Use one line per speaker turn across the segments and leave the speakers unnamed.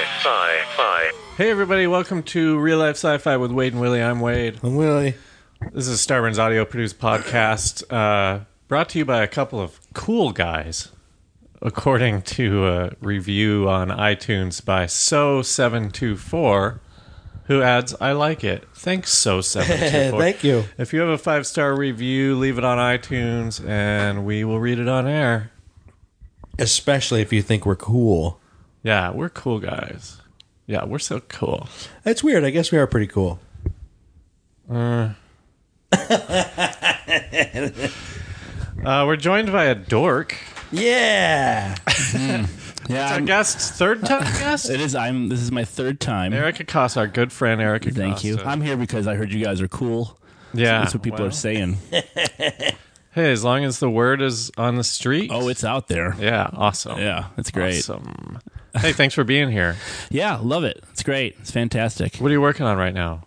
Sci-fi.
Hey, everybody, welcome to Real Life Sci Fi with Wade and Willie. I'm Wade.
I'm Willie.
This is Starburns Audio Produced Podcast, uh, brought to you by a couple of cool guys, according to a review on iTunes by So724, who adds, I like it. Thanks, So724.
Thank you.
If you have a five star review, leave it on iTunes and we will read it on air.
Especially if you think we're cool.
Yeah, we're cool guys. Yeah, we're so cool.
That's weird. I guess we are pretty cool.
Uh, we're joined by a dork.
Yeah.
Yeah,
Our
I'm-
guest, third time guest?
it is. I'm. This is my third time.
Erica Costa, our good friend Erica
Thank you. I'm here because I heard you guys are cool.
yeah.
That's what people are
well,
saying.
Hey, as long as the word is on the street.
Oh, it's out there.
yeah, awesome.
Yeah, that's great.
Awesome. Hey, thanks for being here.
Yeah, love it. It's great. It's fantastic.
What are you working on right now?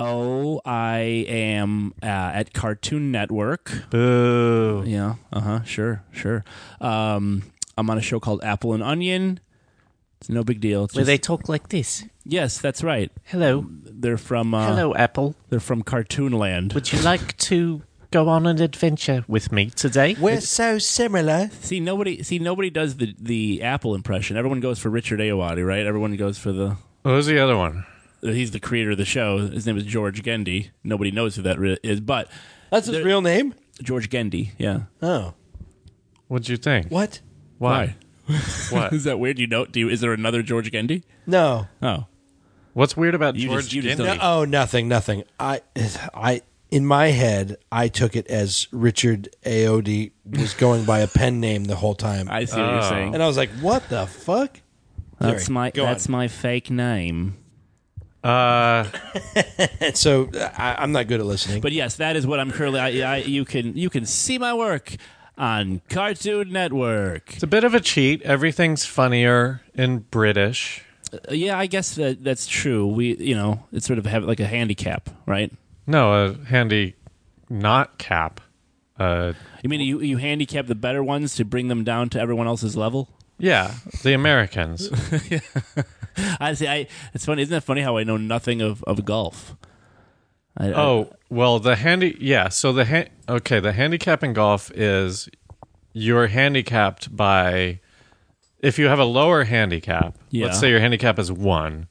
Oh, I am uh, at Cartoon Network.
Boo.
Yeah. Uh huh. Sure. Sure. Um, I'm on a show called Apple and Onion. It's no big deal. It's
Where
just-
they talk like this.
yes, that's right.
Hello.
They're from. Uh,
Hello, Apple.
They're from Cartoonland.
Would you like to go on an adventure with me today?
We're so similar.
See nobody. See nobody does the the Apple impression. Everyone goes for Richard Ayoade, right? Everyone goes for the.
What was the other one?
He's the creator of the show. His name is George Gendy. Nobody knows who that re- is, but
That's his real name?
George Gendy. Yeah.
Oh.
What'd you think?
What?
Why? What?
Is that weird? You know? Do you, is there another George Gendy?
No.
Oh,
What's weird about
You
George
just- you just
Gindley?
don't-
Oh, nothing, nothing. I I in my head, I took it as Richard AOD was going by a pen name the whole time.
I see what you're saying.
and I was like, "What the fuck?"
That's
Sorry,
my
go
that's
on.
my fake name.
Uh,
So I, I'm not good at listening.
But yes, that is what I'm currently. I, I, you can you can see my work on Cartoon Network.
it's a bit of a cheat. Everything's funnier in British.
Uh, yeah, I guess that that's true. We you know it's sort of have like a handicap, right?
No, a handy not cap. Uh,
You mean you you handicap the better ones to bring them down to everyone else's level?
yeah, the Americans.
I see. I it's funny. Isn't it funny how I know nothing of of golf? I, I-
Oh well, the handy yeah. So the ha- okay, the handicap in golf is you're handicapped by if you have a lower handicap.
Yeah.
Let's say your handicap is one,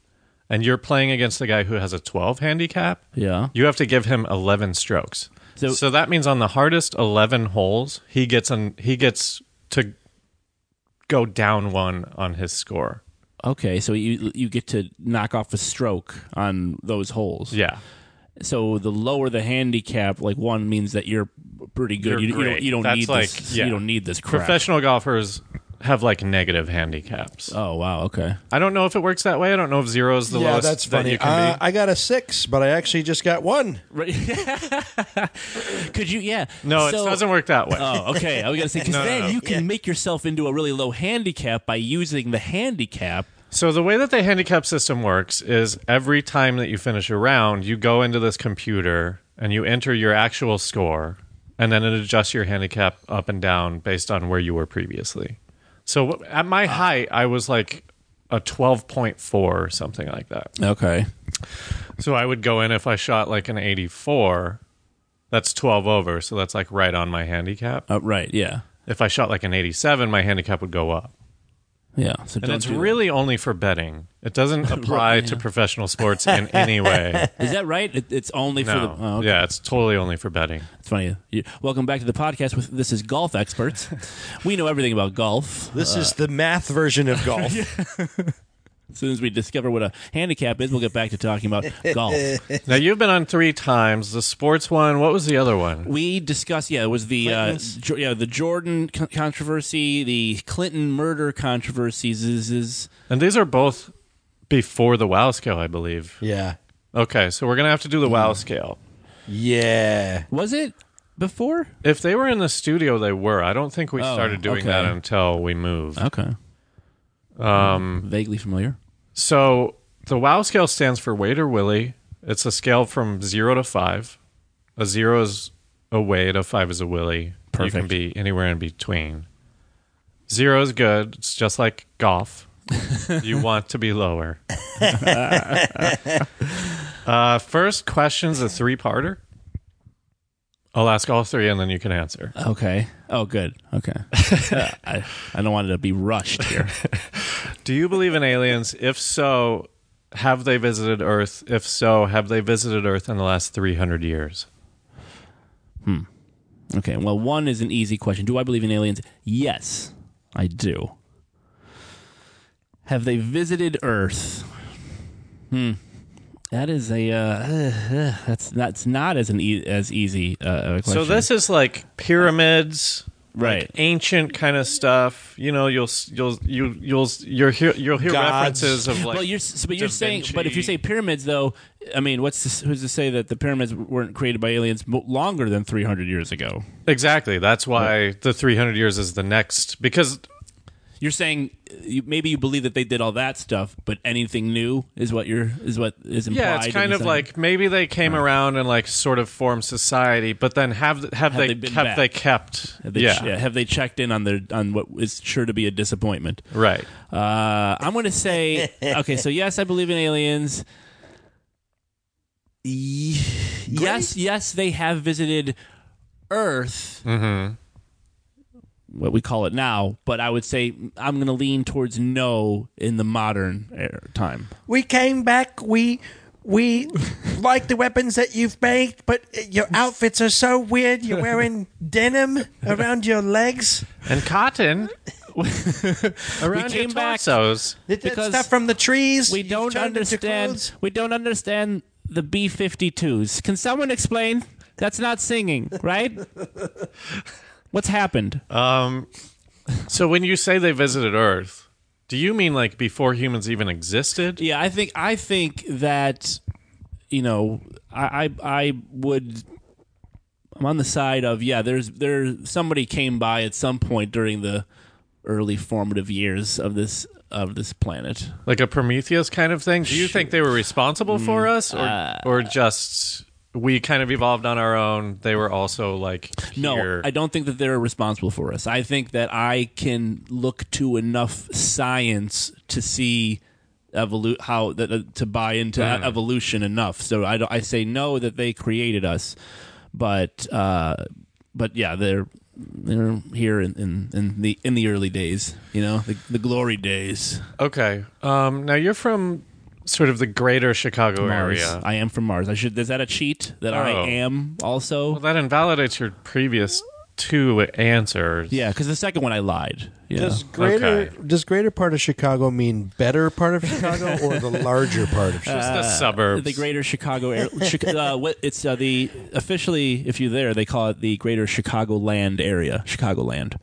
and you're playing against the guy who has a twelve handicap.
yeah.
You have to give him eleven strokes. So,
So-
that means on the hardest eleven holes, he gets an he gets to go down one on his score.
Okay, so you you get to knock off a stroke on those holes.
Yeah.
So the lower the handicap, like one means that you're pretty good.
You're
you, you
great.
don't you don't
That's
need
like-
this.
yeah.
You don't need this crap.
Professional golfers have like negative handicaps.
Oh wow. Okay.
I don't know if it works that way. I don't know if zero is the
yeah,
lowest
that's
that
funny.
you can
Uh,
be.
I got a six, but I actually just got one.
Right. Could you? Yeah.
No,
so,
it doesn't work that way.
Uh.
Oh, okay. I was gonna say because
No, no,
then
no.
you can make yourself into a really low handicap by using the handicap.
So the way that the handicap system works is every time that you finish a round, you go into this computer and you enter your actual score, and then it adjusts your handicap up and down based on where you were previously. So w- at my height, I was like a twelve point four or something like that.
Okay.
So I would go in if I shot like an eighty four. That's 12 over, so that's like right on my handicap.
Uh, right. Yeah.
If I shot like an 87, my handicap would go up.
Yeah. So
And
don't
it's
do that.
really only for betting. It doesn't apply to professional sports in any way.
Is that right? It, it's only for
No.
the. Oh, okay.
Yeah, it's totally only for betting.
It's funny. You- welcome back to the podcast. With this is golf experts. we know everything about golf.
This is the math version of golf.
As soon as we discover what a handicap is, we'll get back to talking about golf.
Now you've been on three times. The sports one. What was the other one?
We discussed. Yeah, it was the uh, jo- yeah the Jordan con- controversy, the Clinton murder controversies. Is, is
And these are both before the WoW scale, I believe.
yeah.
Okay, so we're gonna have to do the
Hmm.
WoW scale.
Yeah.
was it before?
If they were in the studio, they were. I don't think we
Oh,
started doing
okay.
that until we moved.
Okay. Um, vaguely familiar.
So the WoW scale stands for Wade or Willie. It's a scale from zero to five. A zero is a Wade, a five is a Willie. You can
Perfect.
be anywhere in between. Zero is good. It's just like golf. you want to be lower. uh, first question's a three parter. I'll ask all three and then you can answer.
Okay. Oh, good. Okay. Uh, I, I don't want it to be rushed here.
Do you believe in aliens? If so, have they visited Earth? If so, have they visited Earth in the last 300 years?
Okay. Well, one is an easy question. Do I believe in aliens? Yes, I do. Have they visited Earth? Hmm. That is a uh, uh, that's that's not as an e- as easy uh, a question.
So this is like pyramids,
right?
ancient kind of stuff. You know, you'll s- you'll you you'll s- you'll hear you'll hear
Gods.
references of like
well, you're s- but you're
Da
saying but if you
Vinci.
say pyramids though, I mean, what's to, who's to say that the pyramids weren't created by aliens mo- longer than 300 years ago?
exactly. That's why the 300 years is the next because
You're saying uh, you, maybe you believe that they did all that stuff, but anything new is what you're is what is implied.
yeah, it's
in
kind
the
of
sentence?
like maybe they came around and like sort of formed society, but then have have, they,
they been
have
back?
they kept
Have they,
yeah,
yeah, have they checked in on their on what is sure to be a disappointment?
right.
Uh, I'm going to say okay. So yes, I believe in aliens. Y- Yes, yes, they have visited Earth. Mm-hmm. What we call it now, but I would say I'm going to lean towards no in the modern era- time.
We came back. We we like the weapons that you've made, but your outfits are so weird. You're wearing denim around your legs.
And cotton around
came
your
back-
torsos.
That- that
Because
stuff from the trees.
We
you've
don't
turned into
understand.
clothes.
We don't understand the B-52s. Can someone explain? That's not singing, right? What's happened?
So when you say they visited Earth, do you mean like before humans even existed?
Yeah, I think I think that you know I I, I would. I'm on the side of yeah. There's there somebody came by at some point during the early formative years of this of this planet.
Like a Prometheus kind of thing? Do you think they were responsible
Mm,
for us or
uh,
or just we kind of evolved on our own? They were also like here.
No, I don't think that they're responsible for us. I think that I can look to enough science to see evolu- how that, uh, to buy into evolution enough. So I, don't- I say no that they created us, but uh, but yeah, they're they're here in, in, in the in the early days, you know, the, the glory days.
Okay. Um, now you're from sort of the greater Chicago
Mars.
area.
I am from Mars. I should. Is that a cheat that
Oh.
I am also?
Well, that invalidates your previous two answers.
yeah, because the second one I lied. Yeah.
Does greater
Okay.
does greater part of Chicago mean better part of Chicago or the larger part of
Uh,
Chicago?
Just the suburbs.
The Greater Chicago Air. Chica- uh, what, it's uh, the officially, if you're there, they call it the Greater Chicago Land Area, Chicagoland.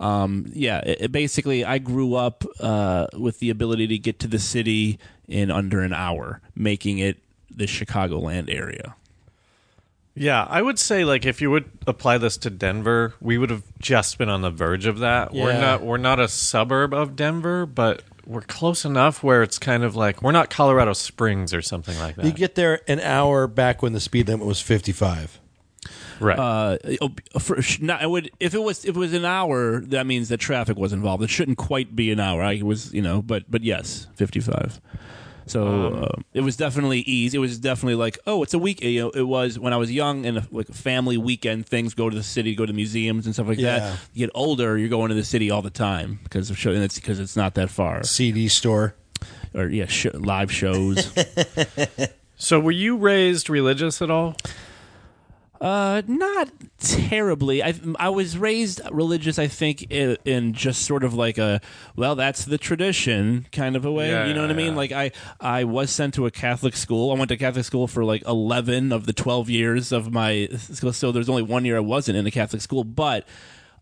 Um, yeah, it, it basically, I grew up uh, with the ability to get to the city in under an hour, making it the Chicagoland area.
Yeah, I would say like if you would apply this to Denver, we would have just been on the verge of that. We're
Yeah.
not we're not a suburb of Denver, but we're close enough where it's kind of like we're not Colorado Springs or something like that.
You get there an hour back when the speed limit was fifty five.
right.
Uh, oh, for, sh- not, I would if it was if it was an hour, that means that traffic was involved. It shouldn't quite be an hour. I was you know, but but yes, fifty five. So uh, it was definitely easy. It was definitely like, oh, it's a week. You know, it was when I was young and uh, like family weekend things. Go to the city, go to museums and stuff like
Yeah.
that. You get older, you're going to the city all the time because of show, and it's because it's not that far.
CD store.
Or yeah, sh- live shows.
so were you raised religious at all?
Uh, not terribly. I I was raised religious. I think in, in just sort of like a well, that's the tradition kind of a way.
Yeah,
you know what I mean?
yeah.
Like I I was sent to a Catholic school. I went to Catholic school for like eleven of the twelve years of my school. So there's only one year I wasn't in a Catholic school, but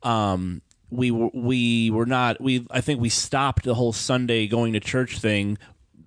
um. We were, we were not we I think we stopped the whole Sunday going to church thing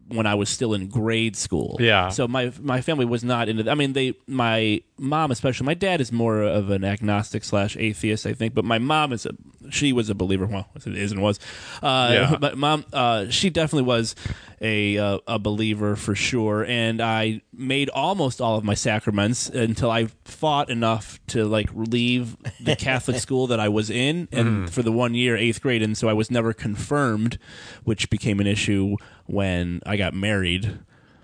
when I was still in grade school.
Yeah.
So my my family was not into. I mean, they my mom especially. My dad is more of an agnostic slash atheist, I think. But my mom is a she was a believer. Well, it is and was. Uh,
Yeah.
But mom, uh, she definitely was a uh, a believer for sure. And I made almost all of my sacraments until I fought enough to like leave the Catholic school that I was in, and for the one year eighth grade, and so I was never confirmed, which became an issue when I got married.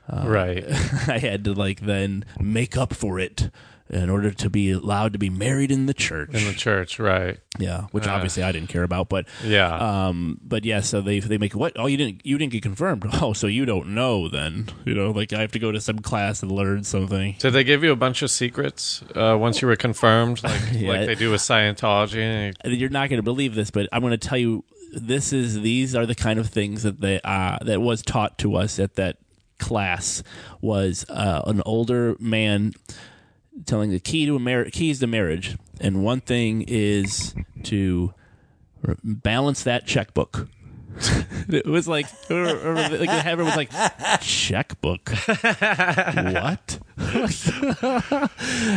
uh,
right.
I had to like then make up for it in order to be allowed to be married in the church.
In the church, right.
yeah, which obviously I didn't care about, but
Yeah.
um, but yeah, so they they make what? Oh, you didn't you didn't get confirmed. Oh, so you don't know then? You know, like I have to go to some class and learn something.
Did they give you a bunch of secrets uh, once you were confirmed, like, like they do with Scientology? And you-
You're not going to believe this, but I'm going to tell you. This is these are the kind of things that they uh, that was taught to us at that class was uh, an older man telling the key to a mar- keys to marriage, and one thing is to r- balance that checkbook. it was like, or, or, like the hammer was like checkbook. what?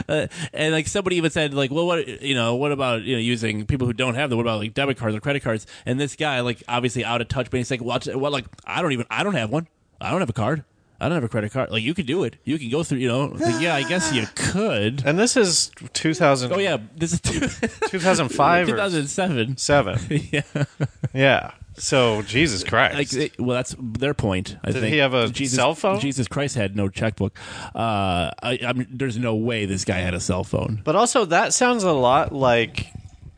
Uh, and like somebody even said, like, well, what you know, what about you know using people who don't have them? What about like debit cards or credit cards? And this guy, like, obviously out of touch, but he's like, well, t- well like I don't even, I don't have one. I don't have a card. I don't have a credit card. Like you could do it. You can go through. You know, like, yeah, I guess you could.
And this is 2000,
Oh yeah, this is
2005 or
2007.
7.
Yeah.
Yeah. So, Jesus Christ.
Like, they- well, that's their point. I
Did
think
he have a
Jesus,
cell phone?
Jesus Christ had no checkbook. Uh, I, I'm, there's no way this guy had a cell phone.
But also, that sounds a lot like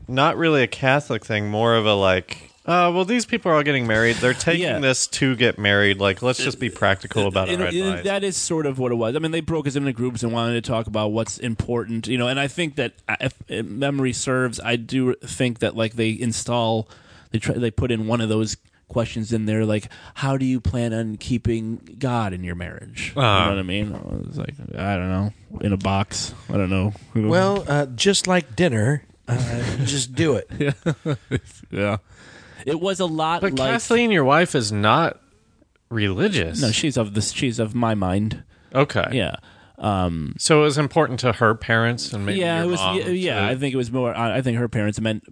not really a Catholic thing, more of a like, uh, well, these people are all getting married. They're taking
Yeah. Uh,
this to get married. Like, let's just be practical about
And-
our
and
advice.
that is sort of what it was. I mean, they broke us into groups and wanted to talk about what's important, you know. And I think that uh, if if memory serves, I do think that like they install, they try, they put in one of those questions in there, like how do you plan on keeping God in your marriage? you know
Ah.
what I mean? It's like I don't know, in a box. I don't know.
Well, uh, just like dinner, uh, just do it.
yeah, it was a lot.
but
like,
Kathleen, your wife, is not religious.
No, she's of this. She's of my mind.
okay.
Yeah. Um,
So it was important to her parents and maybe your
yeah,
uh,
it was.
mom
Yeah, yeah,
to-
I think it was more. I I think her parents meant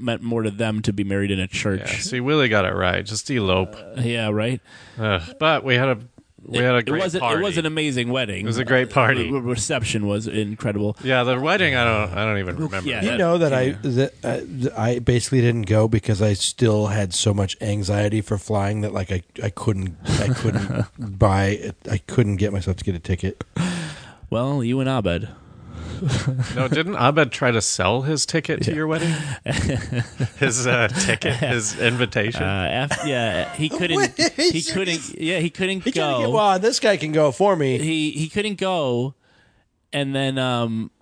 meant more to them to be married in a
Yeah,
church.
see, Willie got it right. Just elope.
Yeah, right.
Ugh. But we had a we had a
Uh, It
great
was. not
party.
It was an amazing wedding. It
was a great party.
The reception was incredible.
yeah, the wedding. I don't. I don't even remember.
yeah.
that.
that-
You know that I that, uh, th- I basically didn't go because I still had so much anxiety for flying that like I, I couldn't I couldn't buy I couldn't get myself to get a ticket.
Well, you and Abed.
No, didn't Abed try to sell his ticket to your wedding? his uh, ticket, his invitation.
Uh, af- yeah, he couldn't.
What?
he couldn't. Yeah, he couldn't
He tried to
go.
get, well, this guy can go for me.
he he couldn't go and then um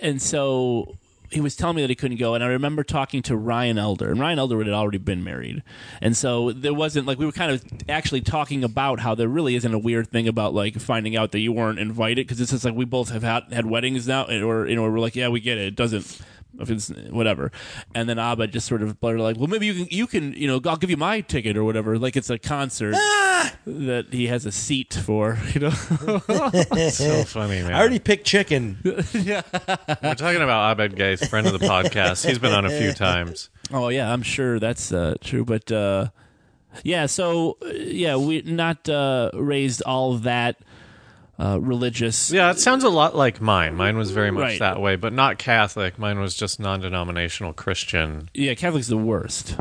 and so he was telling me that he couldn't go and i remember talking to ryan elder and ryan elder had already been married and so there wasn't like we were kind of actually talking about how there really isn't a weird thing about like finding out that you weren't invited because it's just like we both have had, had weddings now and or you know we're like yeah we get it it doesn't if it's whatever and then abba just sort of blurted like well maybe you can you can you know i'll give you my ticket or whatever like it's a concert that he has a seat for you know
so funny, man.
I already picked chicken.
We're talking about Abed Gase, friend of the podcast. He's been on a few times.
Oh yeah, I'm sure that's uh, true. But uh, yeah, so uh, yeah, we not uh, raised all that uh, religious.
Yeah, it sounds a lot like mine. Mine was very much
Right.
that way, but not Catholic. Mine was just non-denominational Christian.
Yeah, Catholics the worst.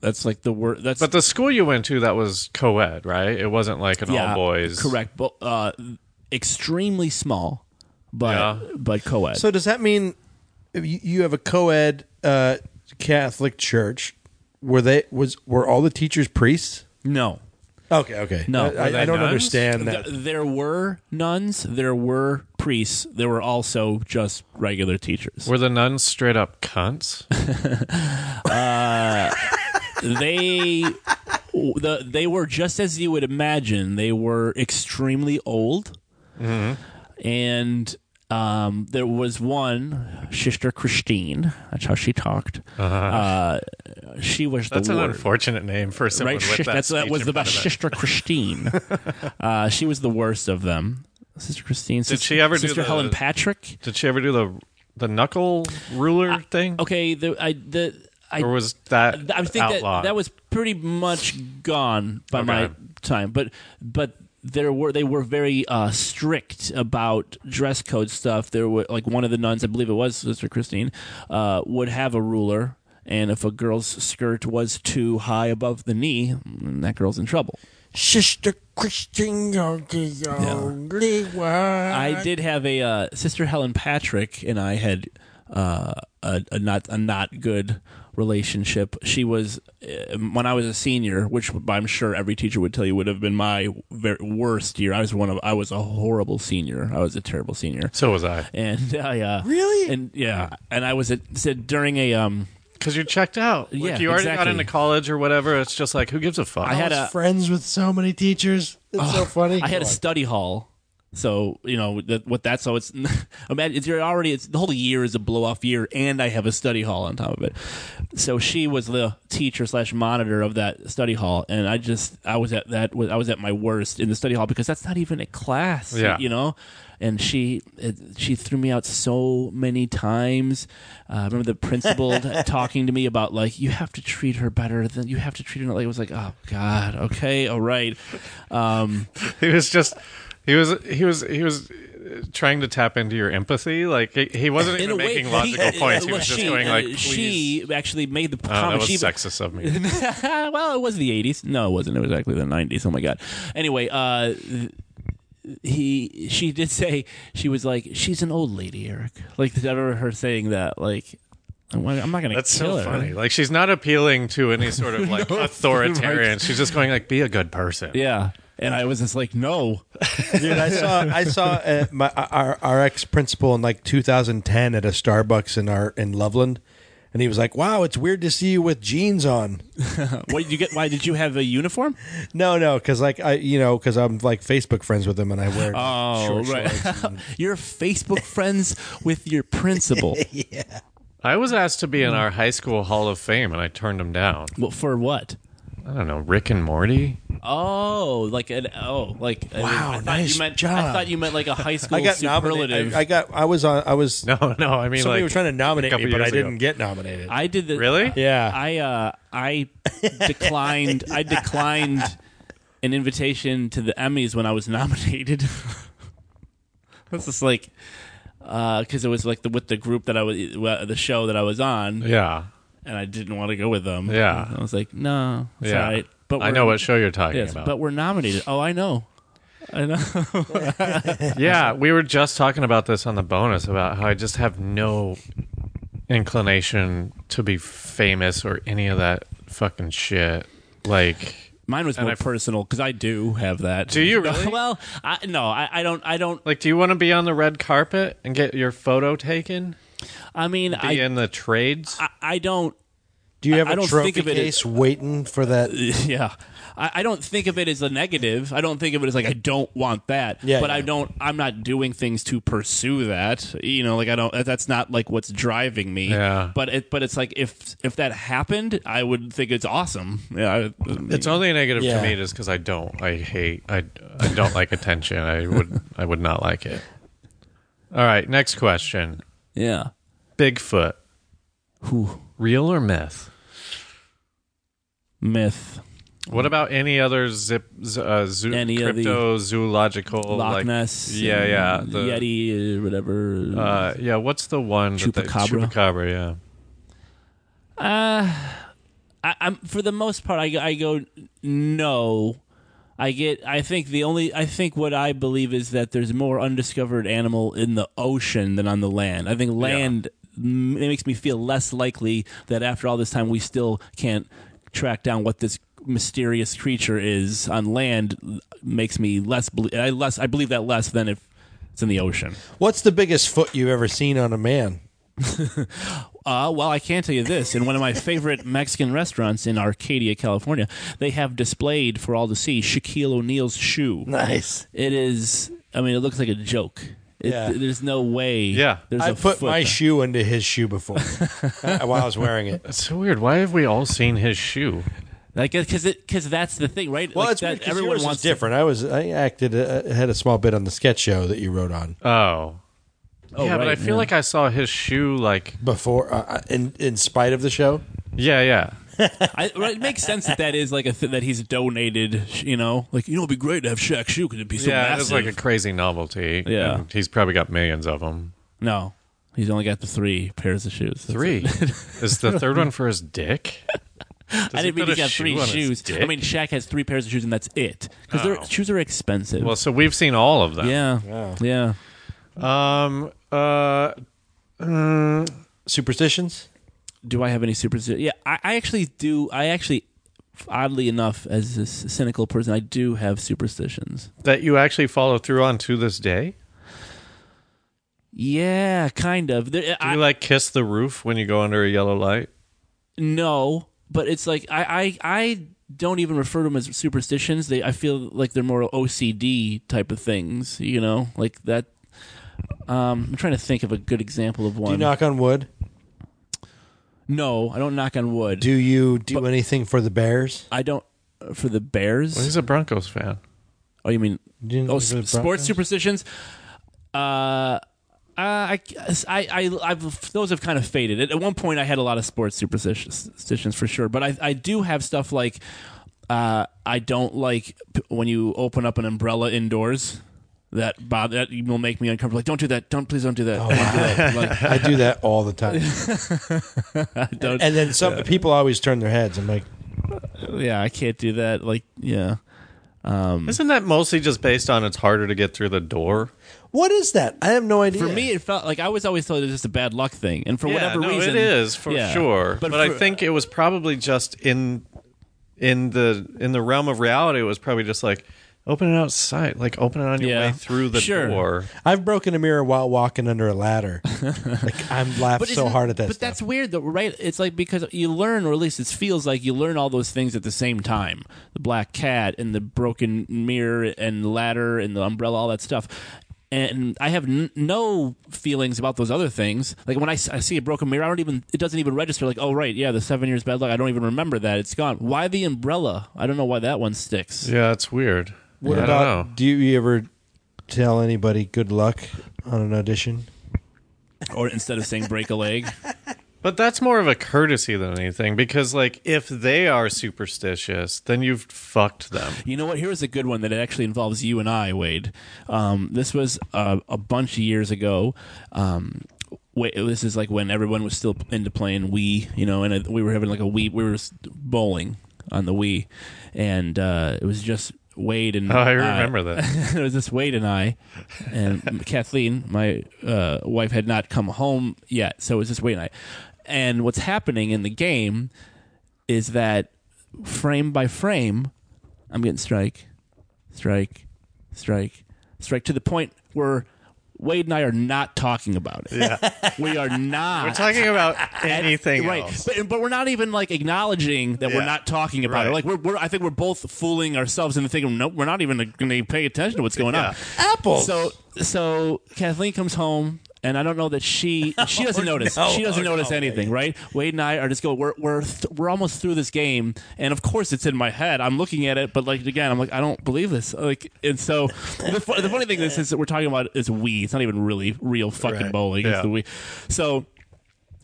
That's like the worst. That's
But the school you went to that was co-ed, right? It wasn't like an
yeah,
all boys.
Correct, but uh, extremely small, but
Yeah.
but co-ed.
So does that mean you you have a co-ed uh, Catholic church? Were they was were all the teachers priests?
no,
Okay, okay.
No.
I, I- I don't
nuns?
understand
Th-
that.
there were nuns, there were priests, there were also just regular teachers.
Were the nuns straight up cunts?
they the, they were just as
Mm-hmm.
you would imagine they were extremely old and Um, there was one sister Christine. That's how she talked. Uh, she was
Uh-huh. That's
the
an
word.
unfortunate name for someone with that.
Shish- that's-
speech
was
in
the
front
best
of it.
sister Christine. uh, she was the worst of them. Sister Christine. Did
she ever do
Sister
the-
Helen Patrick?
Did she ever do the the knuckle ruler thing,
Okay, the I the I
or was that
I think
outlawed?
that that was pretty much gone by
Okay.
my time. But but there were they were very uh, strict about dress code stuff. There were like one of the nuns, I believe it was Sister Christine, uh, would have a ruler. And if a girl's skirt was too high above the knee, that girl's in trouble.
Sister Christine, you're the only one.
I did have a uh, sister Helen Patrick, and I had uh, a, a not a not good relationship. She was uh, when I was a senior, which I'm sure every teacher would tell you would have been my ver worst year. I was one of I was a horrible senior. I was a terrible senior,
so was I
and I uh,
Really?
and yeah, and I was at said during a um.
because you're checked out. Like,
Yeah,
you already got
exactly.
into college or whatever. It's just like who gives a fuck.
I had
was
a- Oh,
friends with so many teachers. It's so funny.
I had a
Go on.
study hall. So you know that, what that's so it's imagine it's you're already it's the whole year is a blow off year and I have a study hall on top of it. So she was the teacher slash monitor of that study hall and I just I was at that I was at my worst in the study hall because that's not even a class
Yeah.
you know and she it, she threw me out so many times. Uh, I remember the principal t- talking to me about like you have to treat her better than you have to treat her like it was like oh god okay all right. Um,
he was just he was he was he was uh, trying to tap into your empathy. Like he, he wasn't even making logical
he- uh,
points. He
well,
was just
she,
going
uh,
like, please.
she actually made the
Oh, that
comment.
was
she,
sexist of me.
well, it was the '80s. No, it wasn't. It was actually the '90s. Oh my god. Anyway, uh, th- he she did say she was like she's an old lady, Eric. Like I remember her saying that. Like I'm I'm not gonna
That's so
kill her.
funny. Like she's not appealing to any sort of like authoritarian. She's just going like, be a good person.
Yeah. And I was just like, no.
Dude, I saw I saw uh, my our, our ex principal in like 2010 at a Starbucks in our in Loveland, and he was like, "Wow, it's weird to see you with jeans on."
What did you get? Why did you have a uniform?
No, no, because like I, you know, because I'm like Facebook friends with him, and I wear
Oh,
short shorts.
You're Facebook friends with your principal.
I was asked to be
Mm-hmm.
in our high school hall of fame and I turned him down.
well, for what?
I don't know, Rick and Morty.
Oh, like an oh, like wow, I thought
nice
you meant, I
job.
thought you meant like a high school
I got nominated.
superlative.
I, I got. I was on. I was.
No, no, I mean
somebody
like
was trying to nominate
couple
me, but I
years ago.
didn't get nominated.
I did the
Really?
Yeah.
I uh, I declined. I declined an invitation to the Emmys when I was nominated. That's just like because it was like the with the group that I was well, the show that I was on,
Yeah.
and I didn't want to go with them.
Yeah.
I was like, no, it's
Yeah.
all right. But
I
we're-
know what show you're talking
Yes,
about.
but we're nominated. Oh, I know. I know.
yeah, we were just talking about this on the bonus about how I just have no inclination to be famous or any of that fucking shit. Like
Mine was more personal because I do have that.
Do you really?
well, I, no, I, I don't. I don't.
like do you want to be on the red carpet and get your photo taken?
I mean,
Be
I,
in the trades?
I, I don't.
Do you have
I
a
don't
trophy
think of it
case waiting for that?
Yeah, I, I don't think of it as a negative. I don't think of it as like I don't want that.
Yeah,
but
yeah.
I don't. I'm not doing things to pursue that. You know, like I don't. That's not like what's driving me.
Yeah.
But it. But it's like if if that happened, I would think it's awesome. Yeah. I,
It's only negative
Yeah.
to me just because I don't. I hate. I I don't like attention. I would. I would not like it. All right. Next question.
yeah.
Bigfoot,
Whew.
real or myth?
Myth.
What about any other zip, z- uh, zoo,
Any of the-
cryptozoological
Loch
Oh, like-
Ness.
yeah,
and
yeah. The,
Yeti. uh, Whatever.
Uh, yeah. What's the one? that they-
Chupacabra.
chupacabra. Yeah.
Uh, I, I'm for the most part. I, go- I go no. I get. I think the only. I think what I believe is that there's more undiscovered animal in the ocean than on the land. I think land m it makes me feel less likely that after all this time we still can't track down what this mysterious creature is on land. l- Makes me less. bel- I less. I believe that less than if it's in the ocean.
What's the biggest foot you've ever seen on a man?
Uh, well, I can tell you this. In one of my favorite Mexican restaurants in Arcadia, California, they have displayed for all to see Shaquille O'Neal's shoe.
Nice.
It is, I mean, it looks like a joke. It-
Yeah.
There's no way.
Yeah.
There's
I
a
put
foot
my
there.
shoe into his shoe before uh, while I was wearing it.
It's so weird. Why have we all seen his shoe?
like because it because that's the thing, right?
Well,
like
it's
that,
weird 'cause yours is
to-
different. I was I acted uh, had a small bit on the sketch show that you wrote on
Oh.
Oh,
yeah, but
right,
I feel
yeah.
like I saw his shoe like
before uh, in in spite of the show.
Yeah, yeah.
I, right, it makes sense that that is like a th- that he's donated. sh- You know, like you know, it'd be great to have Shaq's shoe because it'd be so
yeah,
massive.
it's like a crazy novelty.
Yeah.
And he's probably got millions of them.
no, he's only got the three pairs of shoes. That's
Three.
it.
Is the third one for his dick? Does
I
he
didn't mean
put a
he's got
shoe
three
on his
shoes. I
dick?
mean, Shaq has three pairs of shoes, and that's it. Because
Oh.
their shoes are expensive.
well, so we've seen all of them.
yeah, yeah.
Um. Uh. mm,
Superstitions.
do I have any superstition? Yeah, I, I actually do. I actually, oddly enough, as a c- cynical person, I do have superstitions.
That you actually follow through on to this day.
Yeah, kind of. There,
Do
I,
you like kiss the roof when you go under a yellow light?
no, but it's like I, I, I don't even refer to them as superstitions. They, I feel like they're more OCD type of things. You know, like that. Um, I'm trying to think of a good example of
Do you
one.
knock on wood?
no, I don't knock on wood.
Do you do anything for the Bears?
I don't uh, for the Bears.
Well, he's a Broncos fan.
Oh, you mean
Do you
oh,
for the
s- sports
Broncos?
superstitions? Uh, uh, I, I, I, I've those have kind of faded. At, at one point, I had a lot of sports superstitions superstitions for sure, but I, I do have stuff like, uh, I don't like p- when you open up an umbrella indoors. That bother that will make me uncomfortable. Like, don't do that. Don't please don't do that. Don't do
Oh,
that. Like,
I do that all the time.
don't-
And then some people always turn their heads. I'm like,
yeah, I can't do that. Like, yeah. Hmm.
Isn't that mostly just based on it's harder to get through the door?
what is that? I have no idea.
For me, it felt like I was always told it was just a bad luck thing, and for whatever
no, it
reason,
is for
Yeah.
sure. But,
But
I
for-
think it was probably just in in the in the realm of reality. It was probably just like open it outside, like open it on your
Yeah.
way through the
Sure.
door.
I've broken a mirror while walking under a ladder. like I'm laughed so
isn't-
hard at that.
But
stuff.
that's weird, though, right? It's like because you learn, or at least it feels like you learn all those things at the same time: the black cat and the broken mirror and the ladder and the umbrella, all that stuff. And I have n- no feelings about those other things. Like when I, s- I see a broken mirror, I don't even it doesn't even register. Like, oh right, yeah, the seven years bad luck. I don't even remember that. It's gone. Why the umbrella? I don't know why that one sticks.
Yeah, it's weird.
What
I
about
don't know.
do you ever tell anybody good luck on an audition?
Or instead of saying break a leg,
But that's more of a courtesy than anything because like if they are superstitious, then you've fucked them.
You know what? Here's a good one that actually involves you and I, Wade. Um, this was uh, a bunch of years ago. Um, wa- this is like when everyone was still into playing Wii, you know, and uh we were having like a Wii. We were s- bowling on the Wii, and uh, it was just Wade and
Oh, I remember that.
it was just Wade and I, and Kathleen, my uh, wife, had not come home yet, so it was just Wade and I. And what's happening in the game is that frame by frame, I'm getting strike, strike, strike, strike to the point where Wade and I are not talking about it. Yeah. we are not.
We're talking about anything
Right,
else.
but but we're not even like acknowledging that we're
Yeah.
not talking about it.
Right.
Like we're, we're I think we're both fooling ourselves into thinking no, we're not even going to pay attention to what's going on.
Apple.
So so Kathleen comes home and I don't know that she she doesn't notice.
no.
she doesn't
Oh,
notice
no.
anything, right? Wade and I are just go we're we're th- we're almost through this game and of course it's in my head. I'm looking at it but like again I'm like I don't believe this. Like and so the, fu- the funny thing is, is that we're talking about is we. It's not even really real fucking
Right.
bowling.
Yeah.
It's the we. So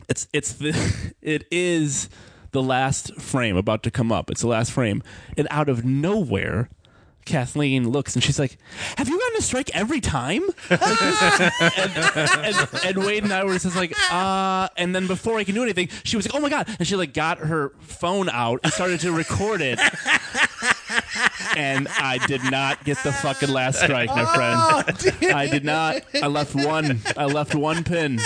it's it's the it is the last frame about to come up. It's the last frame, and out of nowhere, Kathleen looks and she's like, "Have you gotten a strike every time?" Like this- and, and, and Wade and I were just like, "Uh," and then before I can do anything, she was like, "Oh my god!" and she like got her phone out and started to record it. And I did not get the fucking last
Oh,
strike, my friend. I did not. I left one. I left one pin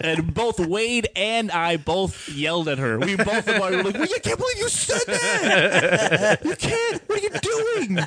and both Wade and I both yelled at her. We both of us were like, well, "You can't believe you said that! You can't! What are you doing?"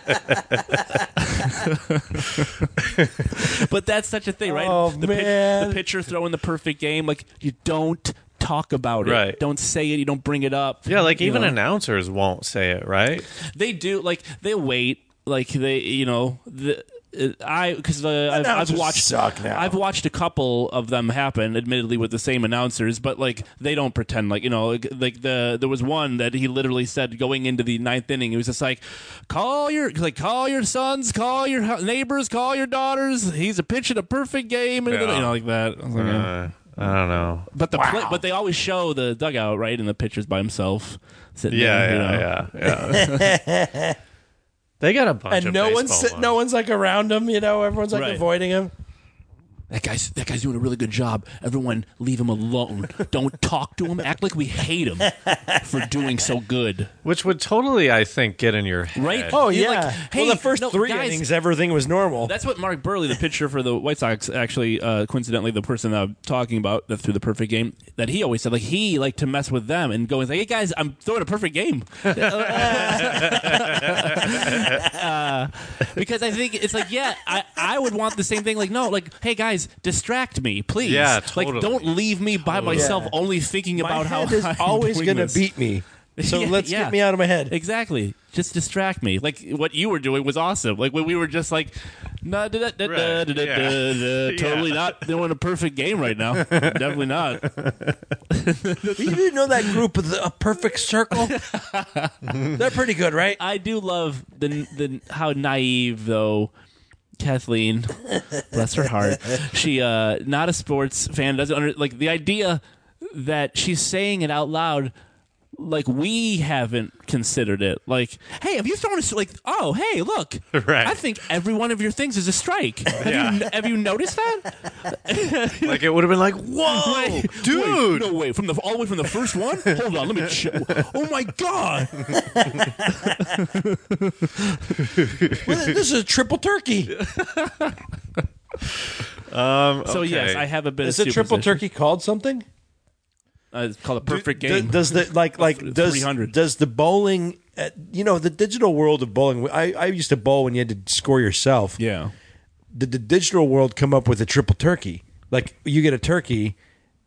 but that's such a thing, right?
Oh,
the
man.
the pitcher throwing the perfect game, like you don't talk about it,
Right.
Don't say it. You don't bring it up.
yeah, like
You
even
know?
announcers won't say it, right?
they do like they wait like they you know the uh, I because I've, I've
Announcers
watched
suck now.
I've watched a couple of them happen, admittedly with the same announcers, but like they don't pretend like you know like, like the there was one that he literally said going into the ninth inning, he was just like, call your like call your sons, call your hu- neighbors, call your daughters. He's a pitch in a perfect game, and
Yeah.
you know like that. I was like, yeah.
Uh, I don't know.
But the pla- but they always show the dugout right and the pitcher's by himself sitting there. you know.
Yeah, yeah, yeah, yeah. they got a bunch
and
of
no one's
baseball
sit- no one's like around him. You know, everyone's like
Right.
avoiding him.
That guy's that guy's doing a really good job. Everyone, leave him alone. Don't talk to him. Act like we hate him for doing so good.
which would totally, I think, get in your head.
Right?
Oh
You're
yeah.
like, hey,
well, the first
no,
three
guys,
innings, everything was normal.
That's what Mark Burley, the pitcher for the White Sox, actually, uh, coincidentally, the person I'm talking about that threw the perfect game, that he always said, like, he liked to mess with them and go and say, hey, guys, I'm throwing a perfect game. Uh, because I think it's like, yeah, I, I would want the same thing. Like, no, like, hey, guys, distract me, please.
Yeah,
Like,
totally.
don't leave me by myself only thinking
My
about how
head is
I'm
always
doing
going to
this.
beat me. So
Yeah,
let's
yeah.
get me out of my head.
Exactly. Just distract me. Like what you were doing was awesome. Like when we were just like, nah, da, da, da, da, da,
Right.
da,
Yeah.
da, da. totally not doing a perfect game right now. Definitely not.
You didn't know that group of the a perfect circle? They're pretty good, right?
I do love the the how naive though. Kathleen, bless her heart. She uh not a sports fan doesn't under, like the idea that she's saying it out loud like we haven't considered it. Like, hey, have you thrown a s- like oh, hey, look.
Right.
I think every one of your things is a strike. Have you
Yeah.
have you noticed that?
Like it would have been like, whoa,
Wait,
dude.
wait, no way. From the all the way from the first one? Hold on, let me check. Oh my god.
Well, this is a triple turkey.
Um,
So yes,
okay.
I have a bit
Is
of
a triple
superstition.
turkey called something?
Uh, it's called a perfect
Do-
game.
Does the like like does
300.
does the bowling? Uh, you know the digital world of bowling. I, I used to bowl when you had to score yourself.
yeah.
Did the digital world come up with a triple turkey? Like you get a turkey,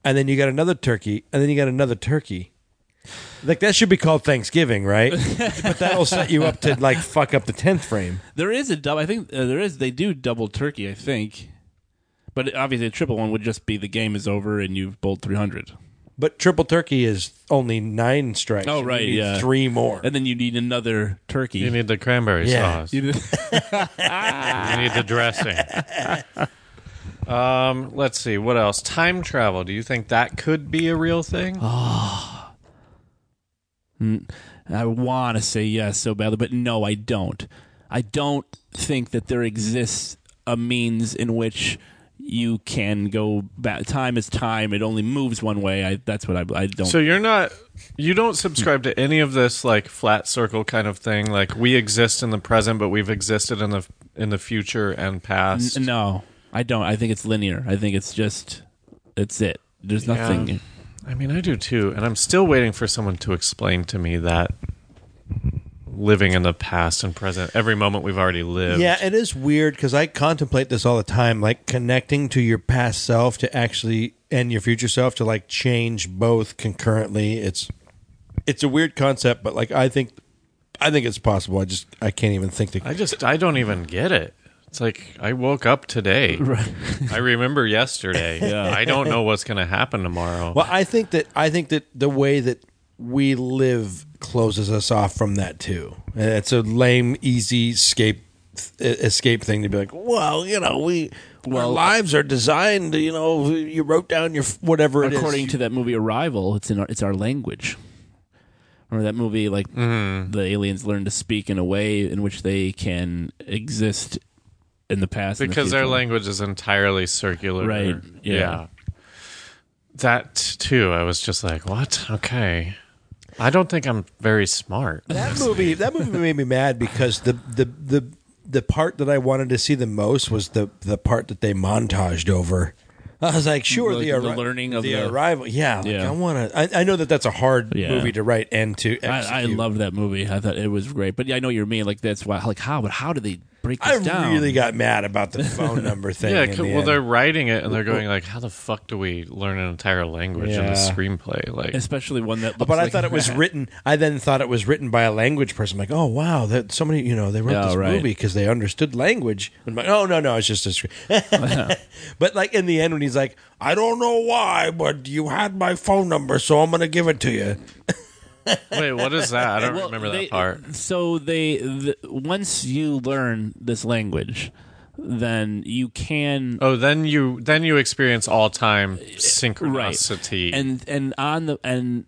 and then you got another turkey, and then you got another turkey. Like that should be called Thanksgiving, right? but that'll set you up to like fuck up the tenth frame.
There is a double. I think uh, there is. They do double turkey. I think, but obviously a triple one would just be the game is over and you've bowled three hundred,
But triple turkey is only nine strikes.
Oh,
You
right,
need
yeah.
three more.
and then you need another turkey.
You need the cranberry
Yeah.
sauce. You need the dressing. Um, let's see what else. Time travel. Do you think that could be a real thing?
I want to say yes so badly, but no, I don't. I don't think that there exists a means in which you can go back. Time is time; it only moves one way. I, that's what I, I don't.
So you're not you don't subscribe to any of this like flat circle kind of thing like we exist in the present but we've existed in the in the future and past.
N- no, I don't. I think it's linear. I think it's just it's it. There's nothing.
I mean I do too and I'm still waiting for someone to explain to me that living in the past and present every moment we've already lived.
Yeah.
Yeah, it is weird because I contemplate this all the time, like connecting to your past self to actually and your future self to like change both concurrently. It's it's a weird concept, but like I think I think it's possible. I just I can't even think to
I just I don't even get it. It's like I woke up today. I remember yesterday. I don't know what's going to happen tomorrow.
Well, I think that I think that the way that we live closes us off from that too. And it's a lame, easy escape escape thing to be like, well, you know, we our lives are designed. You know, you wrote down your f- whatever it is.
According to that movie Arrival, it's in our, it's our language. Remember that movie? Like the aliens learn to speak in a way in which they can exist in the past and the
because their
future.
language is entirely circular.
Right, yeah.
That too, I was just like, what? Okay. I don't think I'm very smart.
That movie, that movie made me mad because the the the the part that I wanted to see the most was the the part that they montaged over. I was like, sure,
Like
the,
the
arri-
learning of the-
arrival. Yeah, like,
Yeah.
I want to. I, I know that that's a hard
Yeah.
movie to write and to.
I, I
execute.
loved that movie. I thought it was great, but yeah, I know what you mean. Like that's why, like how, but how do they break
I
this down.
really got mad about the phone number thing.
Yeah,
in
c-
the
well,
end.
they're writing it and they're going like, "How the fuck do we learn an entire language in
Yeah.
a screenplay?" Like,
especially one that. Looks
but I
like
thought it was
that.
written. I then thought it was written by a language person. Like, oh wow, that somebody you know they wrote
Yeah,
this
right.
movie because they understood language. And I'm like, oh no, no, it's just a screen. but like in the end, when he's like, I don't know why, but you had my phone number, so I'm gonna give it to you.
wait, what is that? I don't remember
they-
that part.
So they th- once you learn this language, then you can
Oh, then you then you experience all time synchronicity.
and and on the and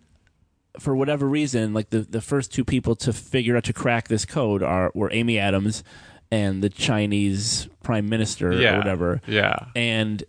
for whatever reason, like the the first two people to figure out to crack this code are were Amy Adams and the Chinese prime minister or
yeah,
whatever.
Yeah,
and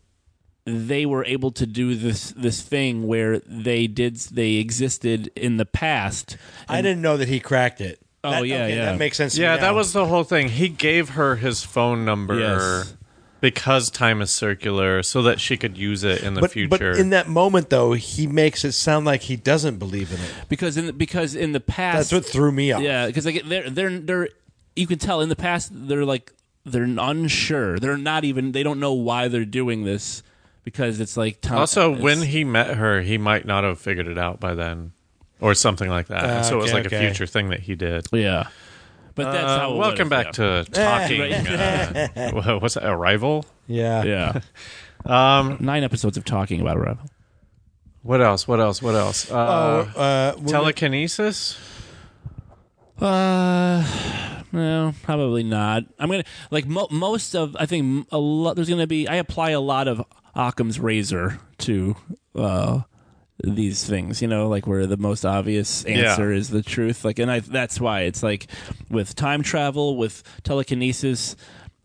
they were able to do this this thing where they did they existed in the past.
I didn't know that he cracked it.
Oh,
That-
yeah,
okay,
yeah.
that makes sense. to me
yeah,
now.
that was the whole thing. He gave her his phone number.
Yes.
Because time is circular, so that she could use it in the
But, but
future.
in that moment, though, he makes it sound like he doesn't believe in it.
Because in the, because in the past
That's what threw me off.
Yeah, because like they're they're they're you can tell in the past they're like they're unsure. They're not even they don't know why they're doing this because it's like time.
also,
it's-
when he met her, he might not have figured it out by then, or something like that. And so it was
okay,
like a
okay.
future thing that he did.
yeah, but that's
Uh,
how. it
welcome
was,
back to talking.
Eh,
uh, wha- what's that, Arrival?
yeah.
yeah. yeah.
Um,
Nine episodes of talking about Arrival.
What else? What else? What else? Uh,
Uh, we're gonna-
telekinesis?
Uh, no, probably not. I'm gonna like mo- most of. I think m- a lot. There's gonna be. I apply a lot of Occam's razor to uh these things. You know, like where the most obvious answer is the truth. Like, and I that's why it's like with time travel, with telekinesis,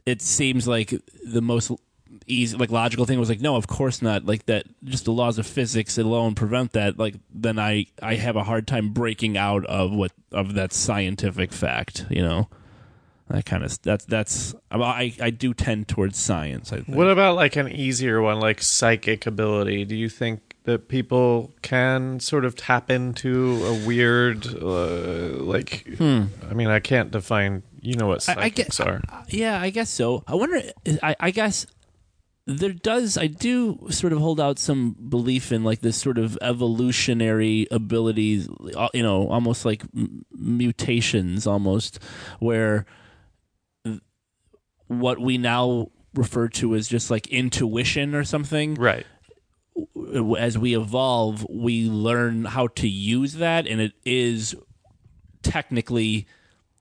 it seems like the most easy like logical thing was like no of course not like that just the laws of physics alone prevent that like then i i have a hard time breaking out of what of that scientific fact you know that kind of that's that's i i do tend towards science i think
What about like an easier one, like psychic ability? Do you think that people can sort of tap into a weird, uh, like? I mean, I can't define. You know what
I- I
psychics
get-
are?
Uh, yeah i guess so i wonder i i guess there does i do sort of hold out some belief in like this sort of evolutionary abilities uh, you know almost like m- mutations almost where th- what we now refer to as just like intuition or something
right.
as we evolve, we learn how to use that, and it is technically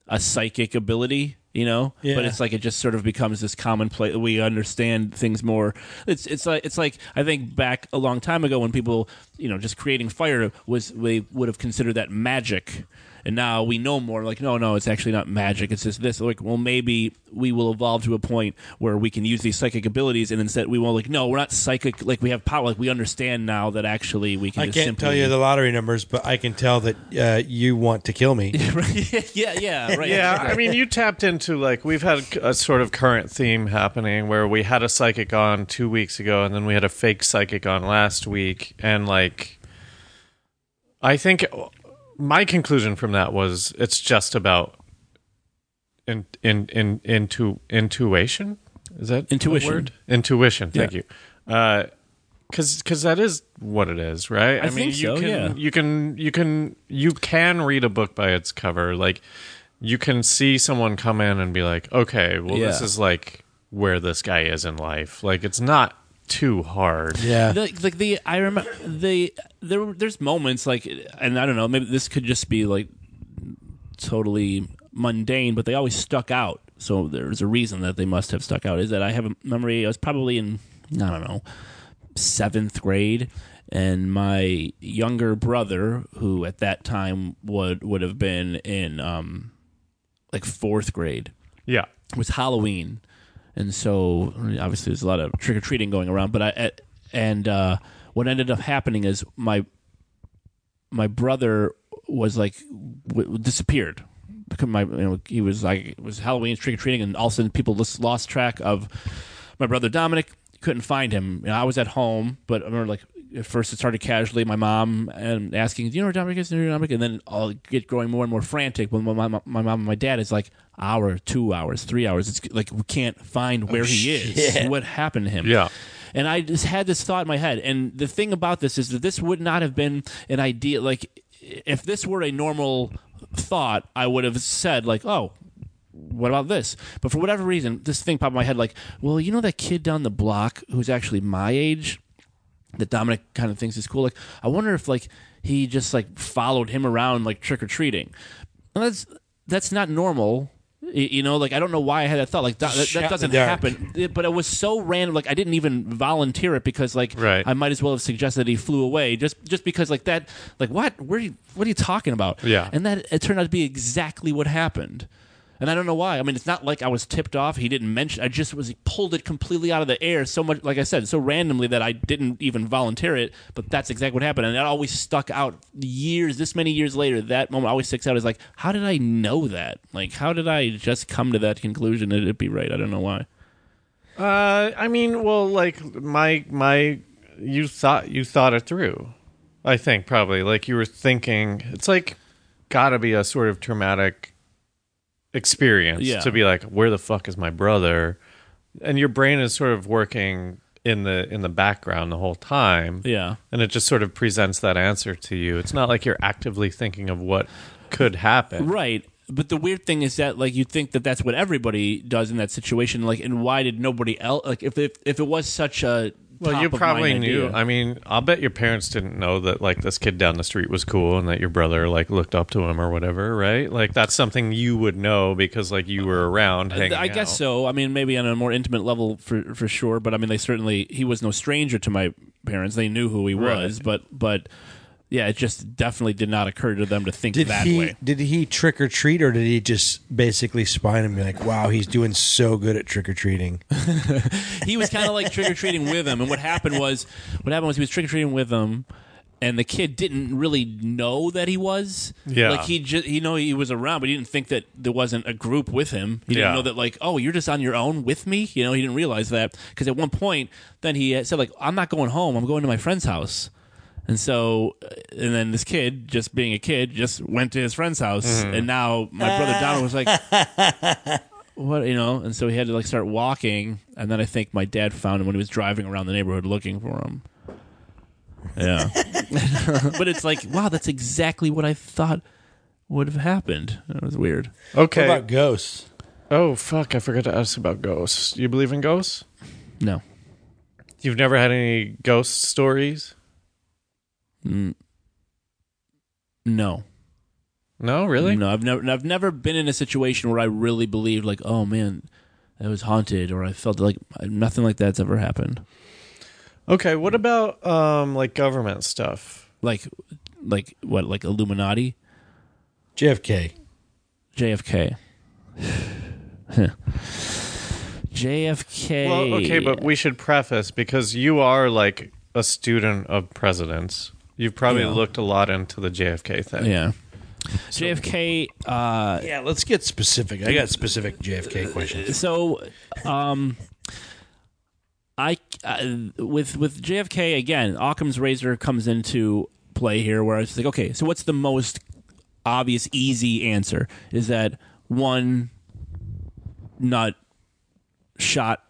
a psychic ability, you know. But it's like it just sort of becomes this commonplace. We understand things more. It's it's like it's like I think back a long time ago when people, you know, just creating fire was they would have considered that magic. And now we know more. Like, no, no, it's actually not magic. It's just this. Like, well, maybe we will evolve to a point where we can use these psychic abilities, and instead we won't. Like, no, we're not psychic. Like, we have power. Like, we understand now that actually we can.
I
just
can't
simply
tell you the lottery numbers, but I can tell that uh, you want to kill me.
yeah, yeah, right.
Yeah, I mean, you tapped into like we've had a sort of current theme happening where we had a psychic on two weeks ago, and then we had a fake psychic on last week, and like, I think my conclusion from that was it's just about in in in into intuition. Is that the
Intuition.
word? Intuition. Thank you. Uh, because because that is what it is, right?
I think
you
so,
can
yeah.
you can you can you can read a book by its cover. Like you can see someone come in and be like, okay, well, this
Yeah.
is like where this guy is in life. Like it's not too hard.
Yeah.
like like the I remember the there were- there's moments like and I don't know maybe this could just be like totally mundane but they always stuck out so there's a reason that they must have stuck out is that I have a memory I was probably in I don't know seventh grade and my younger brother who at that time would would have been in um like fourth grade
Yeah.
was Halloween, and so obviously there's a lot of trick or treating going around. But I at- and uh, what ended up happening is my my brother was like w- disappeared. Because My you know he was like it was Halloween trick or treating, and all of a sudden people just lost track of my brother Dominic. Couldn't find him. You know, I was at home, but I remember like at first it started casually. My mom and asking, "Do you know where Dominic is? Do you know where Dominic?" is?" And then I'll get growing more and more frantic when my, my, my mom and my dad is like hour, two hours, three hours. It's like we can't find where he is. What happened to him?
Yeah.
And I just had this thought in my head. And the thing about this is that this would not have been an idea. Like if this were a normal thought, I would have said like, "Oh, what about this? But for whatever reason, this thing popped in my head like, well, you know that kid down the block who's actually my age that Dominic kind of thinks is cool. Like, I wonder if like he just like followed him around like trick or treating. That's that's not normal. Y- You know, like I don't know why I had that thought. Like that, that,
Shot in
that
the
doesn't
dark.
happen. It- But it was so random. Like I didn't even volunteer it because, like,
Right.
I might as well have suggested that he flew away just just because, like that. Like what? Where? Are you, what are you talking about?
Yeah.
And that it turned out to be exactly what happened. And I don't know why. I mean, it's not like I was tipped off. He didn't mention. I just was he pulled it completely out of the air so much. Like I said, so randomly that I didn't even volunteer it. But that's exactly what happened, and that always stuck out years. This many years later, that moment always sticks out. Is like, how did I know that? Like, how did I just come to that conclusion that it'd be right? I don't know why.
Uh, I mean, well, like my my, you thought you thought it through. I think probably like you were thinking. It's like gotta be a sort of traumatic experience
Yeah.
to be like, where the fuck is my brother? And your brain is sort of working in the in the background the whole time.
Yeah.
and it just sort of presents that answer to you. It's not like you're actively thinking of what could happen.
Right. But the weird thing is that like you think that that's what everybody does in that situation like and why did nobody else like if if, if it was such a
Well, you
top of
probably
mind
knew.
idea-
I mean, I'll bet your parents didn't know that like this kid down the street was cool and that your brother like looked up to him or whatever, right? Like that's something you would know because like you were around hanging
I guess
out.
so. I mean, maybe on a more intimate level for for sure. But I mean, they certainly he was no stranger to my parents. They knew who he was. But but yeah, it just definitely did not occur to them to think
Did
that
he
way.
did he trick or treat or did he just basically spine him and be like, "Wow, he's doing so good at trick or treating."
he was kind of like trick or treating with him. And what happened was, what happened was he was trick or treating with him, and the kid didn't really know that he was.
Yeah.
like he just he know he was around, but he didn't think that there wasn't a group with him. He didn't
Yeah.
know that like, oh, you're just on your own with me. You know, he didn't realize that because at one point, then he had said like, I'm not going home. I'm going to my friend's house. And so, uh, and then this kid, just being a kid, just went to his friend's house, and now my brother Donald was like, what you know and so he had to like start walking and then i think my dad found him when he was driving around the neighborhood looking for him yeah but it's like wow that's exactly what i thought would have happened that was weird
Okay.
What about ghosts?
oh fuck! I forgot to ask about ghosts. You believe in ghosts?
no
You've never had any ghost stories?
Mm. no
No, really.
no i've never i've never been in a situation where i really believed like oh man I was haunted, or I felt like nothing like that's ever happened.
Okay. What about um like government stuff?
Like, like what? Like Illuminati,
JFK.
JFK, JFK.
Well, okay, but we should preface because you are like a student of presidents. You've probably
Yeah.
looked a lot into the JFK thing.
Yeah. JFK. Uh,
Yeah, let's get specific. I got specific
Uh,
JFK questions.
so, um, I uh, with with JFK again. Occam's razor comes into play here, where it's like, okay, so what's the most obvious, easy answer? Is that one nut shot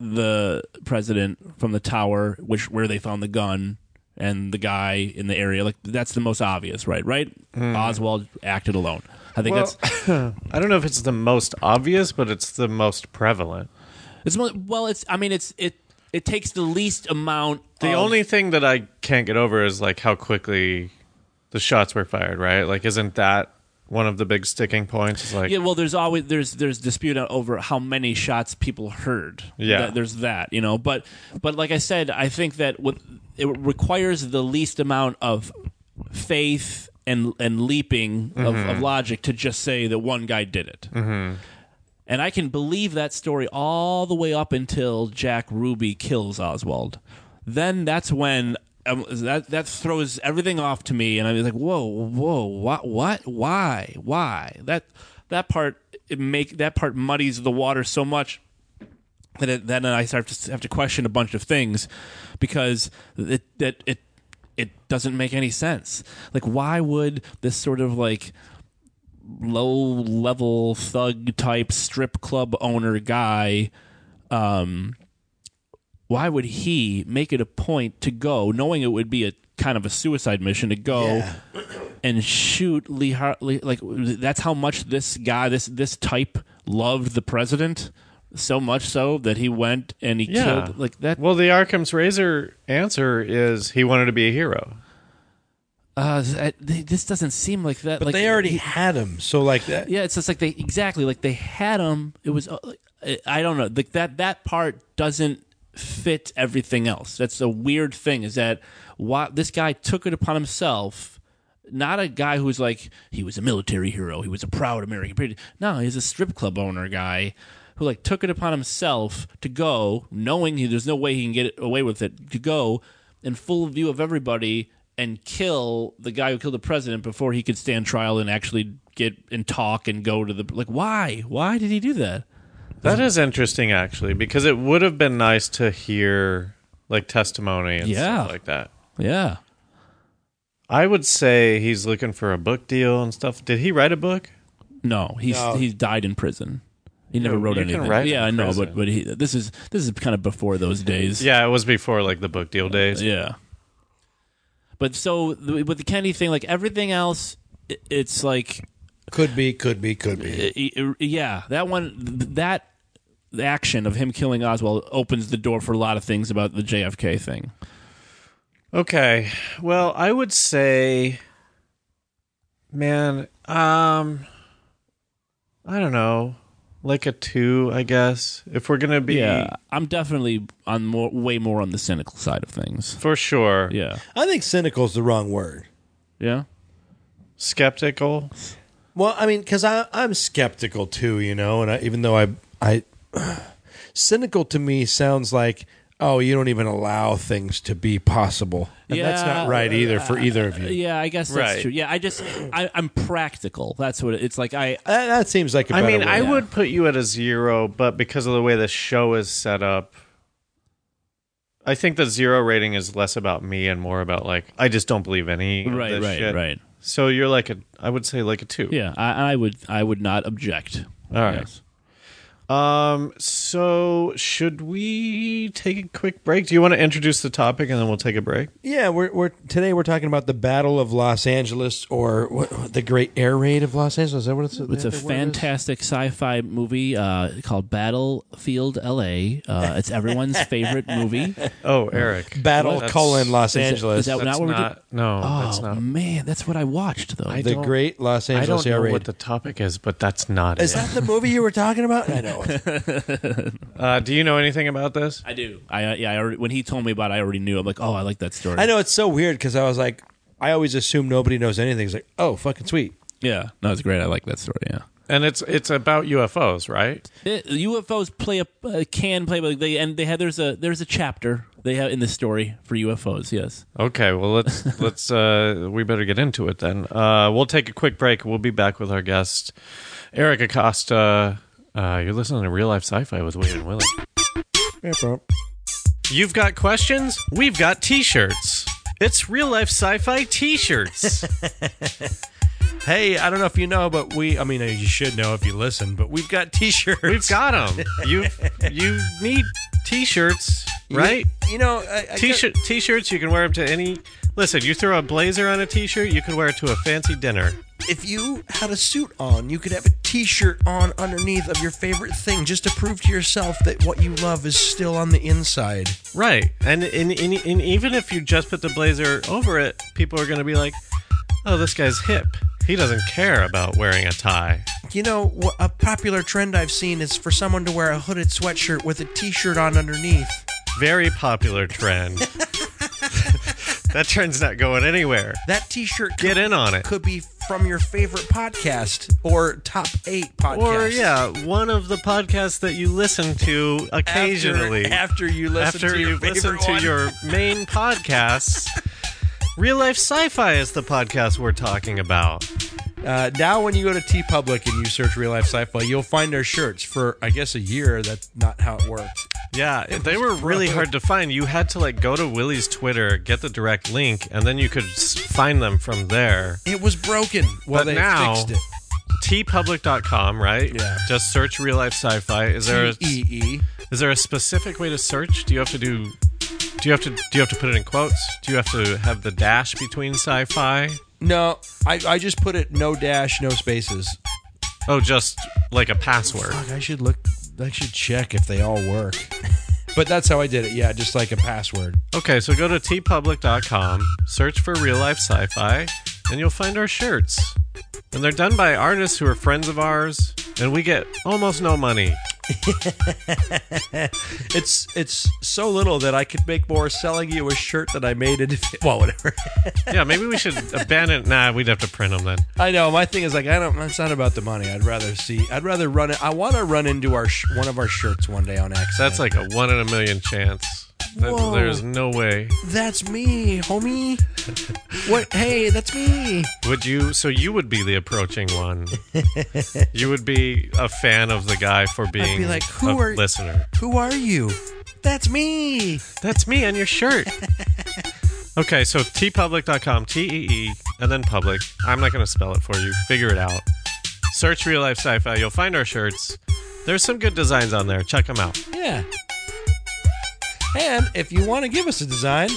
the president from the tower, which where they found the gun and the guy in the area. Like that's the most obvious, right? Right? Oswald acted alone. I think that's
Well, I don't know if it's the most obvious, but it's the most prevalent.
It's mo- well, it's. I mean, it's it. It takes the least amount.
The
of-
only thing that I can't get over is like how quickly the shots were fired, right? Like, isn't that one of the big sticking points? It's like,
Yeah, well, there's always there's there's dispute over how many shots people heard.
Yeah.
That- there's that, you know. But but like I said, I think that what it requires the least amount of faith and and leaping of, of logic to just say that one guy did it. And I can believe that story all the way up until Jack Ruby kills Oswald. Then that's when um, that that throws everything off to me, and I'm like, whoa, whoa, what, what, why, why? That that part it make that part muddies the water so much that it, then I start to have to question a bunch of things because it that it it doesn't make any sense. Like, why would this sort of like low level thug type strip club owner guy um why would he make it a point to go knowing it would be a kind of a suicide mission to go and shoot Lee Hartley like that's how much this guy this this type loved the president so much so that he went and he
Yeah.
killed like that
Well, the Arkham's Razor answer is he wanted to be a hero.
uh I- th- this doesn't seem like that
But
like
they already had him, so like that.
yeah it's just like they exactly like they had him it was uh, I- i don't know like that that part doesn't fit everything else that's a weird thing is that why this guy took it upon himself not a guy who's like he was a military hero he was a proud american patriot no he's a strip club owner guy who like took it upon himself to go knowing he, there's no way he can get away with it to go in full view of everybody and kill the guy who killed the president before he could stand trial and actually get and talk and go to the like why why did he do that
That is interesting, actually, because it would have been nice to hear like testimony and
Yeah.
stuff like that.
yeah
I would say he's looking for a book deal and stuff. Did he write a book?
no he's he's died in prison he never
Yeah,
wrote
you can
anything
write
yeah i
in
know but
prison.
but he, this is this is kind of before those days
Yeah, it was before like the book deal days.
Yeah. But so th- with the Kennedy thing, like everything else, i- it's like,
Could be, could be, could be.
i- i- Uh, e, er, yeah, that one, th- that action of him killing Oswald opens the door for a lot of things about the JFK thing.
Okay. Well, I would say man, um I don't know. Like a 2, I guess. If we're going to be
Yeah, I'm definitely on more, way more on the cynical side of things.
for sure
Yeah,
I think cynical is the wrong word.
yeah,
skeptical.
Well, I mean, because I'm skeptical too, you know, and I, even though I, I, cynical to me sounds like, oh, you don't even allow things to be possible. And that's
Yeah.
not right either for either of you.
yeah. I guess that's
Right.
true. Yeah, I just, I, I'm practical. That's what it, it's like. I,
That, Uh, that seems like a
I
better
mean,
way.
I would put you at a 0, but because of the way the show is set up, I think the 0 rating is less about me and more about like I just don't believe any of
right,
this
right,
shit.
right.
So you're like a I would say like a 2.
Yeah, I, I would, I would not object.
All right.
Yes.
Um, so should we take a quick break? Do you want to introduce the topic and then we'll take a break?
Yeah, we're, we're today we're talking about the Battle of Los Angeles or what, what, the Great Air Raid of Los Angeles. Is that what it's?
It's a
the word is?
fantastic sci-fi movie uh, called Battlefield LA. Uh, it's everyone's favorite movie.
Oh, Eric.
Battle
That's-
colon Los
that-
Angeles.
is that
That's
not what we're
not, no, that's
Oh
not.
man, that's what I watched though.
I
the
don't-
Great Los
I
Angeles
don't
Air
know
Raid.
what the topic is, but that's not
is
it.
that the movie you were talking about? I know.
uh, do you know anything about this?
I do. I uh, yeah. I already, when he told me about, it, I already knew. I'm like, oh, I like that story.
I know it's so weird because I was like, I always assume nobody knows anything. It's like, oh, fucking sweet.
Yeah, no, it's great. I like that story. Yeah.
And it's it's about UFOs, right?
It- UFOs play a uh, can play, but they and they have there's a there's a chapter they have in the story for UFOs. Yes.
Okay, well let's let's uh we better get into it then. Uh we'll take a quick break. We'll be back with our guest Eric Acosta. Uh you're listening to Real Life Sci-Fi with Wade and Willie. You've got questions? We've got t-shirts. It's Real Life Sci-Fi t-shirts.
Hey, I don't know if you know, but we, I mean, you should know if you listen, but we've got t shirts.
We've got them. You you need t-shirts, right?
You know, I, I
T-shirt t-shirts you can wear them to any Listen, you throw a blazer on a t-shirt, you can wear it to a fancy dinner.
if you had a suit on, you could have a t-shirt on underneath of your favorite thing just to prove to yourself that what you love is still on the inside.
Right. And and, and, and even if you just put the blazer over it, people are going to be like, oh, this guy's hip. He doesn't care about wearing a tie.
You know, wh- a popular trend I've seen is for someone to wear a hooded sweatshirt with a t-shirt on underneath.
Very popular trend. that trend's not going anywhere.
That t-shirt
Get in on it.
could be from your favorite podcast or top 8 podcast.
Or, yeah, one of the podcasts that you listen to occasionally.
after, after you listen
After
to your
you've listened
favorite
to
one.
your main podcasts, Real Life Sci Fi is the podcast we're talking about.
Uh, now, when you go to T Public and you search real life sci fi, you'll find our shirts for, I guess, a year. That's not how it worked.
Yeah, they were really hard to find. You had to like go to Willie's Twitter, get the direct link, and then you could s- find them from there.
It was broken. Well,
But
they
now-
fixed it.
tpublic.com, right?
Yeah. E.
Just search real life sci-fi. Is there a,
EE.
is there a specific way to search? Do you have to do do you have to do you have to put it in quotes? Do you have to have the dash between sci-fi?
No, I, I just put it no dash, no spaces.
Oh, just like a password.
Fuck, I should look. I should check if they all work. but that's how I did it. Yeah, just like a password.
Okay, so go to tpublic.com, search for real life sci fi, and you'll find our shirts. And they're done by artists who are friends of ours, and we get almost no money.
It's it's so little that I could make more selling you a shirt that I made in well whatever.
Yeah, maybe we should abandon. Nah, we'd have to print them then.
I know my thing is like I don't. It's not about the money. I'd rather see. I'd rather run it. I want to run into our sh- one of our shirts one day on accident.
That's like a one in a million chance. That-
Whoa.
There's no way.
that's me, homie. what? Hey, that's me.
Would you? So you would be the approaching one. you would be a fan of the guy for being
like, "Who
a
are-
listener.
Who are you? That's me.
That's me on your shirt. okay, so tpublic.com, T E E, and then public. I'm not going to spell it for you. Figure it out. Search real life sci fi. You'll find our shirts. There's some good designs on there. Check them out.
Yeah. And if you want to give us a design,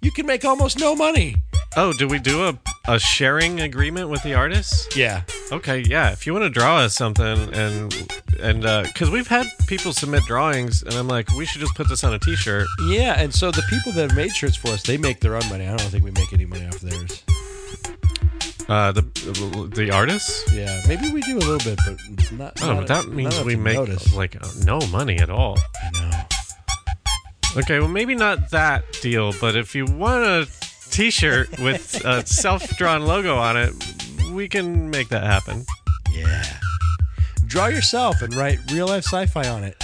you can make almost no money.
Oh, do we do a, a sharing agreement with the artists?
Yeah.
Okay, yeah. If you want to draw us something, and and because we've had people submit drawings, and I'm like, we should just put this on a T-shirt.
Yeah, and so the people that have made shirts for us, they make their own money. I don't think we make any money off theirs.
Uh, the the, the artists.
Yeah, maybe we do a little bit, but not.
Oh,
not-
but that
not
means
enough
we
to
make
Notice.
like no money at all.
I know.
Okay, well, maybe not that deal, but if you want a t shirt with a self drawn logo on it, we can make that happen.
Yeah. Draw yourself and write real life sci fi on it.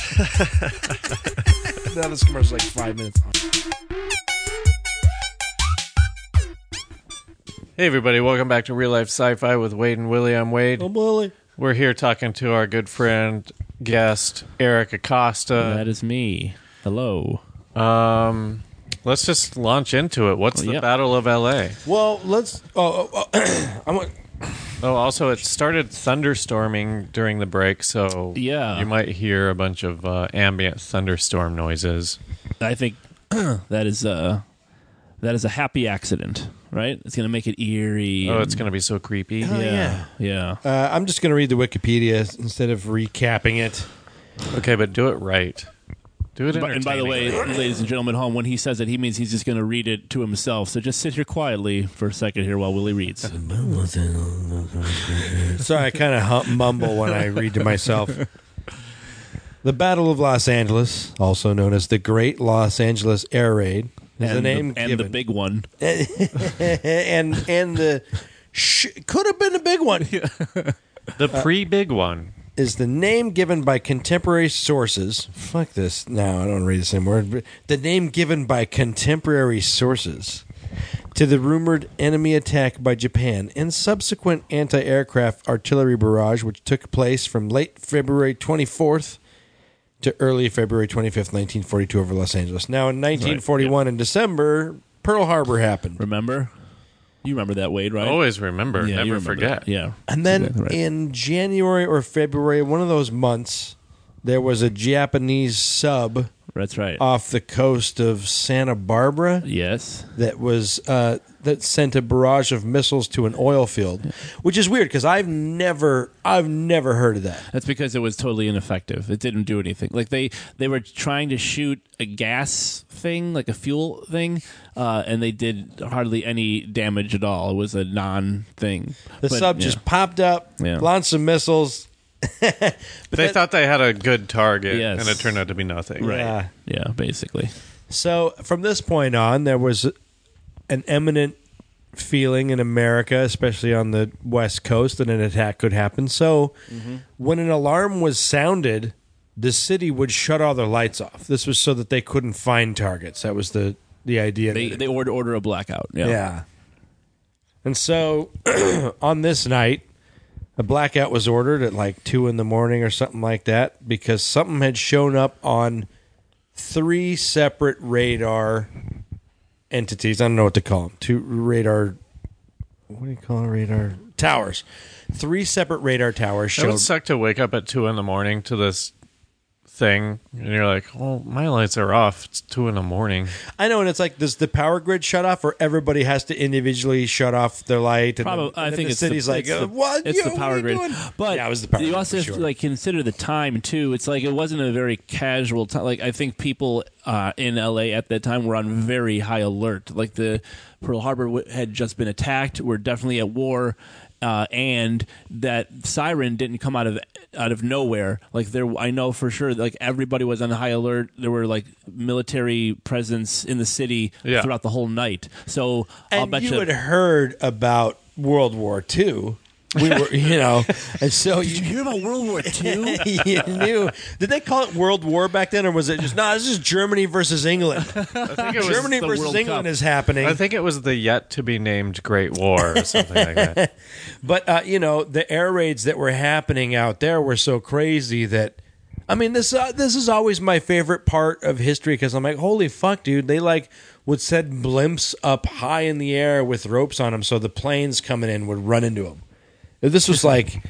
now this commercial's like five minutes long.
Hey, everybody, welcome back to Real Life Sci Fi with Wade and Willie. I'm Wade.
Oh.
We're here talking to our good friend, guest, Eric Acosta.
that is me. Hello.
Um, let's just launch into it. What's the
yeah.
Battle of LA?
Well, let's. Oh, oh, oh, I want.
Oh, also, it started thunderstorming during the break, so
Yeah.
you might hear a bunch of uh, ambient thunderstorm noises.
I think that is a that is a happy accident, right? It's gonna make it eerie.
Oh,
and-
it's going to be so creepy.
Oh, yeah, yeah.
Uh, I'm just going to read the Wikipedia instead of recapping it.
Okay, but do it right. Do it.
But- and by the way,
entertaining.
ladies and gentlemen at home, when he says that, he means he's just going to read it to himself. So just sit here quietly for a second here while Willie reads.
Sorry, I kind of hum- mumble when I read to myself. The Battle of Los Angeles, also known as the Great Los Angeles Air Raid, is the
and
name
the, and the
given.
big one.
and and the sh- could have been a big one
the
uh,
pre-big one.
is the name given by contemporary sources. Fuck this. No, I don't want to read this anymore. But The name given by contemporary sources to the rumored enemy attack by Japan and subsequent anti-aircraft artillery barrage, which took place from late February 24th to early February 25th, 1942, over Los Angeles. Now, in 1941, in December, Pearl Harbor happened.
Remember? You remember that, Wade, right?
Always remember,
yeah, you
Oh, never
remember
forget.
that. Yeah.
And then
Exactly right.
in January or February, one of those months, there was a Japanese sub
That's right.
off the coast of Santa Barbara
yes.
that was uh, that sent a barrage of missiles to an oil field, which is weird because I've never I've never heard of that.
That's because it was totally ineffective. It didn't do anything. Like they they were trying to shoot a gas thing, like a fuel thing, uh, and they did hardly any damage at all. It was a non thing.
The sub just popped up,
Yeah.
launched some missiles.
They thought they had a good target,
Yes.
and it turned out to be nothing.
right.
Yeah.
yeah, basically.
So from this point on, there was an eminent feeling in America, especially on the West Coast, that an attack could happen. So when an alarm was sounded, the city would shut all their lights off. This was so that they couldn't find targets. That was the the idea.
They
that-
they order order a blackout. Yeah.
yeah. And so on this night, A blackout was ordered at like two in the morning or something like that because something had shown up on three separate radar entities. I don't know what to call them. Two radar. What do you call it? Radar towers. Three separate radar towers
It
showed
would suck to wake up at two in the morning to this thing, and you're like, "Oh, my lights are off. It's two in the morning."
I know, and it's like, does the power grid shut off, or everybody has to individually shut off their light? And
Probably,
then-
I
and then
think
the
it's
city's
the,
like,
it's the,
uh, what?
It's
Yeah,
the
what
power
are you
grid,
doing?
but
yeah, it was the power
you
grid,
also
for
have
sure.
to like consider the time too. It's like it wasn't a very casual time. Like I think people uh, in LA at that time were on very high alert. Like the Pearl Harbor w- had just been attacked. We're definitely at war. Uh, and that siren didn't come out of out of nowhere. Like there, I know for sure. Like everybody was on high alert. There were like military presence in the city
Yeah.
throughout the whole night. So I'll
and
bet
you had heard about World War II. We were, you know, and so
Did you
you,
hear about World War II?
you knew. Did they call it World War back then, or was it just no? this is Germany versus England.
I think it was.
Germany
the
versus
World
England
Cup.
is happening.
I think it was the yet to be named Great War or something like that.
But uh, you know, the air raids that were happening out there were so crazy that I mean, this uh, this is always my favorite part of history because I'm like, holy fuck, dude! They like would set blimps up high in the air with ropes on them, so the planes coming in would run into them. This was like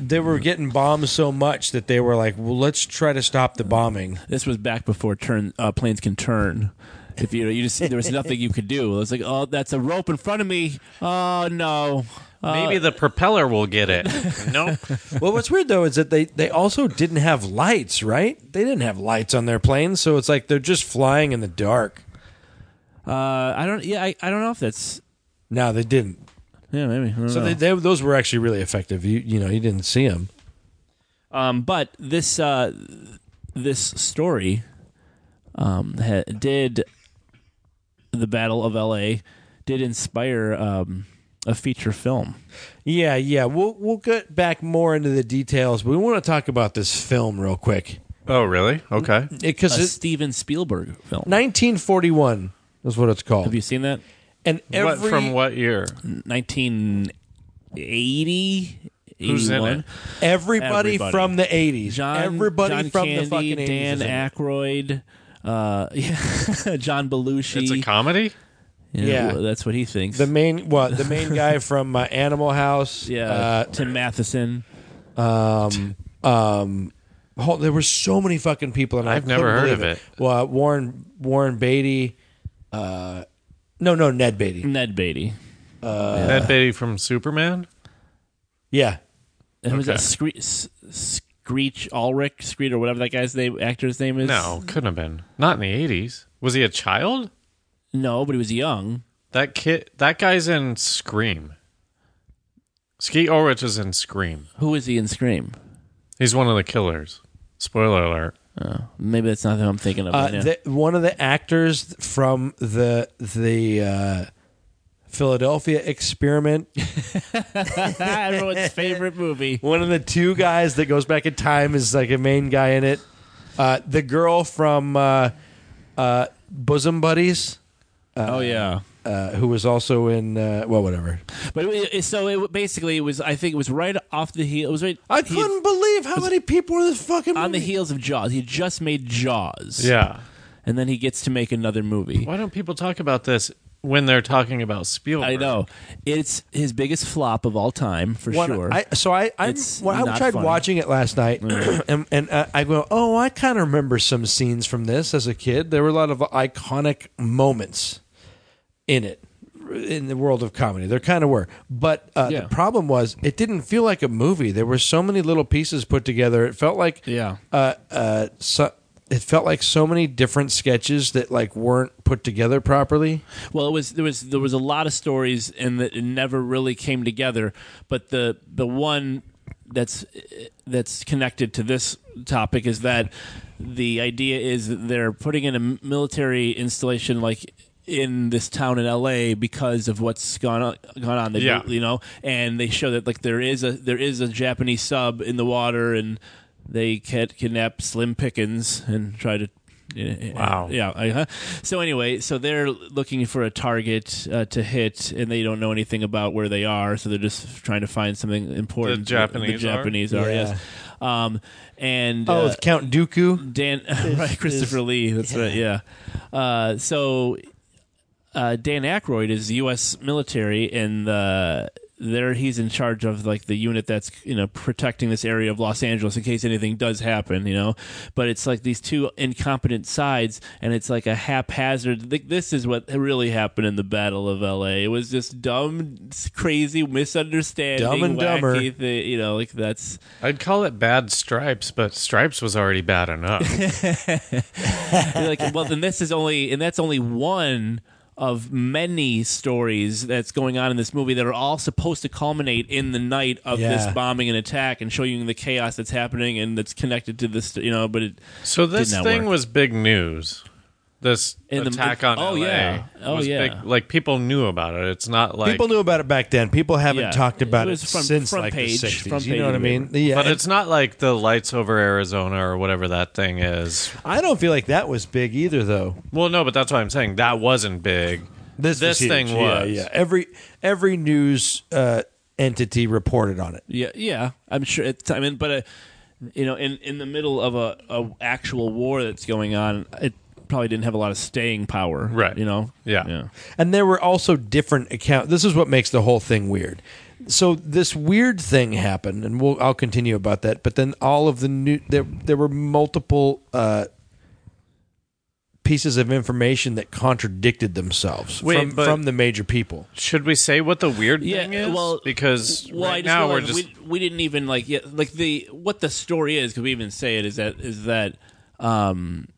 they were getting bombed so much that they were like, well, let's try to stop the bombing.
This was back before turn uh, planes can turn. If you you just there was nothing you could do. It was like, oh, that's a rope in front of me. Oh no. Uh,
Maybe the propeller will get it. nope.
well, what's weird though is that they they also didn't have lights, right? They didn't have lights on their planes, so it's like they're just flying in the dark.
uh, I don't. Yeah, I, I don't know if that's.
No, they didn't.
Yeah, maybe. I don't
So
know.
they, they, those were actually really effective. You you know you didn't see them.
Um, but this uh, this story um, ha- did the Battle of L.A. did inspire um, a feature film.
Yeah, yeah. We'll we'll get back more into the details. But we want to talk about this film real quick
Oh, really? Okay.
because
A
it's
Steven Spielberg film.
1941 is what it's called.
Have you seen that?
and every
what, from what year?
1980
Who's in
81.
it?
everybody,
Everybody.
from the 80s,
John
everybody
John
from
Candy,
the fucking 80s.
Dan
is in it.
Aykroyd uh, yeah, John Belushi
It's a comedy.
You know,
Yeah.
that's what he thinks
the main what the main guy from uh, Animal House. uh,
yeah Tim Matheson
Oh, there were so many fucking people, and I
I've never
couldn't
heard of
believe Well, uh, Warren Warren Beatty, uh, no, no, Ned Beatty.
Ned Beatty
Ned Beatty from Superman.
Yeah,
and was
Okay.
that Scree- S- Screech Ulrich Screech or whatever that guy's name actor's name is
No, couldn't have been. Not in the eighties. Was he a child?
no but he was young
That kid. That guy's in Scream. Ski Ulrich is in Scream.
who was he in Scream
He's one of the killers. Spoiler alert.
Uh, maybe that's not who I'm thinking of
Uh,
right now.
the, one of the actors from the the uh, Philadelphia experiment,
everyone's favorite movie
one of the two guys that goes back in time is like a main guy in it. Uh, the girl from uh, uh, Bosom Buddies,
oh yeah
uh, who was also in uh, well, whatever.
But it, it- so it basically it was. I think it was right off the heel. It was right.
I
he-
couldn't believe how many people were in this fucking
on the
movie.
heels of Jaws. He just made Jaws.
Yeah.
and then he gets to make another movie.
Why don't people talk about this when they're talking about Spielberg?
I know it's his biggest flop of all time for
One-
sure.
I, so I I
It's
when I
not
tried
funny.
watching it last night, and, and uh, I go, oh, I kind of remember some scenes from this as a kid. There were a lot of iconic moments in it in the world of comedy. There kind of were, but uh,
Yeah.
the problem was it didn't feel like a movie. There were so many little pieces put together. It felt like
Yeah.
uh, uh, so, it felt like so many different sketches that like weren't put together properly.
Well, it was there was there was a lot of stories and that it never really came together. But the the one that's that's connected to this topic is that the idea is that they're putting in a military installation like in this town in LA because of what's gone on, gone on. They do-
Yeah.
you know, and they show that like there is a there is a Japanese sub in the water and they kid- kidnap Slim Pickens and try to Wow. Yeah. uh-huh. So anyway, so they're looking for a target uh, to hit, and they don't know anything about where they are, so they're just trying to find something important.
The Japanese are?
Japanese are, yes. Um, and
Oh,
uh,
it's Count Dooku.
Dan, right, Christopher Lee. That's right. Yeah. Uh, so uh, Dan Aykroyd is the U.S. military, and the there he's in charge of like the unit that's you know protecting this area of Los Angeles in case anything does happen. You know, but it's like these two incompetent sides, and it's like a haphazard. Like, this is what really happened in the Battle of L.A. It was just dumb, crazy, misunderstanding,
Dumb and dumber.
wacky thi- you know, like that's
I'd call it bad stripes, but stripes was already bad enough.
You're like, well, then this is only, and that's only one of many stories that's going on in this movie that are all supposed to culminate in the night of this
Yeah.
bombing and attack and show you the chaos that's happening and that's connected to this, you know, but it,
So this
not
thing
work.
was big news. This
In the-
attack on
oh,
LA
yeah. Oh,
was
yeah.
big. Like people knew about it. It's not like
People knew about it back then. People haven't
Yeah.
talked about it,
It was front-
since
front
like
page,
the 60s.
front
you
page
know what I
of
mean?
it.
Yeah,
But it's not like the lights over Arizona or whatever that thing is.
I don't feel like that was big either, though.
Well, no, but that's why I'm saying that wasn't big.
This,
This
was huge.
thing
Yeah,
was.
yeah. Every every news uh, entity reported on it.
yeah, yeah, I'm sure it's, I mean, but, uh, you know, in, in the middle of a, a actual war that's going on, it probably didn't have a lot of staying power.
Right.
You know?
Yeah.
Yeah.
And there were also different accounts. This is what makes the whole thing weird. So this weird thing happened, and we'll I'll continue about that. But then all of the new there there were multiple uh, pieces of information that contradicted themselves
Wait,
from,
but-
from the major people.
Should we say what the weird
Yeah,
thing is?
well-
because
Well, I
right
just
now we're
realized
just
we, we didn't even like yeah, like the what the story is because we even say it is that is that um,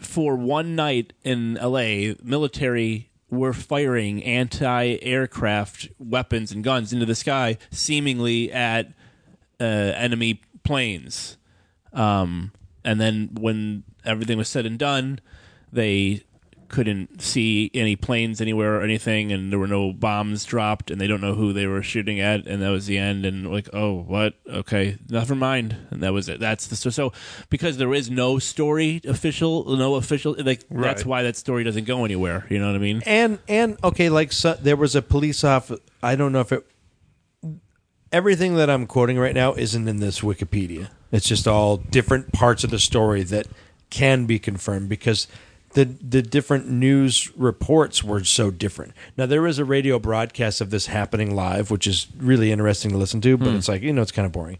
for one night in L.A. military were firing anti-aircraft weapons and guns into the sky, seemingly at uh, enemy planes. Um, and then when everything was said and done, they couldn't see any planes anywhere or anything, and there were no bombs dropped, and they don't know who they were shooting at, and that was the end. And like, oh, what? Okay, never mind. And that was it. That's the so, so because there is no story official, no official. Like that's why that story doesn't go anywhere. You know what I mean?
and and okay like so, there was a police officer i don't know if it everything that i'm quoting right now isn't in this wikipedia it's just all different parts of the story that can be confirmed because the the different news reports were so different now there is a radio broadcast of this happening live which is really interesting to listen to but it's like you know it's kind of boring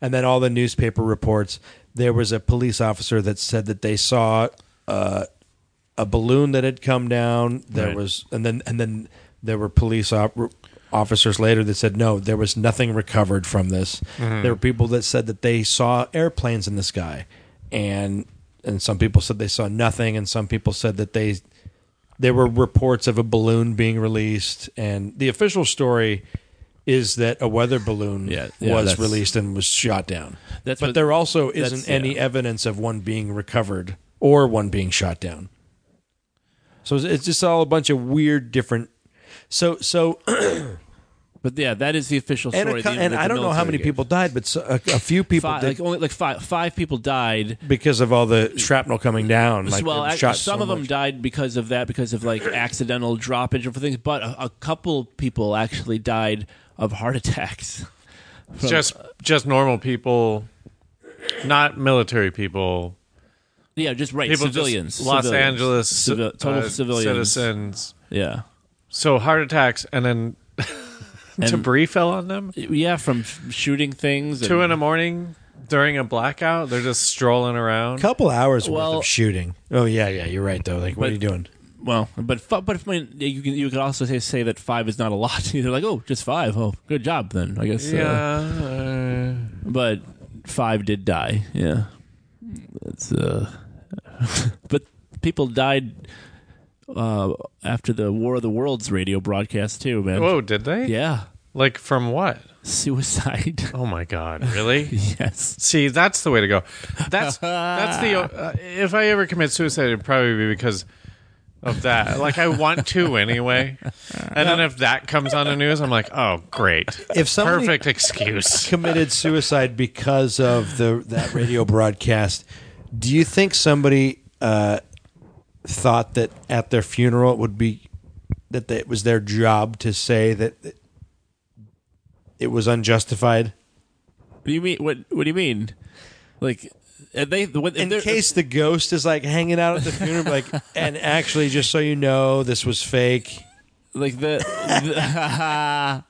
and then all the newspaper reports there was a police officer that said that they saw uh a balloon that had come down. There
Right.
was, and then and then there were police op- officers later that said no, there was nothing recovered from this.
Mm-hmm.
There were people that said that they saw airplanes in the sky, and and some people said they saw nothing, and some people said that they there were reports of a balloon being released, and the official story is that a weather balloon
Yeah, yeah,
was
that's-
released and was shot down.
That's
but
what-
there also
that's-
isn't any
yeah.
evidence of one being recovered or one being shot down. So it's- it's just all a bunch of weird different. So so
But yeah, that is the official
and,
story.
a, cou-
that-
and
that the
I don't know how
military
many
gave.
people died, but so, a, a few people
Five,
did
like only like five five people died.
because of all the shrapnel coming down. Like
well,
they
act-
shot
some
so
of them
much.
died because of that, because of like accidental droppage of things. But a, a couple people actually died of heart attacks. From,
just just normal people, not military people.
yeah, just right
People just
civilians,
Los
civilians.
Angeles
Civi-
ci-
total
uh,
civilians,
citizens.
Yeah,
So heart attacks and then debris fell on them.
yeah, from sh- shooting things. And,
Two in the morning during a blackout. They're just strolling around.
couple hours worth
Well-
of shooting. Oh yeah, yeah, you're right though. Like what are you doing?
well, but fi- but I mean, you can you could also say, say that five is not a lot. They're like, oh, just five. Oh, good job then. I guess. uh,
Yeah.
but five did die. Yeah, that's uh, but people died uh after the War of the Worlds radio broadcast too, man.
Whoa, did they?
Yeah,
Like from what?
suicide.
Oh my god, really?
yes.
See, that's the way to go. That's that's the uh, if I ever commit suicide, it'd probably be because of that. Like I want to anyway. And then if that comes on the news, I'm like, "Oh, great.
If somebody
Perfect excuse."
committed suicide because of the that radio broadcast, do you think somebody uh, thought that at their funeral it would be that it was their job to say that it was unjustified
What do you mean? What What do you mean? Like are they? What, if
in
they're-
case the ghost is like hanging out at the funeral like and actually just so you know this was fake
like the, the-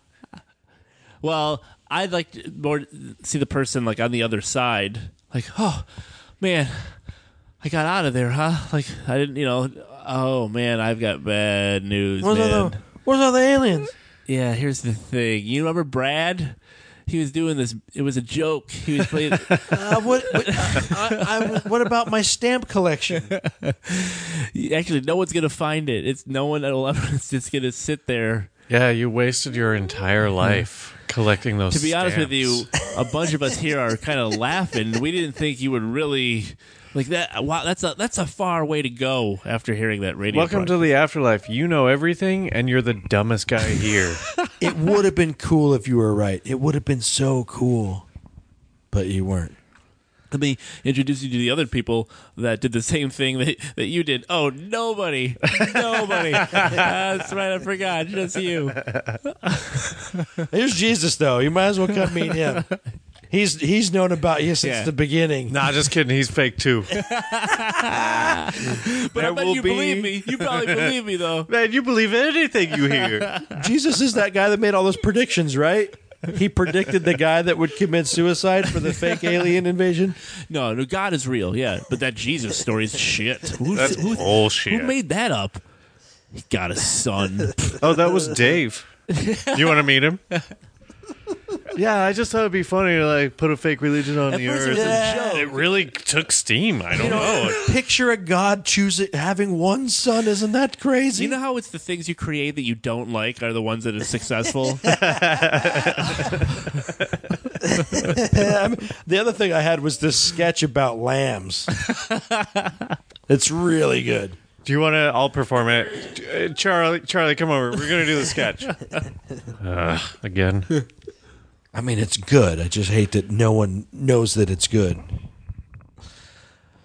well i'd like to more see the person like on the other side like oh man i got out of there huh like i didn't you know oh man i've got bad news man.
where's all the aliens
yeah here's the thing you remember brad he was doing this it was a joke he was playing
uh, what, what, I, I, what about my stamp collection
actually no one's gonna find it it's no one that'll ever it's just gonna sit there
Yeah, you wasted your entire life collecting those.
to be honest with you,
stamps.
a bunch of us here are kind of laughing. We didn't think you would really like that. Wow, that's a that's a far way to go after hearing that radio.
Welcome to the afterlife. You know everything, and you're the dumbest guy here.
it would have been cool if you were right it would have been so cool but you weren't
Let me introduce you to the other people that did the same thing that, that you did. Oh, nobody, nobody. that's right. I forgot. Just you.
Here's Jesus though. You might as well come meet him. He's he's known about you since
Yeah.
the beginning.
nah, just kidding. He's fake too.
But I
There
bet
will
you
be-
believe me. You probably believe me though.
Man, you believe anything you hear.
Jesus is that guy that made all those predictions, right? He predicted the guy that would commit suicide for the fake alien invasion.
No, no. God is real. Yeah, but that Jesus story is shit. Who, who,
bullshit.
who made that up? He got a son.
oh, that was Dave. you want to meet him? Yeah, I just thought it'd be funny to like put a fake religion on the
first it
earth.
was a
Yeah, It really took steam. I don't know.
Picture a god choosing having one son. Isn't that
Do
crazy?
you know how it's the things you create that you don't like are the ones that are successful?
the other thing I had was this sketch about lambs. it's really good.
Do you want to? I'll perform it. Uh, Charlie, Charlie, come over. We're gonna do the sketch Ugh, again.
I mean, it's good. I just hate that no one knows that it's good.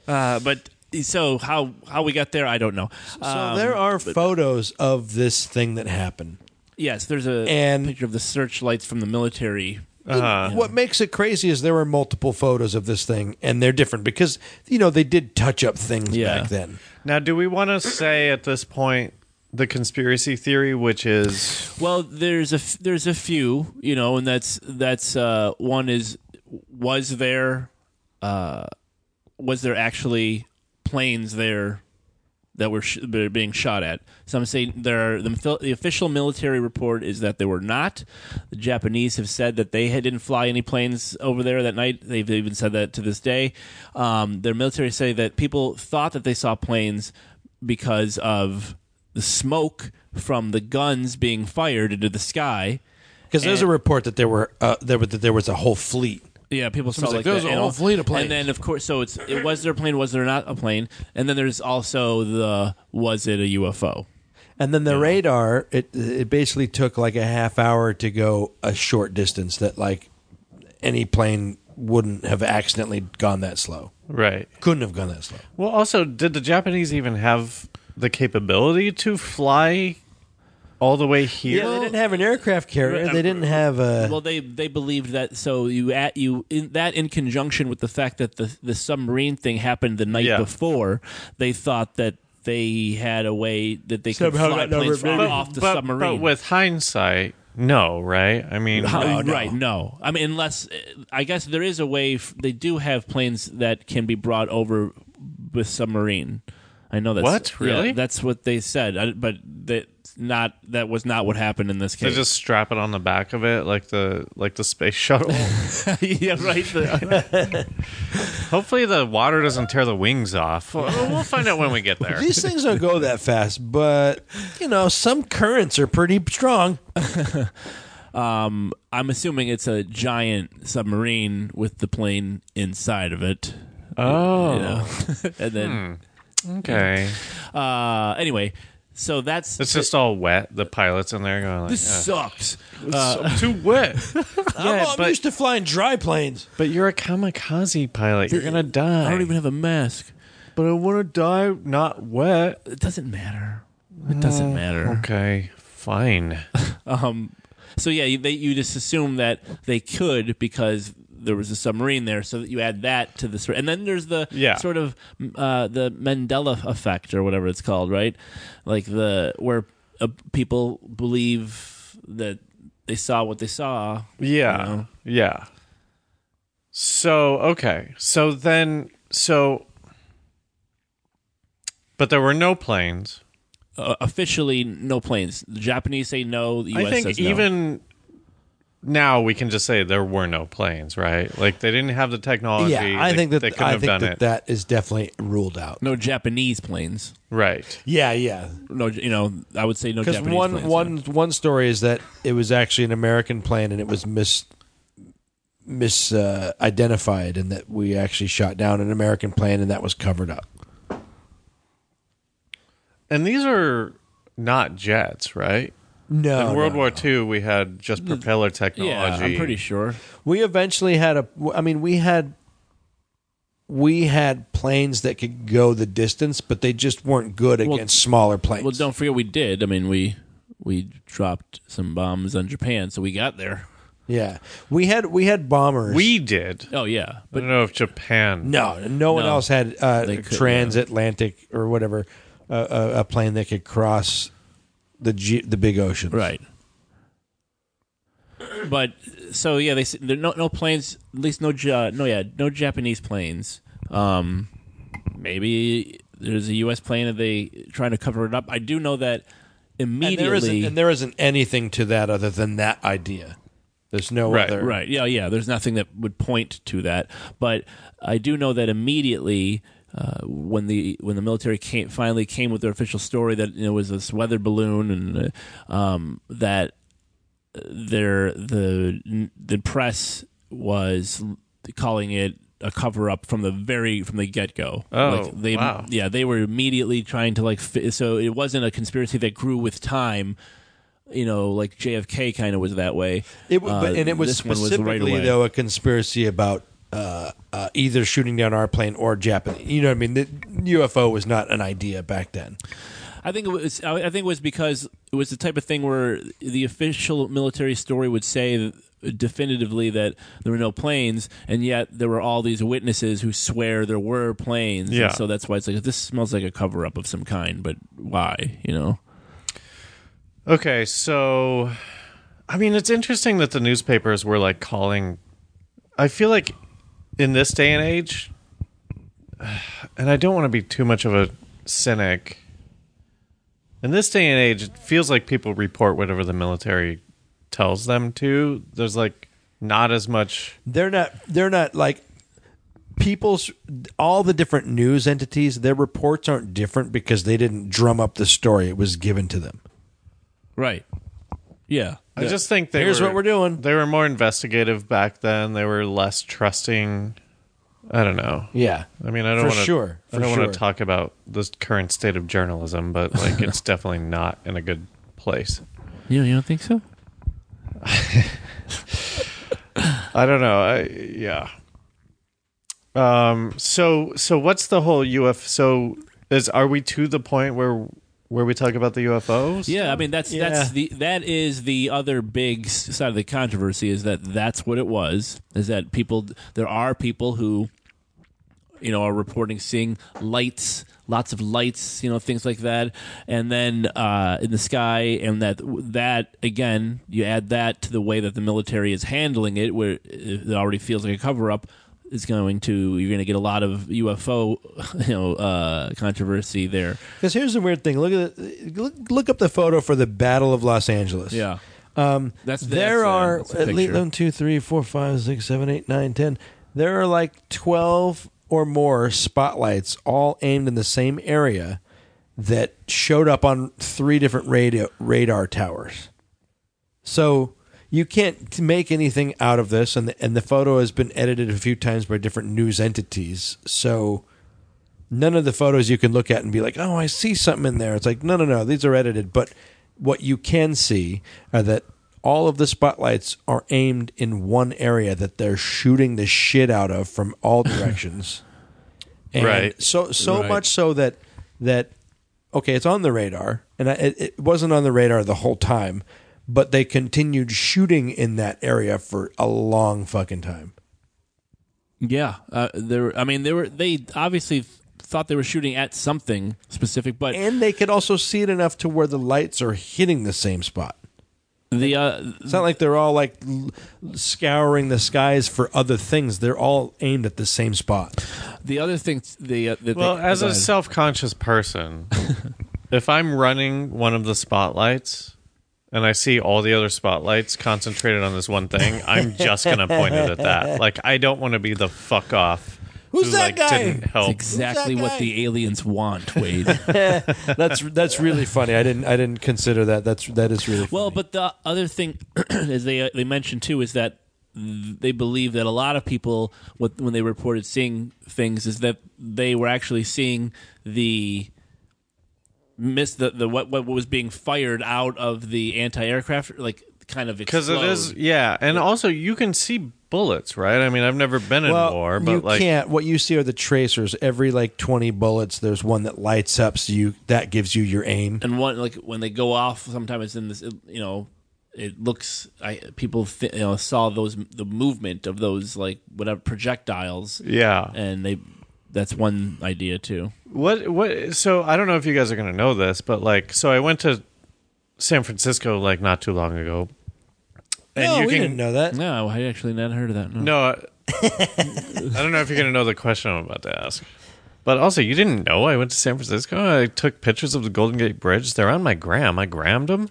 uh, but so how how we got there, I don't know.
So
Um,
there are photos of this thing that happened.
yes, there's a
And-
picture of the searchlights from the military.
What makes it crazy is there were multiple photos of this thing, and they're different because you know they did touch up things
Yeah.
back then.
Now, do we want to say at this point the conspiracy theory, which is
Well, there's a f- there's a few, you know, and that's that's uh, one is was there uh, was there actually planes there that were sh- that are being shot at? Some say there are, the, mil- the official military report is that there were not. The Japanese have said that they had, didn't fly any planes over there that night. They've even said that to this day. Um, their military say that people thought that they saw planes because of the smoke from the guns being fired into the sky.
Because there's a report that there were uh, there were, that there was a whole fleet.
Yeah, people saw
like,
like
"There's
the
a whole
animal-
fleet of planes.
And then of course, so it's it was there a plane? Was there not a plane? And then there's also the was it a UFO?
And then the radar, it it basically took like a half hour to go a short distance that like any plane wouldn't have accidentally gone that slow.
right?
Couldn't have gone that slow.
Well, also, did the Japanese even have the capability to fly all the way here?
they didn't have an aircraft carrier. They didn't have a.
Well, they they believed that. So you at you in that in conjunction with the fact that the the submarine thing happened the night
Yeah.
before, they thought that they had a way that they
Somehow
could fly
got number
planes from,
maybe.
off the
but,
submarine.
but with hindsight, no, right? I mean,
How- Right, no. I mean, unless I guess there is a way. F- they do have planes that can be brought over with submarine. I know that's
What?
yeah,
Really?
that's what they said, I, but that not that was not what happened in this
they
case.
just strap it on the back of it like the like the space shuttle.
yeah, right. The-
Hopefully, the water doesn't tear the wings off. We'll we'll find out when we get there.
These things don't go that fast, but you know some currents are pretty strong.
um, I'm assuming it's a giant submarine with the plane inside of it.
Oh,
You know? and then,
okay.
uh, anyway, so that's
It's just all wet. The pilots in there going like,
this sucks.
"Uh, too wet.
I'm,
yeah,
I'm
but
used to flying dry planes.
but you're a kamikaze pilot. You're gonna die.
I don't even have a mask.
But I want to die not wet.
It doesn't matter. It doesn't matter.
Okay, fine.
Um, so yeah, you, they, you just assume that they could because there was a submarine there, so that you add that to the story. And then there's the
Yeah.
sort of uh, the Mandela effect or whatever it's called, right? Like the where uh, people believe that they saw what they saw.
Yeah.
You know?
Yeah. So, okay. So then, so. But there were no planes.
Uh, officially, no planes. The Japanese say no. The U.S.
I think
says no.
even now we can just say there were no planes, right? Like they didn't have the technology.
Yeah, I
They-
think that
they couldn't
I
have
think
done
that
it.
that is definitely ruled out.
no Japanese planes.
right.
Yeah, yeah.
No, you know, I would say no
Because
Japanese
one
planes.
one one story is that it was actually an American plane and it was mis mis uh, identified and that we actually shot down an American plane and that was covered up.
And these are not jets, right?
No,
In World
Oh, no.
War II, we had just propeller technology.
Yeah, I'm pretty sure.
we eventually had a. I mean, we had we had planes that could go the distance, but they just weren't good against smaller planes.
Well, don't forget we did. I mean, we we dropped some bombs on Japan, so we got there.
yeah, we had we had bombers.
We did.
Oh yeah,
I
but
don't know if Japan.
No, no one
No.
else had uh,
They could-
transatlantic or whatever uh, a, a plane that could cross the G- the big ocean.
right. But so yeah, they s- there no no planes. At least no ja, no yeah no Japanese planes. Um, maybe there's a U.S. plane that they trying to cover it up. I do know that
And there
immediately.
isn't and there isn't anything to that other than that idea. There's no
Right,
other.
Right. Yeah. Yeah. There's nothing that would point to that, but I do know that immediately uh, when the when the military came, finally came with their official story that you know, it was this weather balloon and uh, um, that their the the press was calling it a cover up from the very from the get go.
Oh,
like they,
wow.
Yeah, they were immediately trying to like. Fi- so it wasn't a conspiracy that grew with time. You know, like JFK kind of was that way.
It, w-
Uh,
but, and it was
this one right
specifically
away.
though a conspiracy about uh, uh, either shooting down our plane or Japanese. You know what I mean? The UFO was not an idea back then.
I think it was. I I think it was because it was the type of thing where the official military story would say definitively that there were no planes, and yet there were all these witnesses who swear there were planes. And
Yeah.
so that's why it's like this smells like a cover up of some kind. But why? You know.
Okay, so I mean, it's interesting that the newspapers were like calling. I feel like in this day and age, and I don't want to be too much of a cynic. In this day and age, it feels like people report whatever the military tells them to. There's like not as much.
they're not they're not like people's all the different news entities their reports aren't different because they didn't drum up the story it was given to them
Right. Yeah.
I just think they
Here's
were,
what we're doing.
They were more investigative back then. They were less trusting. I don't know.
yeah
I mean, I don't
For
want to.
sure,
I don't
for
want
sure.
to talk about the current state of journalism, but like, it's definitely not in a good place.
You you don't think so?
I don't know. I yeah. Um. So so what's the whole UFO? So is are we to the point where where we talk about the UFOs?
Yeah, I mean that's that's
Yeah.
the that is the other big s- side of the controversy is that that's what it was is that people there are people who you know are reporting seeing lights lots of lights you know things like that and then uh, in the sky and that that again you add that to the way that the military is handling it where uh, it already feels like a cover up is going to you're going to get a lot of UFO you know uh, controversy there
because here's the weird thing look at the, look, look up the photo for the battle of los angeles
yeah
um
That's the-
there
that's the-
are
that's the
at least
picture.
one two three four five six seven eight nine ten there are like 12 or more spotlights all aimed in the same area that showed up on three different radio, radar towers So you can't make anything out of this, and the, and the photo has been edited a few times by different news entities. So none of the photos you can look at and be like, "Oh, I see something in there." It's like, no, no, no, these are edited. But what you can see are that all of the spotlights are aimed in one area that they're shooting the shit out of from all directions. And
Right.
So so
Right.
much so that that okay, it's on the radar, and I, it, it wasn't on the radar the whole time, but they continued shooting in that area for a long fucking time.
Yeah, uh, there. I mean, they were. They obviously thought they were shooting at something specific, but
And they could also see it enough to where the lights are hitting the same spot.
the uh,
It's not like they're all like l- scouring the skies for other things. They're all aimed at the same spot.
the other thing, the uh, that
Well,
they-
as a
that-
self conscious person, if I'm running one of the spotlights and I see all the other spotlights concentrated on this one thing, I'm just going to point it at that. Like, I don't want to be the fuck off.
Who's
who,
that
like,
guy?
Didn't
That's
help.
exactly
Who's that
what the aliens want, Wade.
That's that's really funny. I didn't I didn't consider that. That's that is really funny.
well, but the other thing, as they uh, they mentioned too, is that they believe that a lot of people, what, when they reported seeing things, is that they were actually seeing the miss the, the what what was being fired out of the anti aircraft like kind of
Because it is,
explode.
yeah. And also, you can see bullets, right? I mean, I've never been in
Well,
war, but
you
like,
can't. What you see are the tracers. Every like twenty bullets, there's one that lights up, so you that gives you your aim.
and one like when they go off sometimes it's in this you know it looks i people th- you know saw those the movement of those like whatever projectiles
yeah.
and they that's one idea too
What what so I don't know if you guys are going to know this, but like so I went to San Francisco like not too long ago.
no,
you
we
can-
didn't know that.
no i actually not heard of that no,
No. I, I don't know if you're going to know the question I'm about to ask. But also, you didn't know I went to San Francisco. I took pictures of the Golden Gate Bridge. They're on my gram. I grammed them.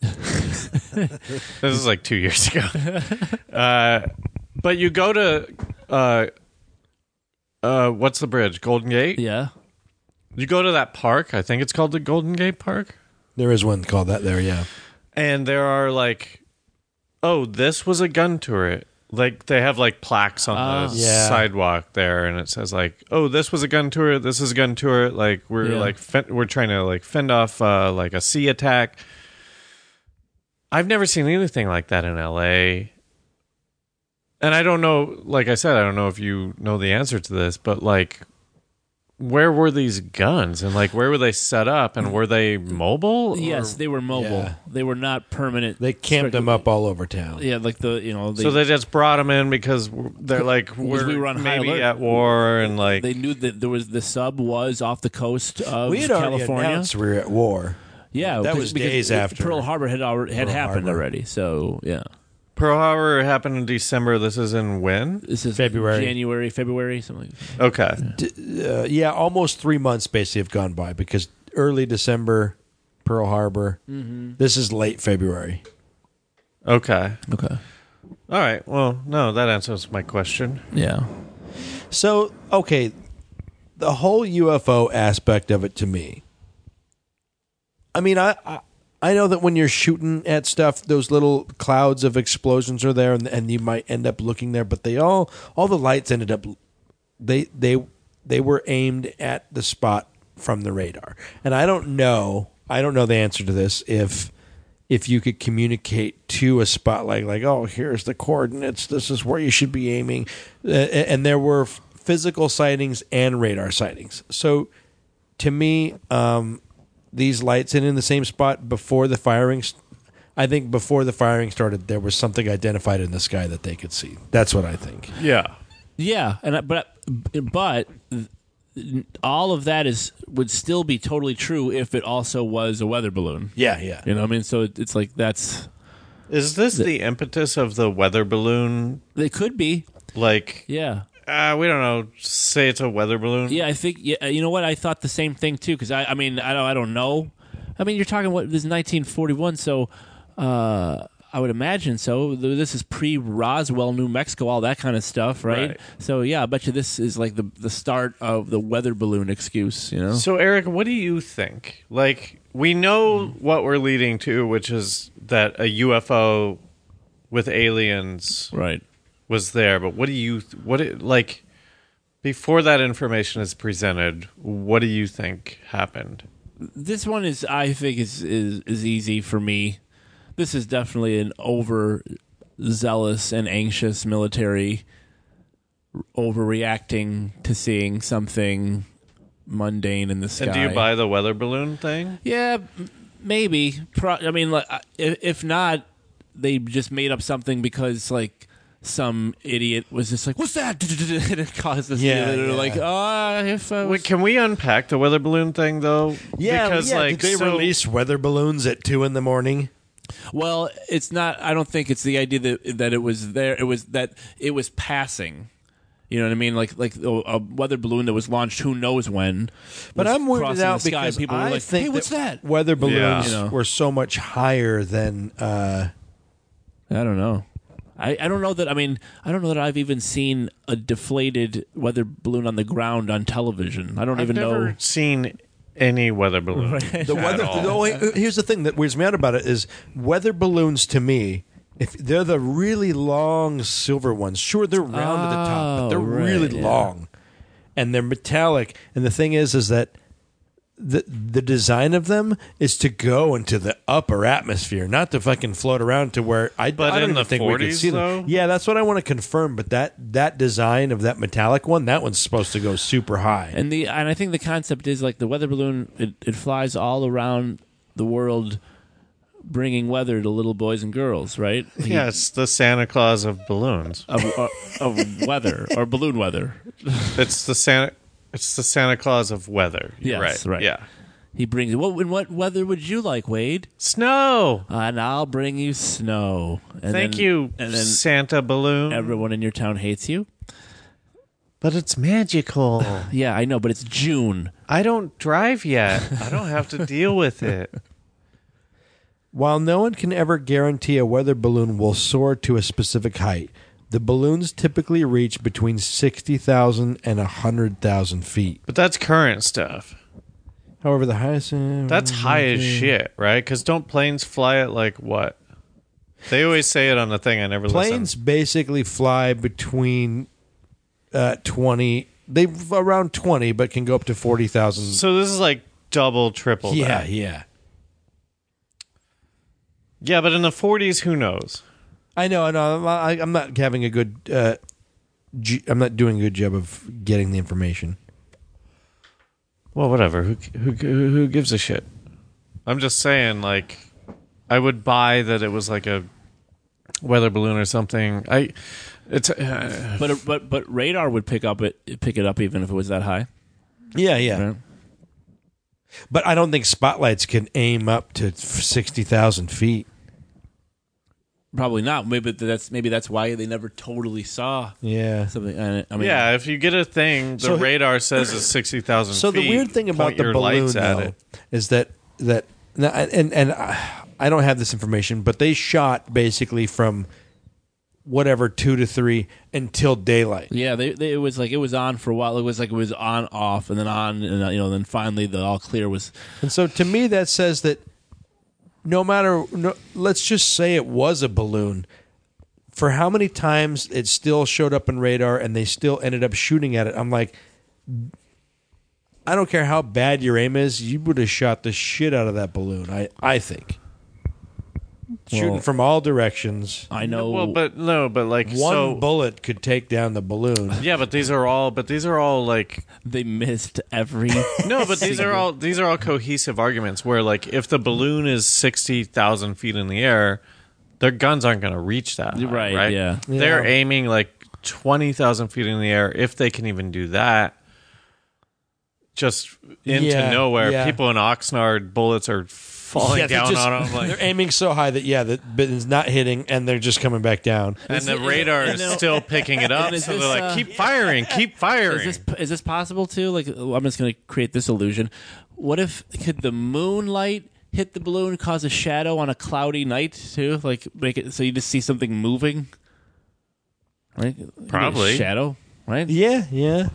this is like two years ago. Uh, but you go to uh, uh, what's the bridge? Golden Gate.
yeah
You go to that park. I think it's called the Golden Gate Park.
There is one called that. There, yeah.
and there are like oh this was a gun turret like they have like plaques on the
Yeah.
sidewalk there and it says like oh this was a gun turret this is a gun turret like we're
Yeah.
like fen- we're trying to like fend off uh, like a sea attack i've never seen anything like that in la and i don't know like i said i don't know if you know the answer to this but like where were these guns and like where were they set up and were they mobile
yes they were mobile
yeah.
they were not permanent
They camped them up all over town.
yeah like the you know they,
so they just brought him in because w- they're like
Because
we're
we were on high
maybe
alert.
at war and like
they knew that there was the sub was off the coast of
We had already
california
announced we were at war.
yeah
That
because-
was
because
days after.
pearl harbor had already had
Pearl
happened
Harbor.
already so yeah
Pearl Harbor happened in December. This is in when?
this is
February.
january february something like that.
Okay,
Uh, yeah, almost three months basically have gone by because early December, Pearl Harbor. This is late February.
okay,
Okay.
all right. Well, no, that answers my question.
Yeah.
So okay, the whole UFO aspect of it to me. I mean, I, I I know that when you're shooting at stuff, those little clouds of explosions are there, and, and you might end up looking there. But they all all the lights ended up they they they were aimed at the spot from the radar. And I don't know I don't know the answer to this if if you could communicate to a spotlight like oh here's the coordinates this is where you should be aiming Uh, and there were physical sightings and radar sightings. So to me um these lights in in the same spot before the firing st- I think before the firing started there was something identified in the sky that they could see. That's what I think.
Yeah,
Yeah, and I- but but all of that is would still be totally true if it also was a weather balloon.
Yeah, yeah.
You know, what I mean, so it, it's like that's
is this the impetus of the weather balloon?
they could be.
Like,
Yeah.
uh, we don't know. Say it's a weather balloon.
Yeah, I think yeah, you know what I thought the same thing too cuz I I mean, I don't I don't know. I mean, you're talking what this is 1941, so uh I would imagine so. Th- This is pre Roswell, New Mexico, all that kind of stuff, right?
Right.
So yeah, I bet you this is like the the start of the weather balloon excuse, you know.
So, Eric, what do you think? Like, we know
Hmm.
what we're leading to, which is that a UFO with aliens
Right.
was there, but what do you what it, like before that information is presented? What do you think happened?
this one is I think is is is easy for me. This is definitely an over zealous and anxious military overreacting to seeing something mundane in the sky.
And do you buy the weather balloon thing?
Yeah, m- maybe. Pro- I mean, like, I- if, if not, they just made up something because like some idiot was just like, "What's that?" and it caused this.
Yeah,
and they're
yeah.
like, "Ah, if I was
Wait, can we unpack the weather balloon thing though?
Yeah,
because
yeah,
like
did they
so-
release weather balloons at two in the morning.
Well, it's not. I don't think it's the idea that that it was there. It was that it was passing. You know what I mean? Like like a, a weather balloon that was launched. Who knows when?
But
was
I'm weirded
crossing
out
the sky,
because
people were
I
like,
think
"Hey, what's that?"
weather balloons
Yeah.
You know.
were so much higher than uh,
I don't know. I, I don't know that. I mean, I don't know that I've even seen a deflated weather balloon on the ground on television. I don't
I've
even
never
know.
seen any weather balloon.
the
at
weather.
all.
the only- here's the thing that weirds me out about it is weather balloons to me. If they're the really long silver ones, sure they're round at the top, but
Oh,
they're
right,
really
yeah.
long, and they're metallic. And the thing is, is that the the design of them is to go into the upper atmosphere, not to fucking float around to where I.
But
I don't
in
even
the
think we could
40s
see
though?
them. Yeah, that's what I want to confirm. But that that design of that metallic one, that one's supposed to go super high.
And the and I think the concept is like the weather balloon. It, it flies all around the world, bringing weather to little boys and girls. Right?
Yeah, it's the Santa Claus of balloons.
of, of- of weather or balloon weather.
It's the Santa. It's the Santa Claus of weather. You're
Yes,
right.
right.
Yeah.
He brings what? In what weather would you like, Wade? "Uh,
Snow.
And I'll bring you snow. And
Thank
then-
you,
And then
Santa balloon.
everyone in your town hates you.
but it's magical.
Yeah, I know, but it's June.
I don't drive yet. I don't have to deal with it.
While no one can ever guarantee a weather balloon will soar to a specific height, the balloons typically reach between 60,000 and 100,000 feet.
But that's current stuff.
However, the highest.
That's
Mm-hmm.
high as shit, right? Because don't planes fly at like what? They always say it on the thing. I never
Planes
listen.
basically fly between uh, 20, they around 20, but can go up to 40,000.
So this is like double, triple.
Yeah,
that.
yeah.
yeah. But in the 40s, who knows?
I know, I know. I'm- I, I'm not having a good. Uh, g- I'm not doing a good job of getting the information.
Well, whatever. Who who who gives a shit? I'm just saying, like, I would buy that it was like a weather balloon or something. I, it's uh,
But but but radar would pick up it pick it up even if it was that high.
Yeah, yeah.
Right.
But I don't think spotlights can aim up to sixty thousand feet.
Probably not. Maybe that's maybe that's why they never totally saw
Yeah.
something. I I mean,
yeah. If you get a thing, the
So-
radar says it's sixty thousand.
So the weird thing about the
your
balloon
lights at
though,
it.
is that that now, and and I I don't have this information, but they shot basically from whatever two to three until daylight.
Yeah, they, they, it was like it was on for a while. It was like it was on off and then on and uh, you know then finally the all clear was
And so to me, that says that no matter, no, let's just say it was a balloon. For how many times it still showed up in radar and they still ended up shooting at it, I'm like, I don't care how bad your aim is, you would have shot the shit out of that balloon. I, I think shooting
Well-
from all directions,
I know
Well, but no, but like
one
so.
bullet could take down the balloon.
yeah, but these are all. But these are all like
they missed every
no. But these are all. These are all cohesive arguments where like if the balloon is sixty thousand feet in the air, their guns aren't going to reach that. high,
Right,
Right.
yeah.
They're
Yeah.
aiming like twenty thousand feet in the air if they can even do that. Just into
Yeah,
nowhere.
yeah.
People in Oxnard bullets are falling
Yeah, they're
down
just-
on them. Like
they're aiming so high that yeah, that but it's not hitting, and they're just coming back down.
and the radar is still picking it up.
is
So
this,
they're
uh,
like, keep firing, keep
Is
firing.
this is this possible too? Like oh, I'm just going to create this illusion. What if could the moonlight hit the balloon cause a shadow on a cloudy night too? Like make it so you just see something moving. Right?
Probably.
A shadow, right?
Yeah, yeah.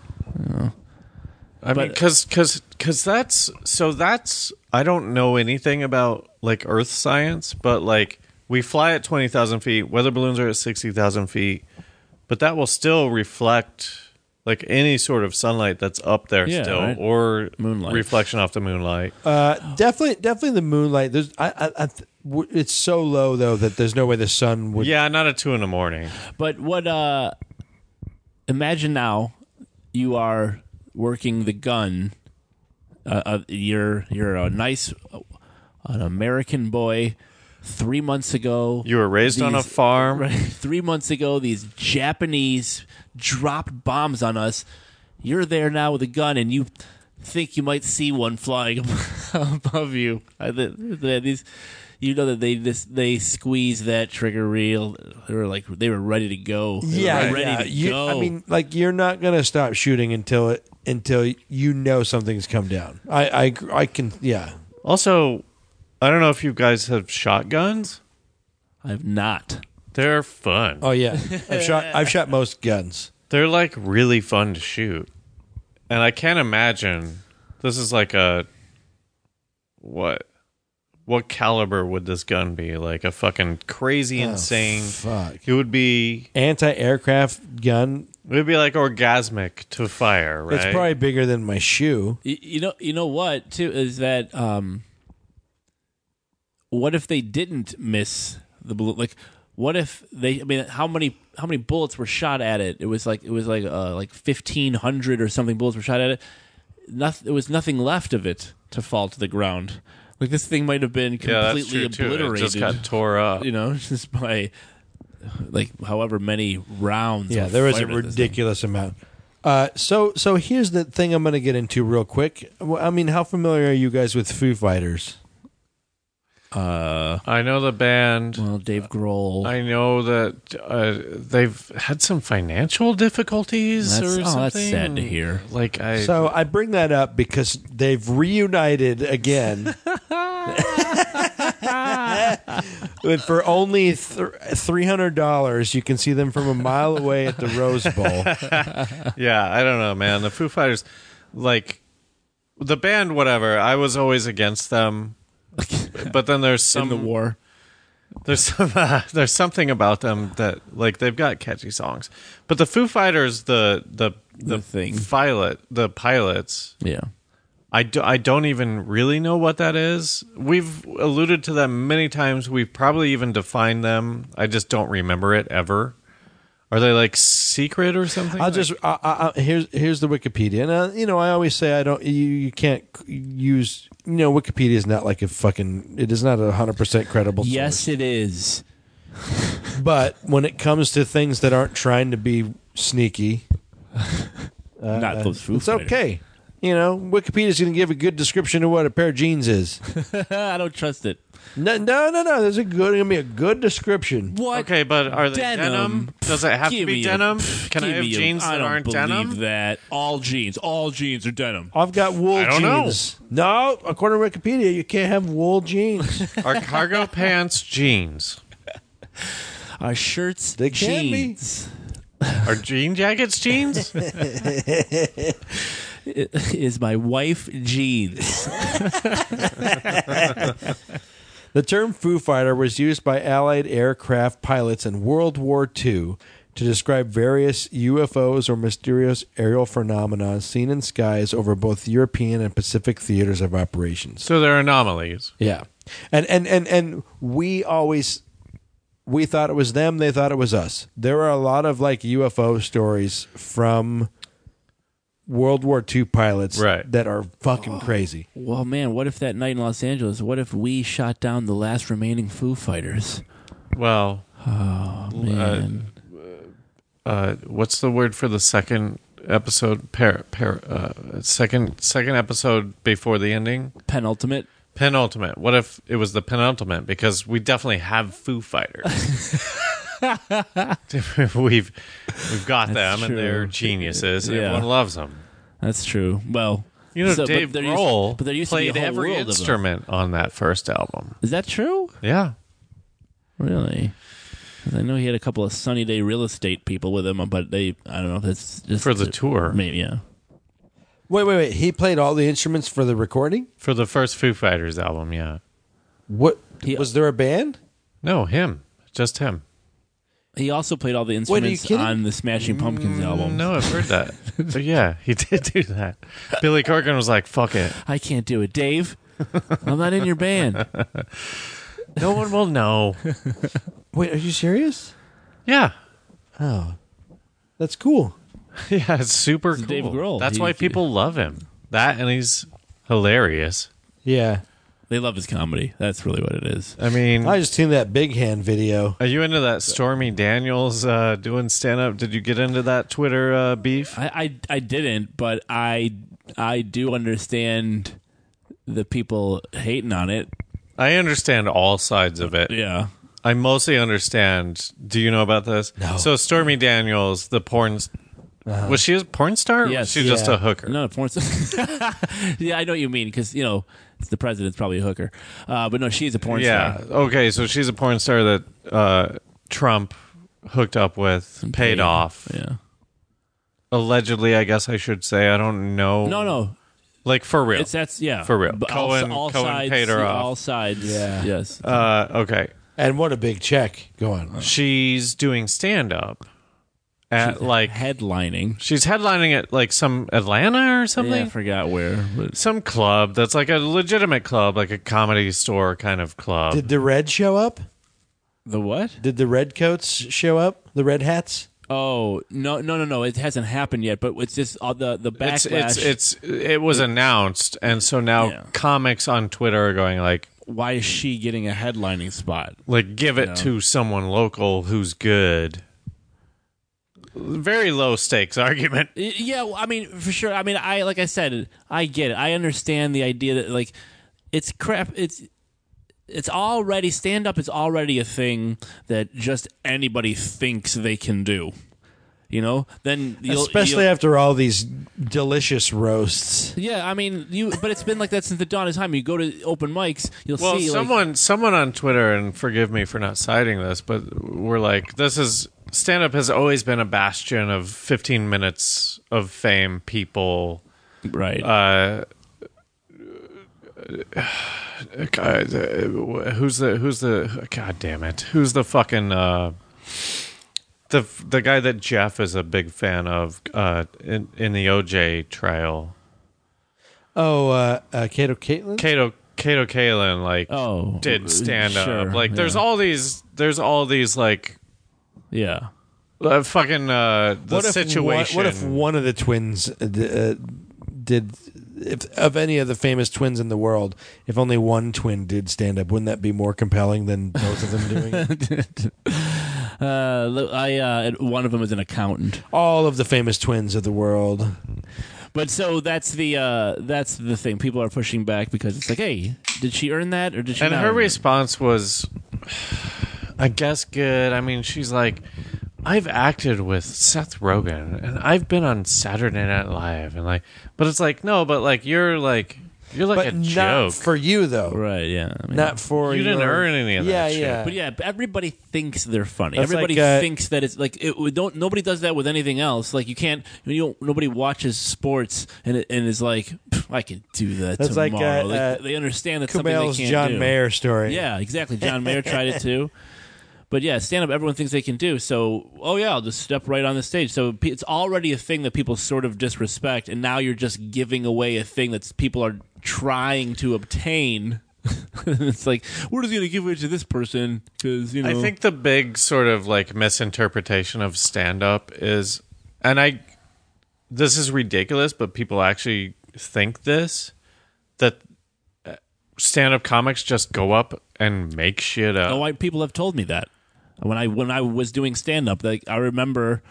I mean,
but-
because that's so that's I don't know anything about like Earth science, but like we fly at twenty thousand feet, weather balloons are at sixty thousand feet, but that will still reflect like any sort of sunlight that's up there
Yeah,
still,
right.
or
Moonlight.
reflection off the moonlight.
Uh, definitely, definitely the moonlight. There's, I, I, I th- w- it's so low though that there's no way the sun would.
yeah, not at two in the morning.
But what uh imagine now you are working the gun. Uh, uh, you're you're a nice, uh, an American boy. Three months ago,
You were raised on a
these-
farm.
Right, three months ago, these Japanese dropped bombs on us. You're there now with a gun, and you think you might see one flying above you. I, th th- these, you know that they this, they squeeze that trigger reel. They were like they were ready to go. They were
yeah,
ready
yeah.
to
You-
go.
I mean, like you're not gonna stop shooting until it until you know something's come down. I I, I can yeah.
Also, I don't know if you guys have shotguns.
I've not.
They're fun.
Oh yeah, I've shot I've shot most guns.
They're like really fun to shoot. And I can't imagine this is like a what what caliber would this gun be? Like a fucking crazy
Oh,
insane
fuck.
It would be
Anti aircraft gun.
it would be like orgasmic to fire, right?
It's probably bigger than my shoe.
Y- You know, you know what too is that. Um, what if they didn't miss the bullet? Like, what if they? I mean, how many how many bullets were shot at it? It was like it was like uh, like fifteen hundred or something bullets were shot at it. Nothing. There was nothing left of it to fall to the ground. Like this thing might have been
yeah, that's
completely
true too. It
obliterated.
just got tore up.
you know, just by like however many rounds.
Yeah,
were
there was a
fired at this thing.
ridiculous amount. Uh, so so here's the thing I'm going to get into real quick. Well, I mean, how familiar are you guys with Foo Fighters?
Uh,
I know the band.
well, Dave Grohl.
I know that uh, they've had some financial difficulties
That's-
or
oh,
something.
that's sad to hear.
Like I
So I bring that up because they've reunited again. But for only th- $300, you can see them from a mile away at the Rose Bowl.
Yeah, I don't know, man. The Foo Fighters, like the band, whatever. I was always against them, but then there's some
in the war.
there's some there's something about them that like they've got catchy songs, but the Foo Fighters, the the the,
The thing.
pilot, the pilots.
Yeah.
I, do, I don't even really know what that is. We've alluded to them many times. We've probably even defined them. I just don't remember it ever. Are they like secret or something?
I'll
Like-
just I, I, I, here's here's the Wikipedia, and uh, you know I always say I don't you, you can't c- use you know Wikipedia is not like a fucking it is not a hundred percent credible. source.
Yes, it is.
but when it comes to things that aren't trying to be sneaky,
Uh,
Not those Foo
it's okay. You know, Wikipedia's going to give a good description of what a pair of jeans is.
I don't trust it.
No, no, no, no. There's a good going to be a good description.
What?
Okay, but are they denim? Does it have to
Give
be
me a-
denim?
pff,
Can I
give
have
me a-
jeans
I
that
don't
aren't
believe
denim?
That all jeans, all jeans are denim.
I've got wool
don't know.
jeans. No, according to Wikipedia, you can't have wool jeans.
Are cargo pants jeans?
Our shirts,
They can be.
jeans.
Are jean jackets jeans?
Is my wife jeans?
The term Foo Fighter was used by Allied aircraft pilots in World War II to describe various UFOs or mysterious aerial phenomena seen in skies over both European and Pacific theaters of operations.
so they're anomalies.
Yeah. And and and and we always we thought it was them, they thought it was us. There are a lot of like UFO stories from World War II pilots
Right.
that are fucking crazy.
well, man, what if that night in Los Angeles? What if we shot down the last remaining Foo Fighters?
Well,
Man,
uh, what's the word for the second episode? Par, par, uh, second second episode before the ending.
penultimate.
Penultimate. What if it was the penultimate? Because we definitely have Foo Fighters. we've we've got
That's
them, and they're
true.
geniuses. and
Yeah.
Everyone loves them.
That's true. Well,
You know,
so- but
Dave
there used-
Grohl
but there used
played
to be a whole
every
world of them.
instrument on that first album.
Is that true?
Yeah.
Really? 'Cause I know he had a couple of sunny day real estate people with him, but they, I don't know if that's just
For the tour.
Maybe, yeah.
Wait, wait, wait. He played all the instruments for the recording?
For the first Foo Fighters album, yeah.
What
He-
was there a band?
No, him. Just him.
He also played all the
Wait, are you
instruments
kidding?
on the Smashing Pumpkins album.
Mm, No, I've heard that. but yeah, he did do that. Billy Corgan was like, fuck it.
I can't do it, Dave. I'm not in your band.
No one will know.
Wait, are you serious?
Yeah.
That's cool.
Yeah, it's super
It's
cool.
Dave Grohl.
That's
He-
why people love him. That and he's hilarious.
Yeah.
They love his comedy. That's really what it is.
I mean,
I just seen that big hand video.
are you into that Stormy Daniels uh, doing stand up? Did you get into that Twitter uh, beef?
I, I I didn't, but I I do understand the people hating on it.
I understand all sides of it.
Yeah.
I mostly understand. Do you know about this? No. So Stormy Daniels, the porn, s- was she a porn star? Or
Uh-huh. Yes.
was she just
Yeah.
a hooker.
No, porn star. yeah, I know what you mean because you know the president's probably a hooker, uh, but no, she's a porn
yeah.
star.
Okay. So she's a porn star that uh, Trump hooked up with, paid, off.
Yeah.
Allegedly, I guess I should say. I don't know.
No, no,
Like for real.
it's that's yeah
For real.
But all-
Cohen-
all,
Cohen
sides,
paid her
all
off.
sides.
Yeah.
Yes.
uh, okay.
And what a big check. Go on.
She's doing stand up at like.
headlining.
She's headlining at like some Atlanta or something.
Yeah, I forgot where. But
some club that's like a legitimate club, like a comedy store kind of club.
Did the red show up?
the what?
Did the red coats show up? The red hats?
Oh no, no, no, no! It hasn't happened yet, but it's just all the the
it's, it's
backlash.
it's it was announced, and so now
Yeah.
comics on Twitter are going like
why is she getting a headlining spot?
like give it to someone local who's good. Very low stakes argument.
Y- Yeah, well, I mean, for sure. I mean, I like I said, I get it. I understand the idea that like it's crap. It's it's already stand up is already a thing that just anybody thinks they can do. You know, then you'll,
Especially
you'll-
after all these delicious roasts.
yeah. I mean, you but it's been like that since the dawn of time. You go to open mics, you'll
Well,
see like,
someone someone on Twitter, and forgive me for not citing this, but we're like, this is stand up has always been a bastion of fifteen minutes of fame, people,
right.
uh, God, uh, who's the who's the god damn it who's the fucking uh the the guy that Jeff is a big fan of uh in, in the OJ trial
Oh, uh, uh, Kato Caitlin?
Cato Cato Kalin like
oh,
did stand
sure,
up like there's
yeah.
all these there's all these like
yeah.
uh, fucking uh the
if one-
situation
what if one of the twins uh, d- uh, did, if, of any of the famous twins in the world, if only one twin did stand up, wouldn't that be more compelling than both of them doing it?
Uh, look, I uh, one of them is an accountant.
All of the famous twins of the world.
But so that's the uh, that's the thing. People are pushing back because it's like, hey, did she earn that or did she?
And
not
her
earn it?
response was, I guess good. I mean, she's like, I've acted with Seth Rogen and I've been on Saturday Night Live and like, but it's like no, but like you're like you're like
but
a
not
joke.
for you, though.
right? Yeah, I mean-
Not for
You didn't
your-
earn any of that
yeah,
shit.
Yeah,
But yeah, but everybody thinks they're funny.
That's
everybody
like, uh,
thinks that it's like it, we don't. Nobody does that with anything else. Like you can't. You don't, nobody watches sports and it, and is like, "Pff, I can do that
That's like,
tomorrow.
uh,
Like,
uh,
they understand that's something
Kumail's
they can't
John
do.
Mayer story.
Yeah, exactly. John Mayer tried it too. But yeah, stand up, everyone thinks they can do. So, oh yeah, I'll just step right on the stage. So pe- it's already a thing that people sort of disrespect, and now you're just giving away a thing that people are trying to obtain. it's like we're just gonna give it to this person because you know.
I think the big sort of like misinterpretation of stand up is, and I, this is ridiculous, but people actually think this that stand up comics just go up and make shit up.
Oh, I, people have told me that when I when I was doing stand up, like I remember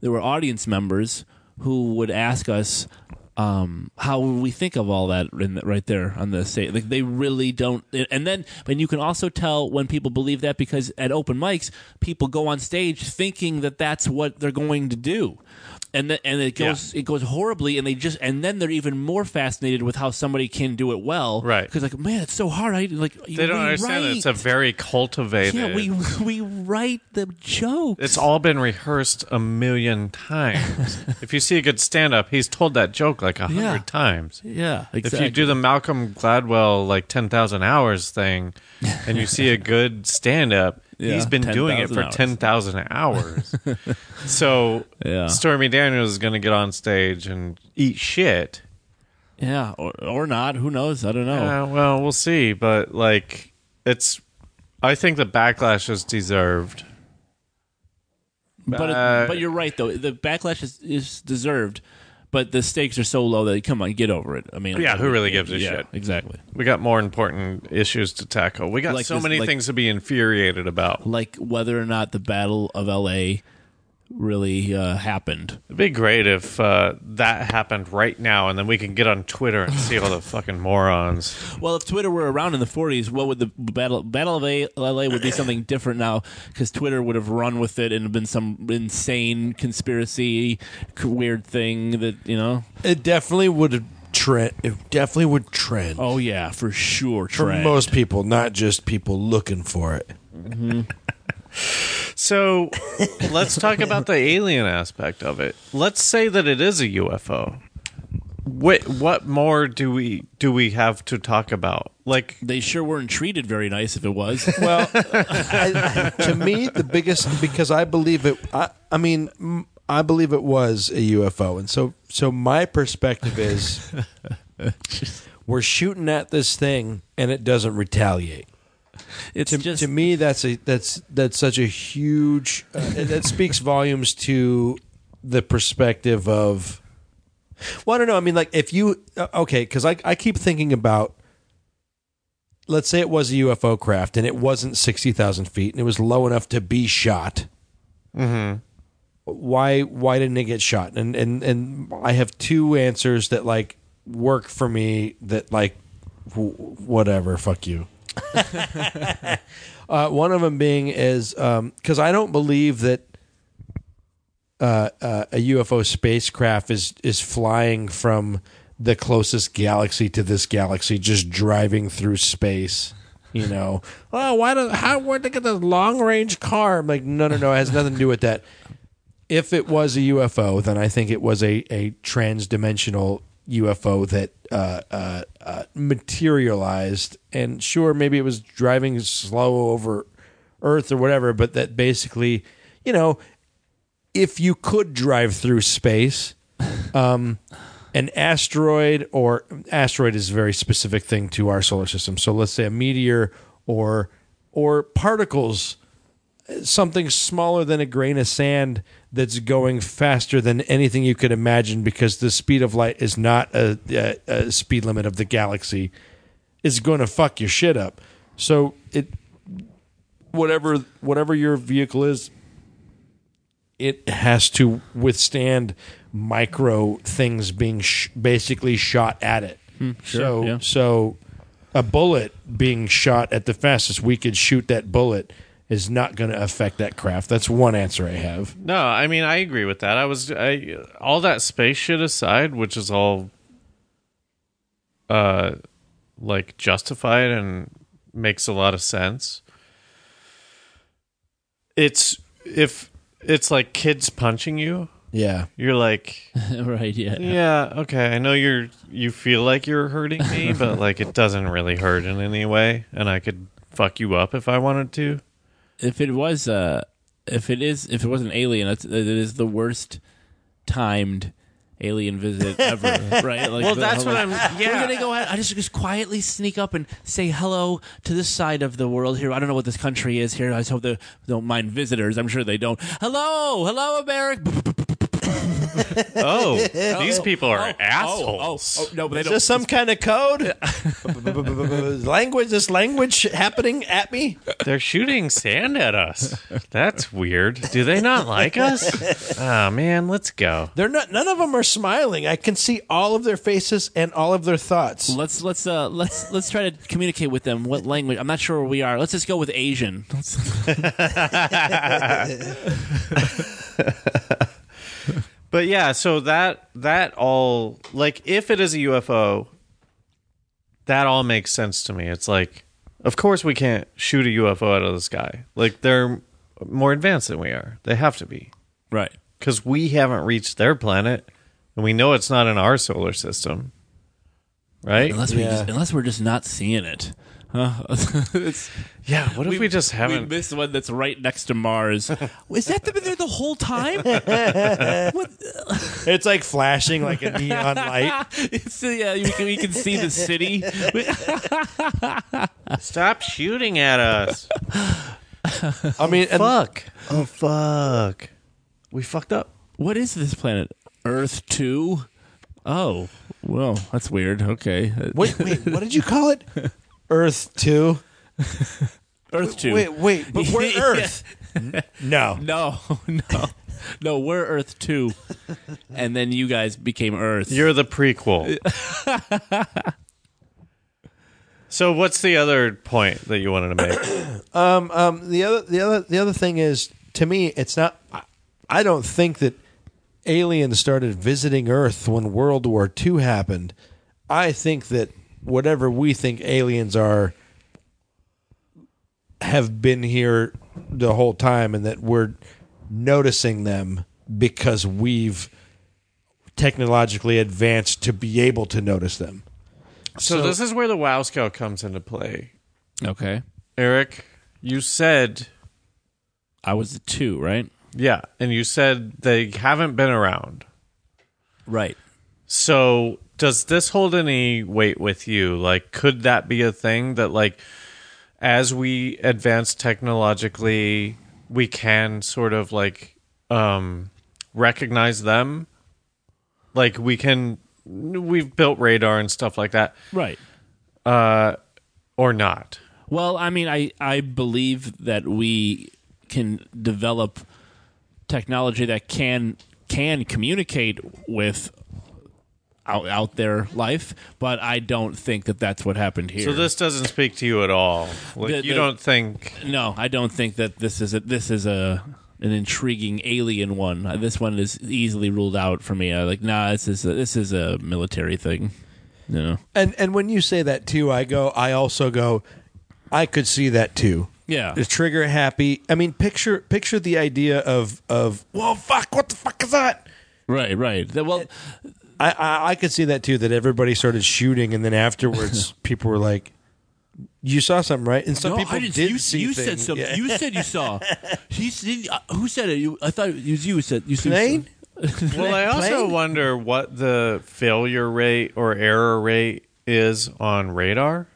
there were audience members who would ask us um, how we think of all that in, right there on the stage. Like they really don't. And then and you can also tell when people believe that because at open mics, people go on stage thinking that that's what they're going to do. And, the, and it goes it goes horribly, and they just and then they're even more fascinated with how somebody can do it well,
Right.
Because like, man, it's so hard. I like
they don't understand that it's a very cultivated.
yeah, we we write the jokes.
it's all been rehearsed a million times. if you see a good stand-up, he's told that joke like a hundred
Yeah.
times.
yeah,
If
exactly.
you do the Malcolm Gladwell like ten thousand hours thing, and you see a good stand-up,
Yeah,
he's been doing it
10,000
for
hours.
ten thousand hours. so
Yeah.
Stormy Daniels is going to get on stage and eat shit.
yeah, or or not? Who knows? I don't know.
Uh, well, we'll see. But like, it's. I think the backlash is deserved.
But
Uh,
it, but you're right though. The backlash is, is deserved, but the stakes are so low that come on, get over it. I mean,
Yeah, who really gives a
yeah,
shit?
Exactly.
We got more important issues to tackle. We got
Like
so
this-
many
like-
things to be infuriated about.
Like whether or not the Battle of L.A. really uh, happened.
It'd be great if uh, that happened right now, and then we can get on Twitter and see all the fucking morons.
Well, if Twitter were around in the 40s, what would the battle Battle of A- LA would be something different now because Twitter would have run with it and been some insane conspiracy c- weird thing that you know.
It definitely would trend. It definitely would trend
Oh yeah, for sure.
for
Trend.
most people, not just people looking for it.
So let's talk about the alien aspect of it. Let's say that it is a UFO. What what more do we do we have to talk about? Like
they sure weren't treated very nice if it was.
Well, I, I- to me, the biggest because I believe it. I, I mean, m- I believe it was a UFO, and so so my perspective is we're shooting at this thing, and it doesn't retaliate.
It's
to,
just
to me that's a that's that's such a huge uh, that speaks volumes to the perspective of well i don't know i mean like if you uh, okay because I, I keep thinking about let's say it was a ufo craft and it wasn't 60000 feet and it was low enough to be shot why why didn't it get shot and and and i have two answers that like work for me that like wh- whatever fuck you uh, one of them being is because I don't believe that uh, uh, a UFO spacecraft is is flying from the closest galaxy to this galaxy, just driving through space. You know, oh, why do how where'd they get this long range car? I'm like, no, no, no, it has nothing to do with that. If it was a UFO, then I think it was a a trans dimensional UFO that uh, uh, uh, materialized. And sure, maybe it was driving slow over Earth or whatever, but that basically, you know, if you could drive through space, um, an asteroid or asteroid is a very specific thing to our solar system. So let's say a meteor or or particles, something smaller than a grain of sand that's going faster than anything you could imagine because the speed of light is not a, a, a speed limit of the galaxy. Is going to fuck your shit up. So it whatever whatever your vehicle is it has to withstand micro things being sh- basically shot at it. so,
yeah.
so a bullet being shot at the fastest we could shoot that bullet is not going to affect that craft. That's one answer I have.
no, I mean I agree with that. I was I all that space shit aside, which is all uh like justified and makes a lot of sense. It's if it's like kids punching you,
Yeah,
you're like
right. Yeah.
Yeah, okay. I know you're you feel like you're hurting me, but like it doesn't really hurt in any way and I could fuck you up if I wanted to.
if it was uh if it is if it was an alien that's, it is the worst timed alien visit ever right like
Well,
the-
that's what
like,
I'm-
we're
yeah.
gonna go out i just just quietly sneak up and say hello to this side of the world here i don't know what this country is here i just hope they don't mind visitors i'm sure they don't hello hello america
Oh, these people are
oh, oh,
assholes.
oh, no but they
is
don't
this some kind of code? language? This language happening at me?
They're shooting sand at us. That's weird. Do they not like us? Oh man, let's go.
They're not. None of them are smiling. I can see all of their faces and all of their thoughts.
Let's let's uh let's let's try to communicate with them what language. I'm not sure where we are. Let's just go with Asian.
But yeah, so that that all like if it is a UFO, that all makes sense to me. It's like, of course we can't shoot a UFO out of the sky. Like they're more advanced than we are. They have to be
right.
because we haven't reached their planet, and we know it's not in our solar system, right?
Unless we just, unless we're just not seeing it. Huh? it's,
yeah. What if we, just
we
haven't?
missed one that's right next to Mars. Is that been there the whole time? uh,
It's like flashing like a neon light.
It's, uh, yeah, we can, we can see the city.
Stop shooting at us!
I mean, and
fuck! Oh fuck! we fucked up.
What is this planet? Earth 2? Oh, well, that's weird. Okay.
Wait, wait, what did you call it? Earth two.
Earth 2.
Wait, wait, but we're
Yeah.
Earth. No,
No, no. No, we're Earth 2. And then you guys became Earth.
You're the prequel. so what's the other point that you wanted to make?
Um, um, the other, the other, the other thing is, to me, it's not. I, I don't think that aliens started visiting Earth when World War II happened. I think that whatever we think aliens are have been here the whole time, and that we're noticing them because we've technologically advanced to be able to notice them.
So, this is where the Wow Scout comes into play.
okay.
Eric, you said
I was the 2, right?
yeah, and you said they haven't been around.
Right.
So does this hold any weight with you? Like could that be a thing that like as we advance technologically, we can sort of like um recognize them? Like we can we've built radar and stuff like that
Right.
uh or not.
Well, I mean, I, I believe that we can develop technology that can can communicate with out, out there life, but I don't think that that's what happened here.
So this doesn't speak to you at all. Like
The-
you
the-
don't think
no, I don't think that this is a, this is a an intriguing alien one. Uh, This one is easily ruled out for me. I like, nah, this is a, this is a military thing. You know?
Uh,
And and when you say that too, I go. I also go. I could see that too.
Yeah.
Is trigger happy? I mean, picture picture the idea of of well, fuck, what the fuck is that?
Right, right. Th- Well,
I I, I could see that too. That everybody started shooting, and then afterwards, people were like, "You saw something, right?" And some
No,
people
I didn't-
did
you,
see.
you said
things.
something.
Yeah.
You said you saw. He said, uh, who said it? You, I thought it was you. who Said you said you
Plane?
Well, I also wonder what the failure rate or error rate is on radar.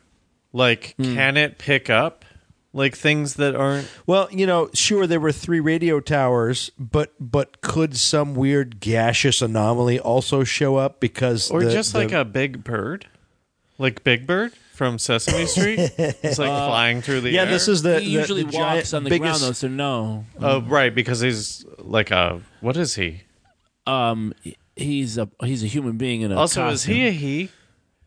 Like,
Hmm.
can it pick up like things that aren't?
Well, you know, sure there were three radio towers, but but could some weird gaseous anomaly also show up because
Or
the-
just
the-
like a big bird, like Big Bird from Sesame Street. it's like flying through the
Uh, yeah,
air.
this is the
saw. He
the-
usually
the giant
walks on the ground
biggest-
though, so no.
oh right because he's like a what is he?
Um, he's a he's a human being in a
Also, is
costume.
he a he?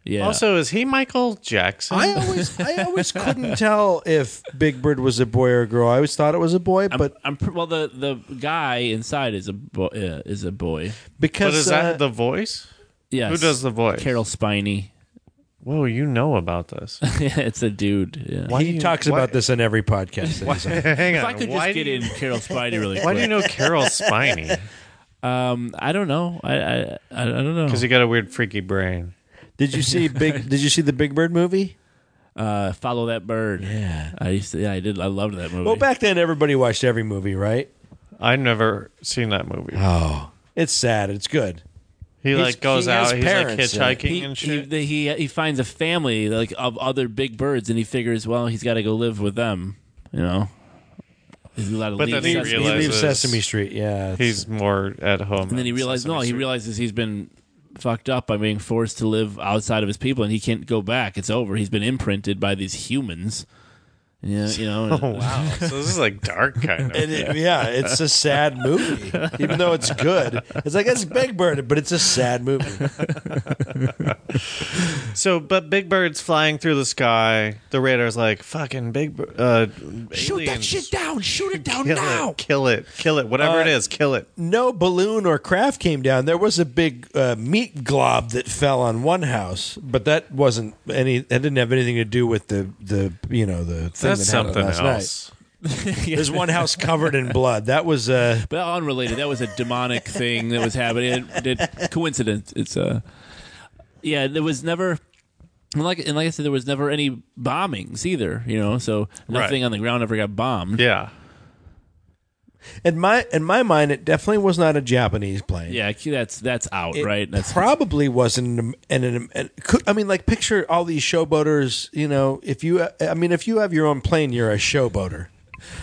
Yeah.
Also, is he Michael Jackson?
I always, I always couldn't tell if Big Bird was a boy or a girl. I always thought it was a boy,
Um,
I'm,
but
I'm pr- well. The the guy inside is a bo- uh, is a boy.
because
but is
uh,
that the voice?
Yes.
Who does the voice?
Carol Spiney?
Whoa, you know about this.
it's a dude. Yeah.
he talks
why-
about this in every podcast. that he's on.
Hang on.
If I could
why
just
do
get
you-
in Carol Spiney really
Why
quick.
do you know Carol Spiney?
um, I don't know. I I, I don't know.
Because you got a weird freaky brain.
Did you see Big? Did you see the Big Bird movie?
Uh, follow that bird. Yeah. I used to. Yeah, I did. I loved that movie.
Well, back then everybody watched every movie, right?
I've never seen that movie.
Oh, it's sad. It's good.
he
he's-
like goes
he has
out, he's like
parents, right?
hitchhiking
he,
and shit.
He, he he finds a family like of other big birds, and he figures, well, he's got to go live with them. You know, he's allowed to
But then
leave.
he
Sesame-
He
Realizes-
leaves Sesame Street. Yeah, it's-
he's more at home.
and then he realizes, no, he realizes he's been fucked up by being forced to live outside of his people, and he can't go back. It's over. He's been imprinted by these humans. Yeah, you know.
Oh wow! so this is like dark kind
And
of.
it- yeah, it's a sad movie, even though it's good. It's like it's Big Bird, but it's a sad movie.
so, but Big Bird's flying through the sky. The radar's like fucking Big Bird. Uh, Shoot that shit down! Shoot it down kill now! It, kill it! Kill it! Whatever it is, kill it!
no balloon or craft came down. There was a big uh, meat glob that fell on one house, but that wasn't any. That didn't have anything to do with the the you know the thing
That's
that happened
something
last
else.
night. There's one house covered in blood. That was uh,
But unrelated, that was a demonic thing that was happening. It, it, coincidence. It's uh, yeah. There was never, and like and like I said, there was never any bombings either. You know, so nothing
Right.
on the ground ever got bombed.
Yeah.
in my in my mind. It definitely was not a Japanese plane.
Yeah, that's that's out,
It
right? That's
probably wasn't an, an, an, an could, I mean, like picture all these showboaters. You know, if you, I mean, if you have your own plane, you're a showboater.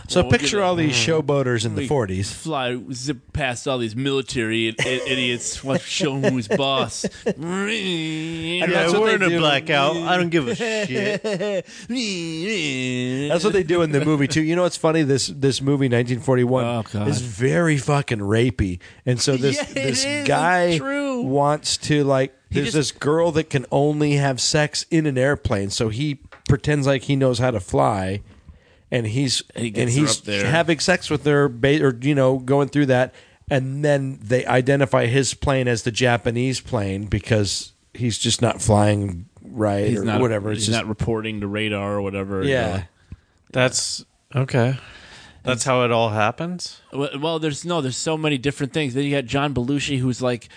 So
Well,
picture
you know,
all these showboaters in the
we-
40s.
Fly zip past all these military i- i- idiots. What's show who's boss?
that's what
we're
they
in a
do.
blackout. I don't give a shit.
That's what they do in the movie too. You know what's funny? This this movie 1941
Oh, God.
is very fucking rapey, and so this
Yeah, it
this
is. It's
guy
true.
wants to like. There's
just-
this girl that can only have sex in an airplane, so he pretends like he knows how to fly, and he's
And he gets
and
her
he's
up there.
having sex with her, ba- or you know, going through that, and then they identify his plane as the Japanese plane because he's just not flying right
He's
or
not
whatever.
He's
It's just
not reporting to radar or whatever. you
yeah.
know.
That's okay. That's how it all happens.
Well, well, there's no, there's so many different things. Then you got John Belushi, who's like,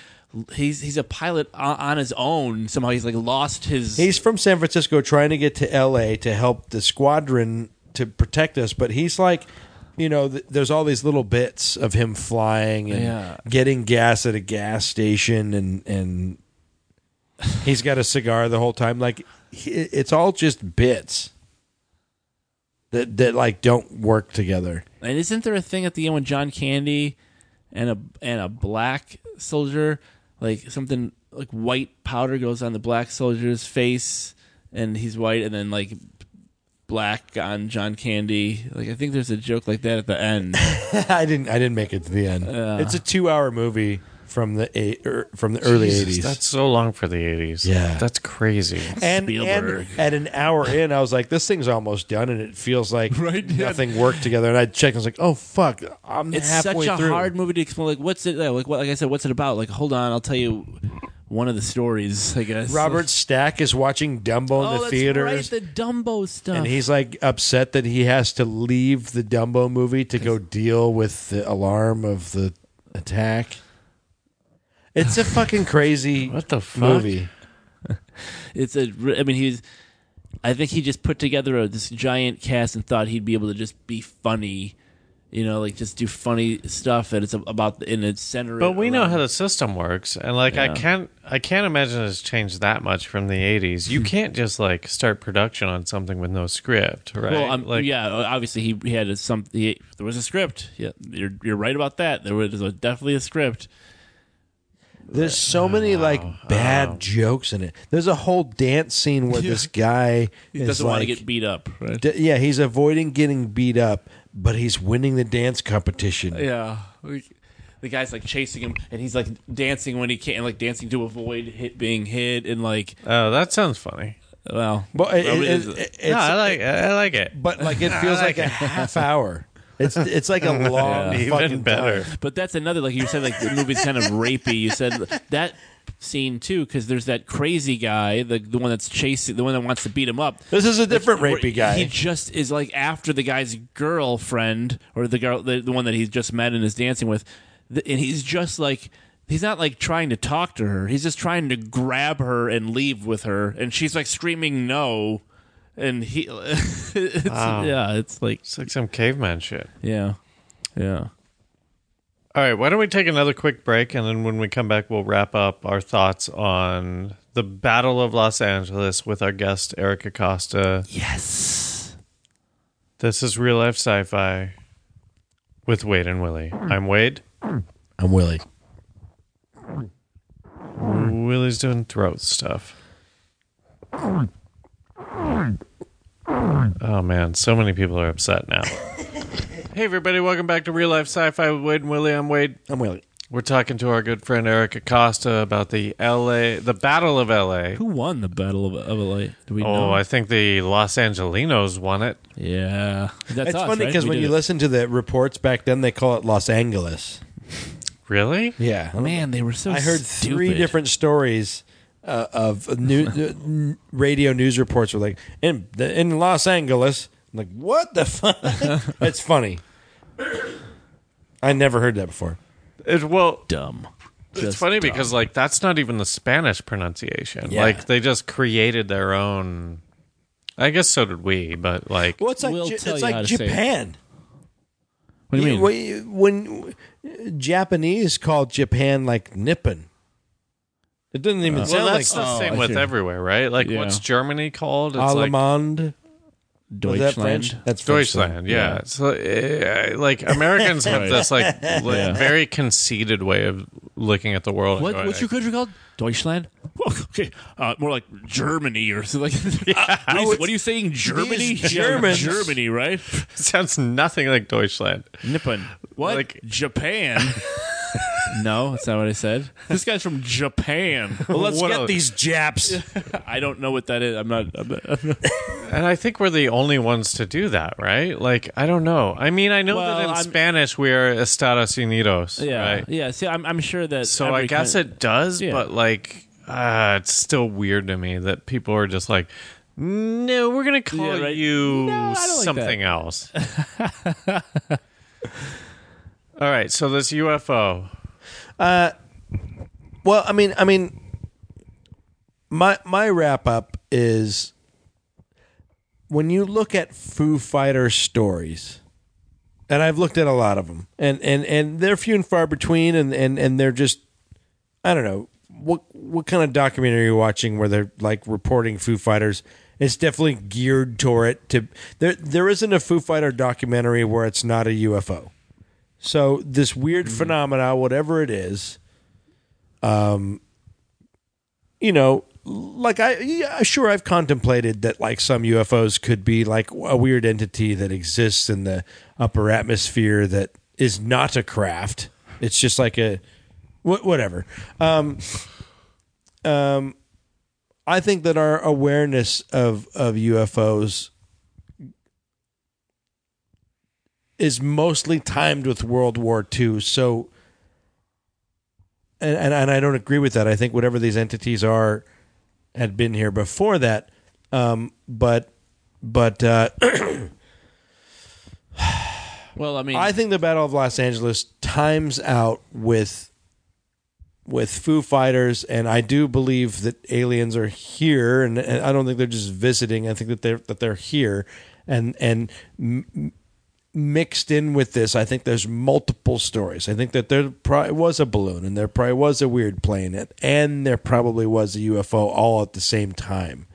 he's he's a pilot on, on his own. Somehow he's like lost his.
He's from San Francisco trying to get to LA to help the squadron to protect us, but he's like, you know, th- there's all these little bits of him flying and
Yeah.
getting gas at a gas station and and he's got a cigar the whole time like he, it's all just bits that that like don't work together.
and isn't there a thing at the end when John Candy and a and a black soldier, like something like white powder goes on the black soldier's face, and he's white, and then like black on John Candy. Like I think there's a joke like that at the end.
I didn't I didn't make it to the end. it's a 2-hour movie from the eight, er, from the early 80s.
That's so long for the 80s.
Yeah.
That's crazy.
and,
Spielberg.
and at an hour in, I was like, "This thing's almost done," and it feels like
Right, yeah.
nothing worked together. And I checked, and I was like, "Oh fuck, I'm
it's
halfway
such a
through."
hard movie to explain. Like, what's it like? What, like I said, what's it about? Like, hold on, I'll tell you one of the stories. I guess
Robert Stack is watching Dumbo
oh,
in the
that's
theaters,
right, the Dumbo stuff.
and he's like upset that he has to leave the Dumbo movie to go deal with the alarm of the attack. It's a fucking crazy
What the fuck?
movie.
it's a. re- I mean, he's. I think he just put together a, this giant cast and thought he'd be able to just be funny, you know, like just do funny stuff. And it's about and it's centered.
But we know
around-
how the system works, and like I can't, I can't imagine it's changed that much from the '80s. You can't just like start production on something with no script, right?
Well, um,
like,
yeah, obviously he, he had a, some. He, there was a script. Yeah, you're you're right about that. There was a, definitely a script.
There's so many like bad jokes in it. There's a whole dance scene where this guy
He
is
doesn't want to
like-
get beat up. Right?
D- yeah, he's avoiding getting beat up, but he's winning the dance competition.
Yeah. Like, The guy's like chasing him, and he's like dancing when he can, like dancing to avoid hit being hit, and like,
oh, that sounds funny.
well,
Well, it-
Robert
it-
is-
it- it's-
No, I like, I like it.
but like it feels like a half hour. It's it's like a long
Even
fucking
better.
time.
but that's another like you said, like the movie's kind of rapey. You said that scene too, because there's that crazy guy, the the one that's chasing, the one that wants to beat him up.
This is a different
where
rapey guy.
He just is like after the guy's girlfriend or the girl, the, the one that he's just met and is dancing with, Th- and he's just like. He's not like trying to talk to her. He's just trying to grab her and leave with her, and she's like screaming no, and he, it's, yeah, it's like
It's like some caveman shit.
yeah, yeah.
All right, why don't we take another quick break, and then when we come back, we'll wrap up our thoughts on the Battle of Los Angeles with our guest Eric Acosta.
Yes,
This is real life sci-fi with Wade and Willie. I'm Wade.
I'm Willie.
Willie's doing throat stuff. Oh man, so many people are upset now. hey everybody, welcome back to Real Life Sci-Fi with Wade and Willie. I'm Wade.
I'm Willie.
We're talking to our good friend Eric Acosta about the LA, the Battle of LA.
who won the Battle of, of LA? Do we know?
Oh, I think the Los Angelinos won it.
yeah, that's
it's
us,
funny
right?
because
We
when
did
you
it.
listen to the reports back then, they call it Los Angeles.
Really?
Yeah,
man, they were so.
I heard three
stupid.
different stories uh, of new n- radio news reports were like in the, in Los Angeles. I'm like, what the fuck? That's funny. I never heard that before.
It, well,
dumb.
it's funny because like that's not even the Spanish pronunciation.
Yeah.
Like they just created their own. I guess so did we, but like
Well, it's like
We'll
Ja-
tell
it's
you how
like
to say it.
Japan.
What do you mean?
When, when Japanese call Japan like Nippon, it doesn't
Uh,
even
well,
sound like
that's the
Oh,
same
I
with
see.
everywhere, right? Like
Yeah.
what's Germany called? It's like
Allemande. Is that
Deutschland.
French? That's French, though.
Deutschland, yeah. So, uh, like Americans have this like li- very conceited way of looking at the world. and
What,
going,
what's your country called? Deutschland? Okay, uh, more like Germany or something. Like what, are you, what are you saying, Germany?
These
Yeah,
Germans.
Germany, right?
sounds nothing like Deutschland.
Nippon. What?
Like-
Japan? no, that's not what I said. This guy's from Japan. Well,
Let's
What
get
a-
these Japs.
I don't know what that is. I'm not. I'm not-
And I think we're the only ones to do that, right? Like, I don't know. I mean, I know
Well,
that in
I'm-
Spanish we are Estados Unidos,
yeah,
right?
yeah. See, I'm, I'm sure that.
So
every
I guess
coun-
it does,
Yeah.
but like, uh, it's still weird to me that people are just like, no, we're gonna call
Yeah, right.
you
I don't like
something else. All right, so this UFO.
Well, I mean, I mean, my my wrap up is when you look at Foo Fighter stories, and I've looked at a lot of them, and and and they're few and far between, and and and they're just, I don't know what what kind of documentary you're watching where they're like reporting Foo Fighters. It's definitely geared toward it. To there, there isn't a Foo Fighter documentary where it's not a UFO. So this weird phenomena, whatever it is, you know, like I, yeah, sure, I've contemplated that like some UFOs could be like a weird entity that exists in the upper atmosphere that is not a craft. It's just like a wh- whatever. Um, um, I think that our awareness of of UFOs is mostly timed with World War II, so and, and and I don't agree with that. I think whatever these entities are had been here before that. Um, but but uh,
Well, I mean,
I think the Battle of Los Angeles times out with with Foo Fighters, and I do believe that aliens are here, and, and I don't think they're just visiting. I think that they're that they're here, and and m- m- mixed in with this, I think there's multiple stories. I think that there probably was a balloon, and there probably was a weird plane, and, and there probably was a UFO all at the same time.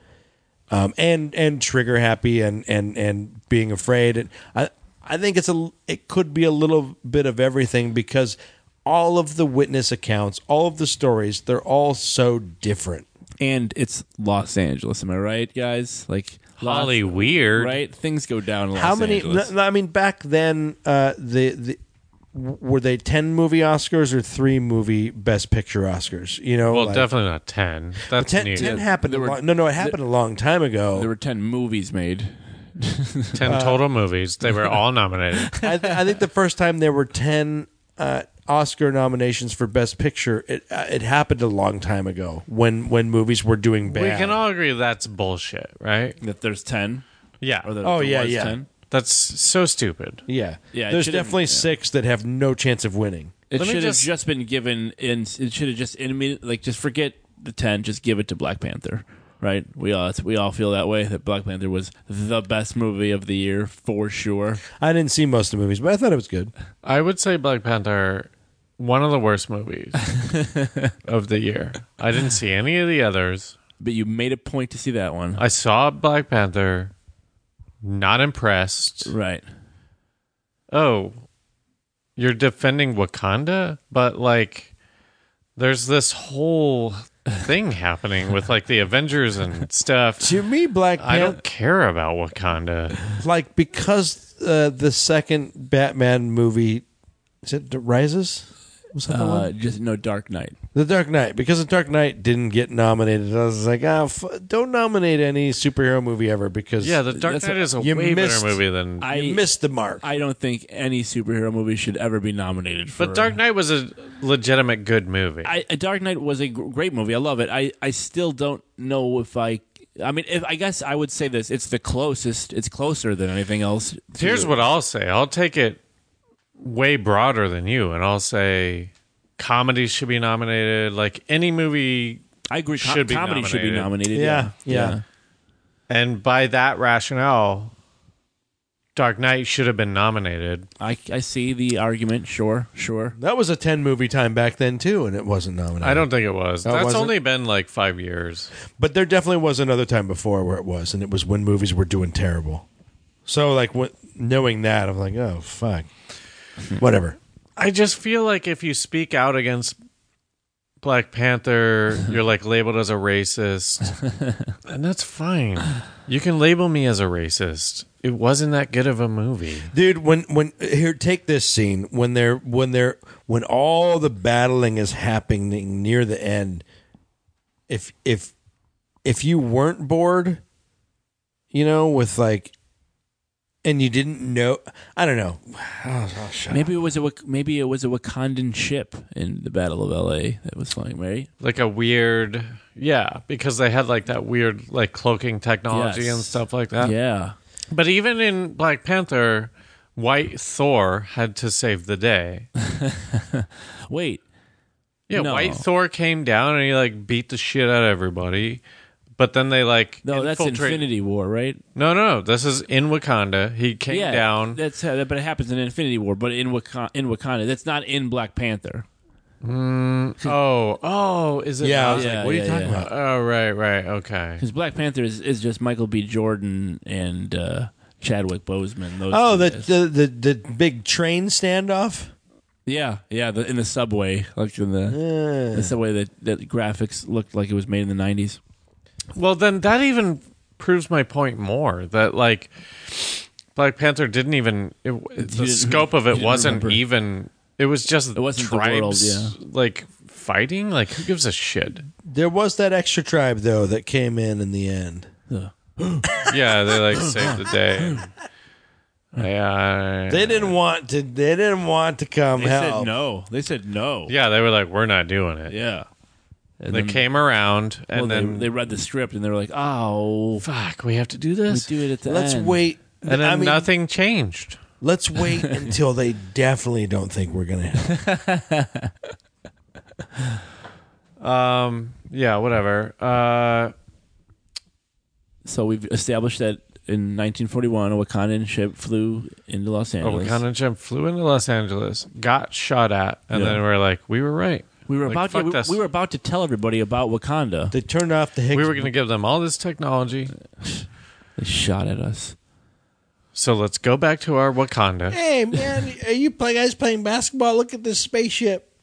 um, and and trigger happy and and and being afraid. And I I think it's a it could be a little bit of everything because all of the witness accounts, all of the stories, they're all so different.
and it's Los Angeles. Am I right, guys? Like Los-
Holly weird.
right? Things go down. In Los
How many?
Angeles.
no, I mean, back then, uh, the the were they ten movie Oscars or three movie Best Picture Oscars? You know,
Well,
like-
definitely not ten. That's
Ten,
new.
10
Ten,
happened. a
there were-
long, no, no, it happened a long time ago.
There were ten movies made. uh,
total movies. They were all nominated.
I, th- I think the first time there were ten uh, Oscar nominations for Best Picture, it uh, it happened a long time ago when when movies were doing bad.
we can all agree that's bullshit, right?
That there's ten.
Yeah.
Or that
Oh,
there
yeah,
was
yeah.
10.
that's so stupid.
yeah,
Yeah, it
There's
should've-
definitely
yeah.
six that have no chance of winning.
It
Let me
should have
just-
just been given, and it should have just in like just forget the ten, just give it to Black Panther, right? We all we all feel that way that Black Panther was the best movie of the year for sure.
I didn't see most of the movies, but I thought it was good.
I would say Black Panther, one of the worst movies of the year. I didn't see any of the others.
But you made a point to see that one,
I saw Black Panther, not impressed.
right?
Oh, you're defending Wakanda? But like, there's this whole thing happening with like the Avengers and stuff.
To me, Black
I
Panther,
don't care about Wakanda.
like because uh, the second Batman movie, is it Rises? Was that the one?
Uh, just no Dark Knight.
The Dark Knight, because The Dark Knight didn't get nominated, I was like, ah, f- don't nominate any superhero movie ever because
Yeah, The Dark
That's a-
Knight is a
you
way
missed-
better movie than.
I
you missed the mark.
I don't think any superhero movie should ever be nominated for.
but Dark Knight was a legitimate good movie.
I, a Dark Knight was a gr- great movie. I love it. I, I still don't know if I. I mean, if I guess I would say this. It's the closest. It's closer than anything else. to-
Here's what I'll say. I'll take it way broader than you, and I'll say comedy should be nominated. Like any movie,
I agree. Com-
should be
comedy should be nominated.
Yeah, yeah.
and by that rationale, Dark Knight should have been nominated.
I, I see the argument. Sure, sure.
That was a 10 movie time back then, too, and it wasn't nominated.
I don't think it was.
Oh, it
That's
wasn't?
only been like five years.
But there definitely was another time before where it was, and it was when movies were doing terrible. So like what, knowing that, I'm like, oh fuck, whatever.
I just feel like if you speak out against Black Panther, you're like labeled as a racist. and that's fine. You can label me as a racist. It wasn't that good of a movie.
dude when when here take this scene when they're when they're when all the battling is happening near the end if if if you weren't bored you know with like and you didn't know i don't know oh, oh, shut up.
Maybe it was a Wak- maybe it was a Wakandan ship in the Battle of L.A. that was flying, right?
Like a weird yeah, because they had like that weird like cloaking technology
Yes.
and stuff like that.
yeah,
But even in Black Panther, White Thor had to save the day.
wait,
Yeah,
No.
White Thor came down and he like beat the shit out of everybody. But then they like
no, that's
infiltrate-
Infinity War, right?
No, no, this is in Wakanda. He came
yeah,
down.
That's how, but it happens in Infinity War, but in Wakanda, in Wakanda, that's not in Black Panther.
oh, oh, is it?
yeah i
not?
was
Yeah,
like what are you
yeah,
talking
yeah.
about
Oh, right, right, okay.
Because Black Panther is, is just Michael B. Jordan and uh, Chadwick Boseman. Those
oh
two
the,
guys.
the the the big train standoff
yeah, yeah, the, in the subway, like in the, the subway that that graphics looked like it was made in the nineties.
Well, then that even proves my point more that like Black Panther didn't even it, the
didn't-
scope of
you
it
didn't
wasn't
remember.
even. It was just it
wasn't the world,
tribes like fighting. Like who gives a shit?
there was that extra tribe though that came in in the end
Yeah, they like saved the day. Yeah,
they didn't want to they didn't want to come help
no. They said no.
yeah, they were like, we're not doing it.
yeah. And
They
then-
came around and
well,
then
they, they read the script and they were like, "Oh,
fuck, we have to do
we
this.
do it at the
let's
end."
wait
and then
I mean,
nothing changed.
Let's wait until they definitely don't think we're going to help.
Um, yeah, whatever. Uh,
So we've established that in 1941, a Wakandan ship flew into Los
a
Angeles.
Wakanda chimp flew into Los Angeles, got shot at, and
Yeah.
then we're like, we were right.
we were
Like,
about
fuck
to,
this.
we, we were about to tell everybody about Wakanda.
They turned off the Higgs.
We were going to give them all this technology.
They shot at us.
So let's go back to our Wakanda.
hey, man, are you play, guys playing basketball? Look at this spaceship.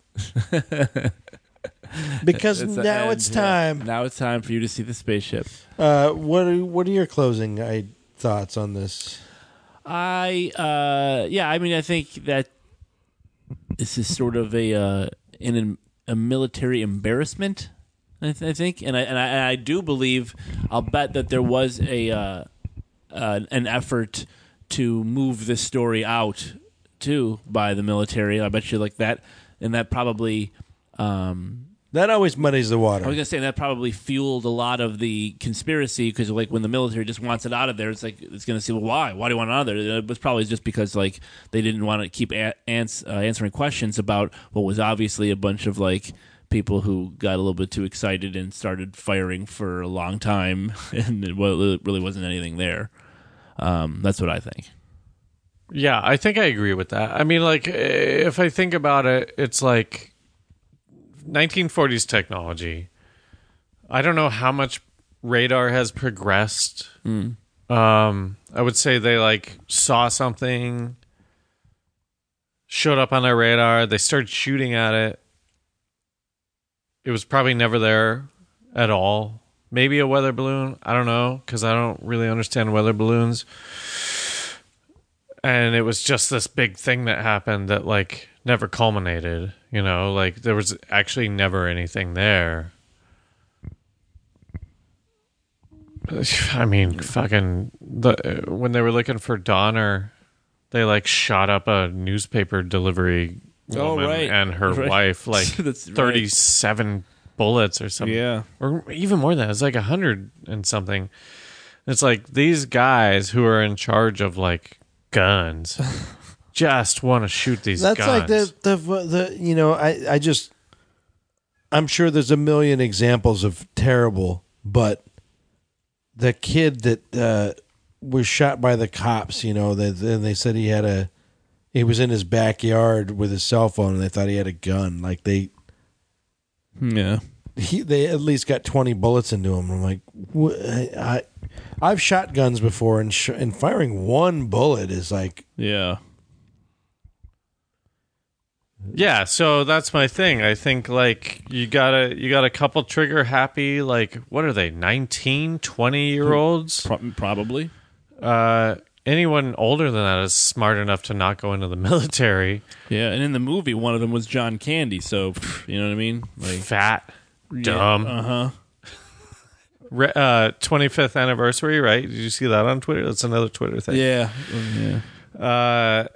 Because
the
now
end,
it's
yeah.
time.
Now it's time for you to see the spaceship.
Uh, what are what are your closing I, thoughts on this?
I uh yeah, I mean I think that this is sort of a uh in a military embarrassment. I, th- I think, and I, and I and I do believe. I'll bet that there was a uh, uh, an effort to move this story out too by the military. I bet you like that, and that probably um,
That always muddies the
I was
water.
gonna say that probably fueled a lot of the conspiracy because, like, when the military just wants it out of there, it's like it's gonna say, "Well, why? Why do you want it out of there?" It was probably just because, like, they didn't want to keep a- ans- uh, answering questions about what was obviously a bunch of like people who got a little bit too excited and started firing for a long time, and it wa- really wasn't anything there. Um, that's what I think.
Yeah, I think I agree with that. I mean, like, if I think about it, it's like 1940s technology. I don't know how much radar has progressed. Um, I would say they like saw something, showed up on their radar, they started shooting at it. It was probably never there at all. Maybe a weather balloon. I don't know because I don't really understand weather balloons. And it was just this big thing that happened that like never culminated. You know, like there was actually never anything there. I mean, fucking the uh, when they were looking for Donner, they like shot up a newspaper delivery woman
Oh, right.
and her
Right.
wife like
That's right.
37 bullets or something. Or even more than that. It's like 100 and something. It's like these guys who are in charge of like guns just want to shoot these
That's
guns.
like the, the the you know I I just I'm sure there's a million examples of terrible, but the kid that uh, was shot by the cops, you know, that then they said he had a he was in his
Hmm,
backyard with his cell phone and they thought he had a gun. Like they
Yeah,
he, they at least got 20 bullets into him. I'm like, wh- I, I, have shot guns before, and, sh- and firing one bullet is like,
Yeah.
Yeah, so that's my thing. I think like you got to you got a couple trigger happy like what are they 19, 20 year
Hmm.
olds?
Pro- probably.
Uh anyone older than that is smart enough to not go into the military.
Yeah, and in the movie, one of them was John Candy. So pff, you know what I mean? Like
Fat, dumb.
Uh huh.
Re- uh 25th anniversary, right? Did you see that on Twitter? That's another Twitter thing.
Yeah. Yeah.
Uh,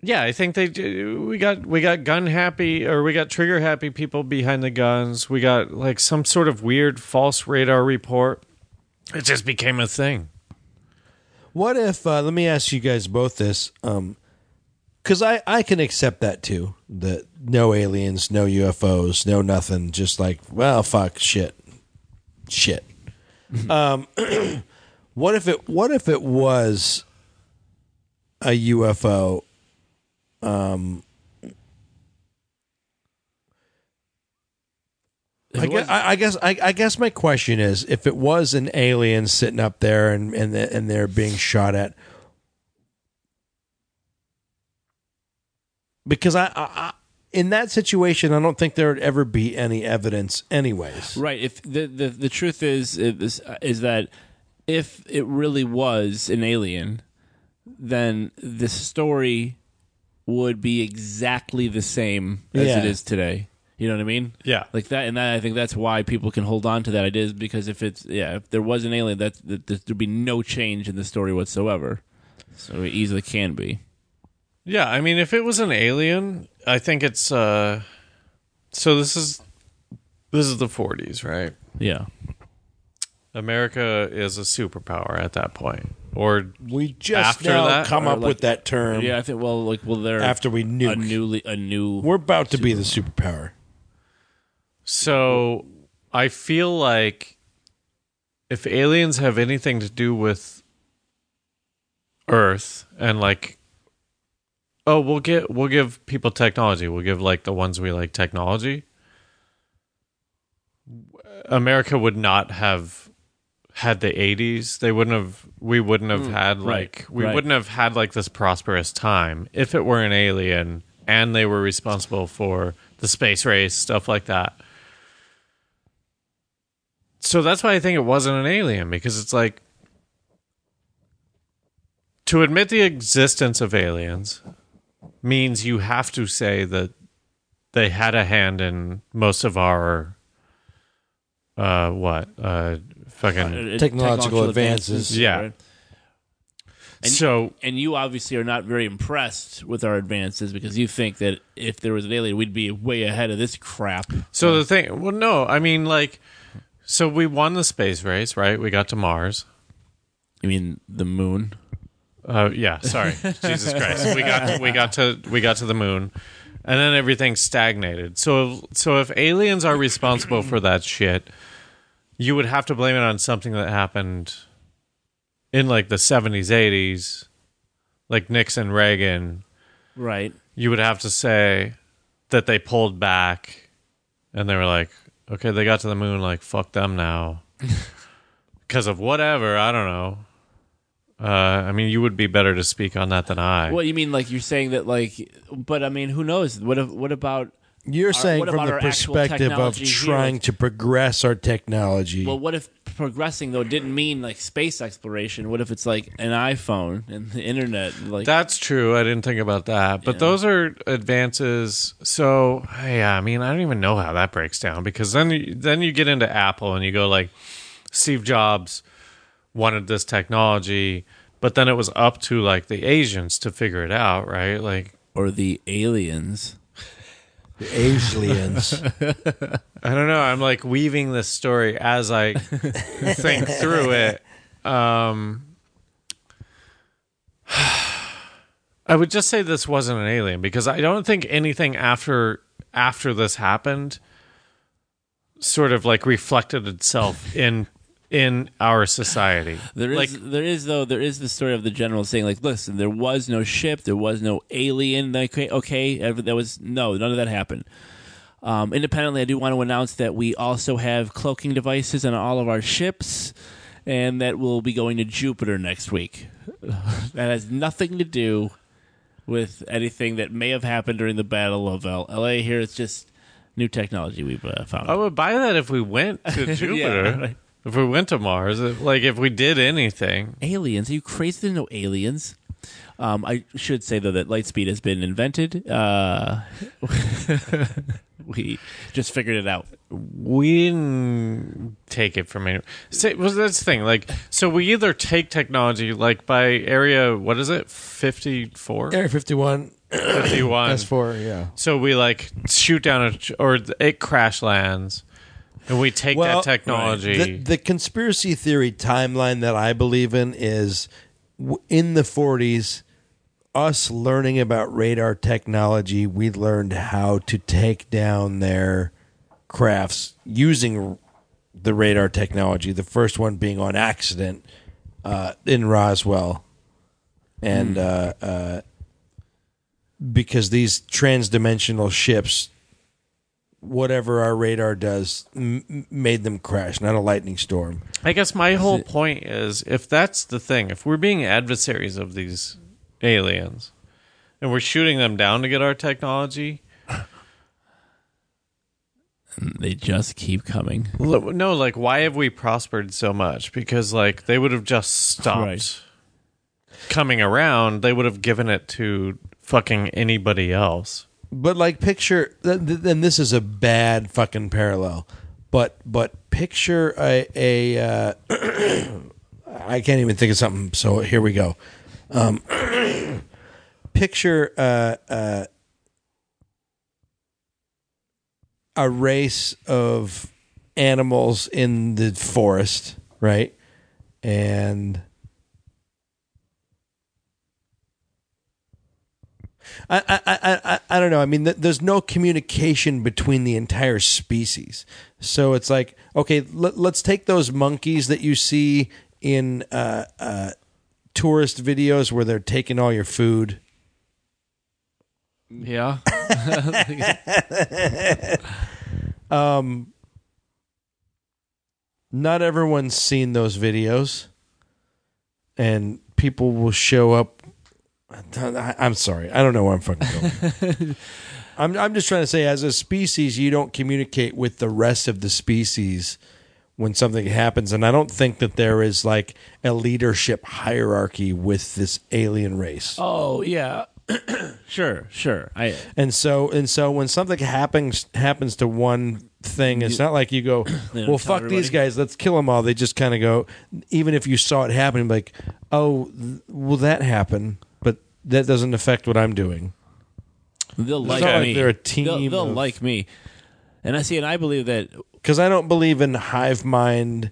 yeah, I think they do- we got we got gun happy or we got trigger happy people behind the guns. We got like some sort of weird false radar report. It just became a thing.
what if, uh, let me ask you guys both this. Um, because I, I can accept that too. That no aliens, no UFOs, no nothing. Just like, well, fuck, shit, shit. um, what if it? What if it was a UFO? Um, I guess, I, I guess I, I guess my question is if it was an alien sitting up there and and the- and they're being shot at, because I, I, I in that situation I don't think there would ever be any evidence anyways.
Right. If the the, the truth is is is that if it really was an alien, then the story would be exactly the same as
Yeah.
it is today. You know what I mean?
Yeah.
Like that, and that I think that's why people can hold on to that idea is because if it's yeah, if there was an alien, that, that, that there'd be no change in the story whatsoever. So it easily can be.
Yeah, I mean, if it was an alien, I think it's uh. So this is this is the forties, right?
Yeah.
America is a superpower at that point, or
We just
After
now
that,
come
or
up with that term
Yeah, I think well, like well, there
Um, after we
a
nuke.
newly a new
We're about to be the superpower.
So I feel like if aliens have anything to do with Earth and like oh we'll get we'll give people technology. We'll give like the ones we like technology. America would not have had the 80s. They wouldn't have we wouldn't have had
Hmm. right,
like we
right.
wouldn't have had like this prosperous time if it were an alien and they were responsible for the space race stuff like that so that's why I think it wasn't an alien because it's like to admit the existence of aliens means you have to say that they had a hand in most of our uh what uh fucking
technological,
advances.
Yeah.
right? and-
so
and you obviously are not very impressed with our advances because you think that if there was an alien, we'd be way ahead of this crap.
So the thing, well, no, I mean, like, so we won the space race, right? We got to Mars.
I mean, the moon.
Uh, yeah, sorry, Jesus Christ, we got we got to we got to the moon, and then everything stagnated. So so if aliens are responsible for that shit, you would have to blame it on something that happened in like the seventies, eighties, like Nixon, Reagan.
Right.
you would have to say that they pulled back and they were like, okay, they got to the moon, like, fuck them now. Because of whatever, I don't know. Uh, I mean, you would be better to speak on that than I.
Well, you mean like you're saying that like, but I mean, who knows? What if, what about?
You're saying
what
from
about
the
our actual
perspective of
technology here?
trying to progress our technology.
Well, what if progressing though didn't mean like space exploration? What if it's like an iPhone and the internet? and, Like
That's true. I didn't think about that. But those are advances. So yeah, I mean, I don't even know how that breaks down because then you, then you get into Apple and you go like, Steve Jobs wanted this technology, but then it was up to like the Asians to figure it out, right? Like
or the aliens.
aliens.
I don't know. I'm like weaving this story as I think through it. Um, I would just say this wasn't an alien because I don't think anything after after this happened sort of like reflected itself in in our society.
There is,
like
there is though, there is the story of the general saying, like, listen, there was no ship, there was no alien. Like, okay, okay, ever- that was no, none of that happened. Um, independently, I do want to announce that we also have cloaking devices on all of our ships, and that we'll be going to Jupiter next week. that has nothing to do with anything that may have happened during the Battle of L- LA. Here, it's just new technology we've uh, found.
I would buy that if we went to Jupiter.
right.
If we went to Mars, if, like if we did anything,
aliens. Are you crazy? There's no aliens. Um, I should say though that lightspeed has been invented. Uh, we just figured it out.
we didn't take it from anywhere. Say, was this thing like so? We either take technology like by area. What is it? Fifty four.
Area 51,
Fifty one.
S4, yeah.
So we like shoot down a tr- or it crash lands, and we take that technology.
The, the conspiracy theory timeline that I believe in is w- in the 40s, us learning about radar technology, we learned how to take down their crafts using r- the radar technology, the first one being on accident uh, in Roswell. And
Hmm.
uh, uh, because these transdimensional ships whatever our radar does m- m- made them crash, not a lightning storm.
I guess my whole point is if that's the thing, if we're being adversaries of these aliens and we're shooting them down to get our technology,
They just keep coming.
l- no, like why have we prospered so much? Because like they would have just stopped
Right.
coming around, they would have given it to fucking anybody else.
But like picture, th- th- then this is a bad fucking parallel. But but picture a a uh, I can't even think of something. So here we go. Um, picture uh, uh, a race of animals in the forest, right? And I, I, I, I, I don't know. I mean, th- there's no communication between the entire species. So it's like, okay, let, let's take those monkeys that you see in uh, uh, tourist videos where they're taking all your food.
Yeah.
Um, Not everyone's seen those videos, and people will show up. I- I'm sorry, I don't know where I'm fucking going. I'm I'm just trying to say, as a species, you don't communicate with the rest of the species when something happens, and I don't think that there is like a leadership hierarchy with this alien race.
oh yeah. sure. Sure. I.
And so and so when something happens happens to one thing, it's not like you go,
don't
well,
tell
fuck these
everybody.
guys, let's kill them all. They just kind of go, even if you saw it happening, like, oh, th- will that happen? But that doesn't affect what I'm doing.
They'll like
not like
me.
they're a
They'll,
team
they'll
of-
like me. And I see, and I believe that
Because I don't believe in hive mind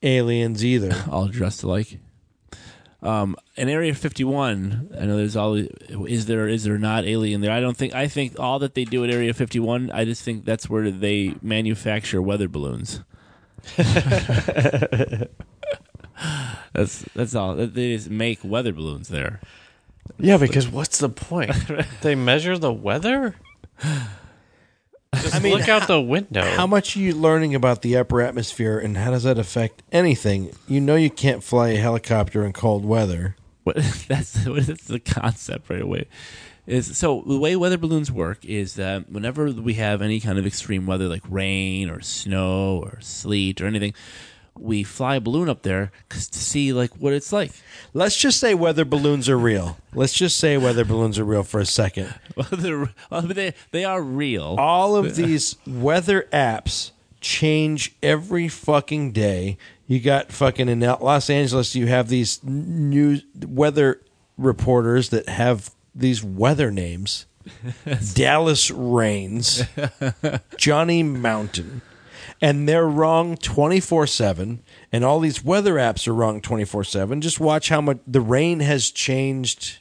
aliens either.
all dressed alike. Um, in Area 51, I know there's all is there is there not alien there? I don't think I think all that they do at Area 51, I just think that's where they manufacture weather balloons. that's that's all. They just make weather balloons there.
Yeah, because what's the point? they measure the weather? Just look out the window.
How much are you learning about the upper atmosphere and how does that affect anything? You know you can't fly a helicopter in cold weather.
What, that's what is the concept right away. Is so the way weather balloons work is that whenever we have any kind of extreme weather like rain or snow or sleet or anything, we fly a balloon up there 'cause to see like what it's like.
Let's just say whether balloons are real. Let's just say whether balloons are real for a second.
Well, they're- well, they they are real.
all of these weather apps change every fucking day. You got fucking in Los Angeles, you have these n- new weather reporters that have these weather names Dallas Rains, Johnny Mountain. And they're wrong 24 7. And all these weather apps are wrong 24 7. Just watch how much the rain has changed.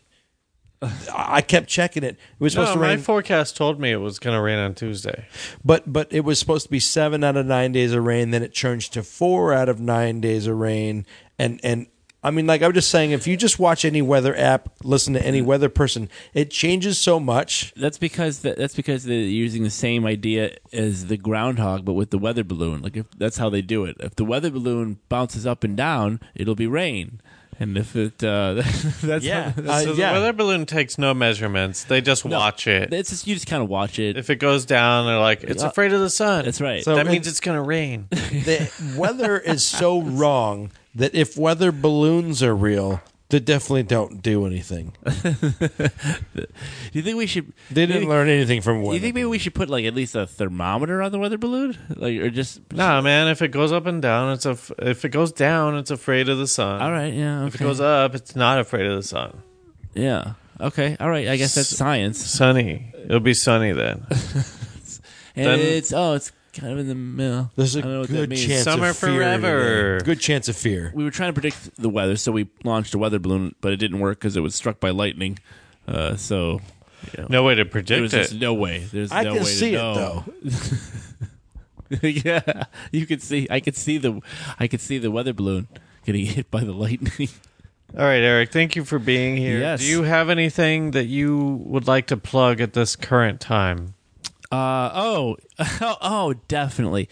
I I kept checking it. It was supposed
no,
to
Oh, my
rain
forecast told me it was going to rain on Tuesday.
but but it was supposed to be seven out of nine days of rain. Then it changed to four out of nine days of rain, and and I mean, like I'm just saying, if you just watch any weather app, listen to
Mm-hmm.
any weather person, it changes so much.
That's because the, that's because they're using the same idea as the groundhog, but with the weather balloon. Like if, that's how they do it. If the weather balloon bounces up and down, it'll be rain. And if it, uh, that's
Yeah.
how,
Uh,
So the
yeah.
weather balloon takes no measurements. They just watch it.
it's just you just kind of watch it.
if it goes down, they're like, it's
Yeah.
afraid of the sun.
That's right.
So
So
that
it-
means it's going to rain.
The weather is so wrong that if weather balloons are real, they definitely don't do anything.
do you think we should?
They didn't
maybe-
learn anything from
Do
weather.
you think maybe we should put like at least a thermometer on the weather balloon, like or just
nah, man. If it goes up and down, it's af- if it goes down, it's afraid of the sun.
All right, yeah. Okay.
If it goes up, it's not afraid of the sun.
yeah. Okay. All right. I guess that's science.
Sunny. It'll be sunny then.
And
Then-
it's oh, it's kind of in the middle.
There's
I don't know
a
what that
good
means.
chance
Summer
of fear.
forever.
today. Good chance of fear.
we were trying to predict the weather, so we launched a weather balloon, but it didn't work because it was struck by lightning. Uh, so
No way to
there
predict
was
it.
just no way. There's
I
no
can
way
see
to
it
know.
though.
yeah, you could see. I could see the. I could see the weather balloon getting hit by the lightning.
All right, Eric. Thank you for being here.
Yes.
Do you have anything that you would like to plug at this current time?
Uh, oh, oh, definitely.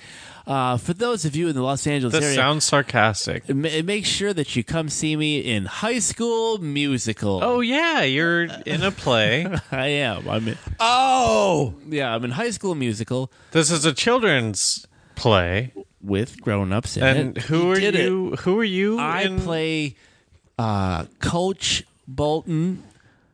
Uh, for those of you in the Los Angeles
That
area,
sounds sarcastic.
ma- make sure that you come see me in High School Musical.
Oh yeah, you're in a play.
I am. I'm in,
Oh,
yeah, I'm in High School Musical
This is a children's play.
with grown-ups in
And
it.
who are
did it.
you? Who are you?
I
in-
play uh, Coach Bolton,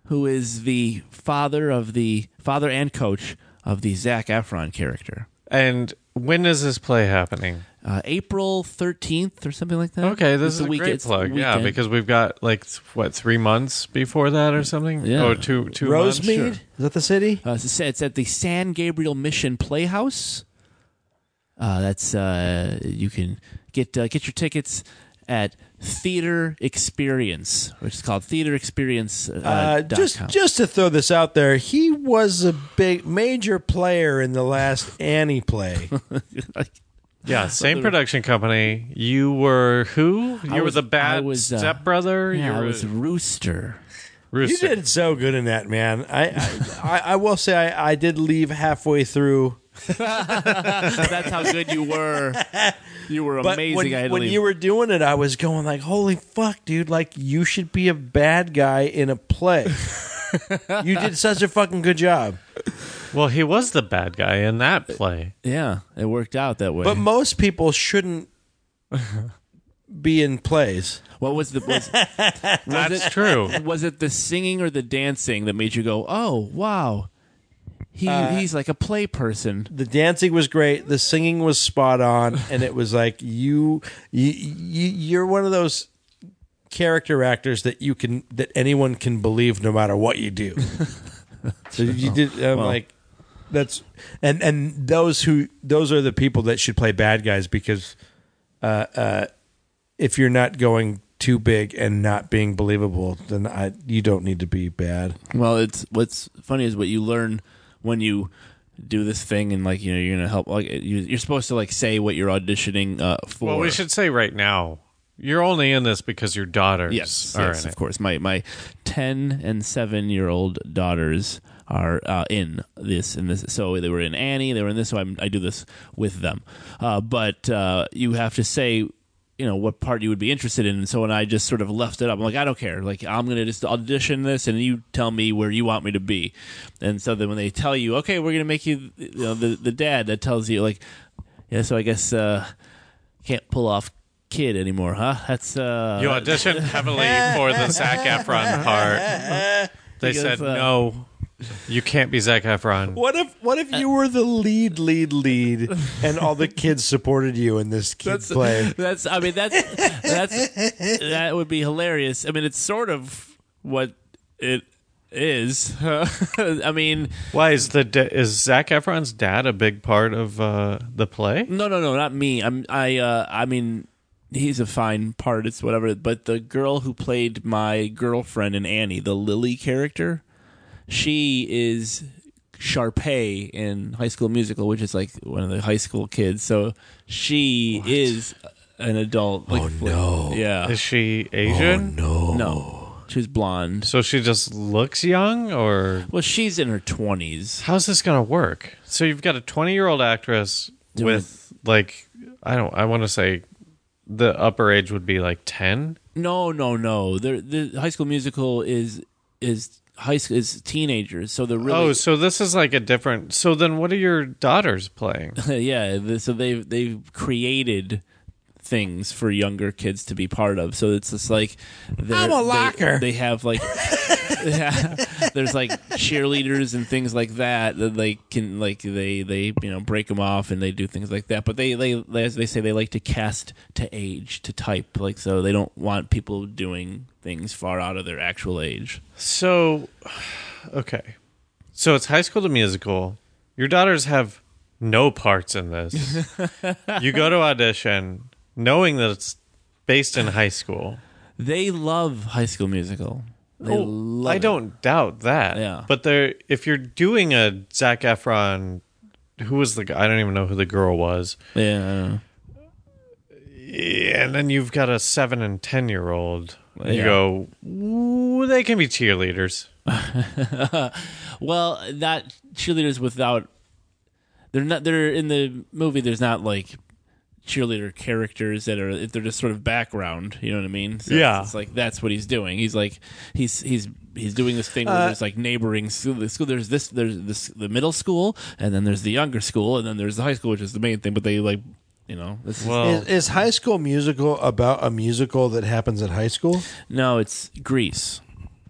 who is the father of the father and coach of the Zach Efron character.
And when is this play happening?
Uh, April thirteenth or something like that.
Okay, this
It's
is a
week-
great
it's the
plug. Yeah,
weekend.
because we've got like th- what three months before that or something.
Yeah.
Oh, two two months?
Rosemead is that the city?
uh, it's, it's at the San Gabriel Mission Playhouse. Uh, that's uh, you can get uh, get your tickets at Theater Experience, which is called Theater Experience. Uh,
Uh,
dot
just
com.
just to throw this out there, he was a big major player in the last Annie play.
Yeah, same production company. You were who? You
I
were
was-
the
I
bad
was, uh,
stepbrother.
yeah,
you
I
were
was Rooster.
you
Rooster.
did so good in that, man. I I, I, I will say I, I did leave halfway through.
That's how good you were. You were
But
amazing.
when,
I had to
when
leave.
you were doing it, I was going like, "Holy fuck, dude! Like you should be a bad guy in a play. you did such a fucking good job."
Well, he was the bad guy in that
Uh,
play.
yeah, it worked out that way.
But most people shouldn't be in plays.
what was the was,
That's true.
was it the singing or the dancing that made you go, "Oh, wow. He
Uh,
he's like a play person."
the dancing was great the singing was spot on and it was like you, you you you're one of those character actors that you can that anyone can believe no matter what you do so you did i'm like that's and and those who those are the people that should play bad guys because uh uh if you're not going too big and not being believable then i you don't need to be bad
Well, it's what's funny is what you learn when you do this thing and like you know you're gonna help like you- you're supposed to like say what you're auditioning uh, for
Well, we should say right now. You're only in this because your daughters
Yes,
are
yes,
in
of
it.
course. My my ten and seven year old daughters are uh, in this and this. So they were in Annie. They were in this. So I'm, I do this with them. Uh, but uh, you have to say. You know what part you would be interested in, and so when I just sort of left it up, I'm like, I don't care. Like I'm gonna just audition this, and you tell me where you want me to be. And so then when they tell you, okay, we're gonna make you, you know, the the dad that tells you like, yeah. So I guess uh, can't pull off kid anymore, huh? That's uh,
You auditioned heavily for the Zac Efron part. They
Because,
said
uh,
no. You can't be Zac Efron.
What if what if you were the lead, lead, lead, and all the kids supported you in this kid play?
That's I mean that's that's that would be hilarious. I mean it's sort of what it is. I mean
Why is the da- is Zac Efron's dad a big part of uh, the play?
no no no not me. I'm I uh I mean he's a fine part it's whatever but the girl who played my girlfriend in Annie, the Lily character, she is Sharpay in High School Musical, which is like one of the high school kids. So she is an adult. Like,
Oh, no. Oh.
Yeah.
Is she Asian?
No.
No. She's blonde.
So she just looks young, or
Well, she's in her 20s.
how's this gonna work? So you've got a 20 year old actress
Doing-
with like I don't I want to say the upper age would be like 10.
No, no, no. The the High School Musical is is high school is teenagers. So they're
Oh,
really
so this is like a different. So then, what are your daughters playing?
yeah. the- So they've they've created things for younger kids to be part of. So it's just like they're-
I'm a
they-
locker.
They, have like yeah, there's like cheerleaders and things like that that they can like they they you know break them off and they do things like that. But they they as they say they like to cast to age to type like so they don't want people doing things far out of their actual age.
So, okay, so it's High School to Musical. Your daughters have no parts in this. you go to audition knowing that it's based in high school.
They love High School Musical. They
Oh,
love
I
it.
don't doubt that.
Yeah.
But there, if you're doing a Zac Efron, who was the? g- I don't even know who the girl was.
Yeah.
and then you've got a seven and ten year old. You
Yeah.
go, "Ooh, they can be cheerleaders.
Well, not cheerleaders without. They're not. They're in the movie. There's not like cheerleader characters that are. They're just sort of background. You know what I mean? So
Yeah.
It's, it's like that's what he's doing. He's like he's he's he's doing this thing where
Uh,
there's like neighboring school. The school there's this there's this the middle school and then there's the younger school and then there's the high school, which is the main thing. But they like you know this is-
Well,
Is, is High School Musical about a musical that happens at high school?
no, it's Greece.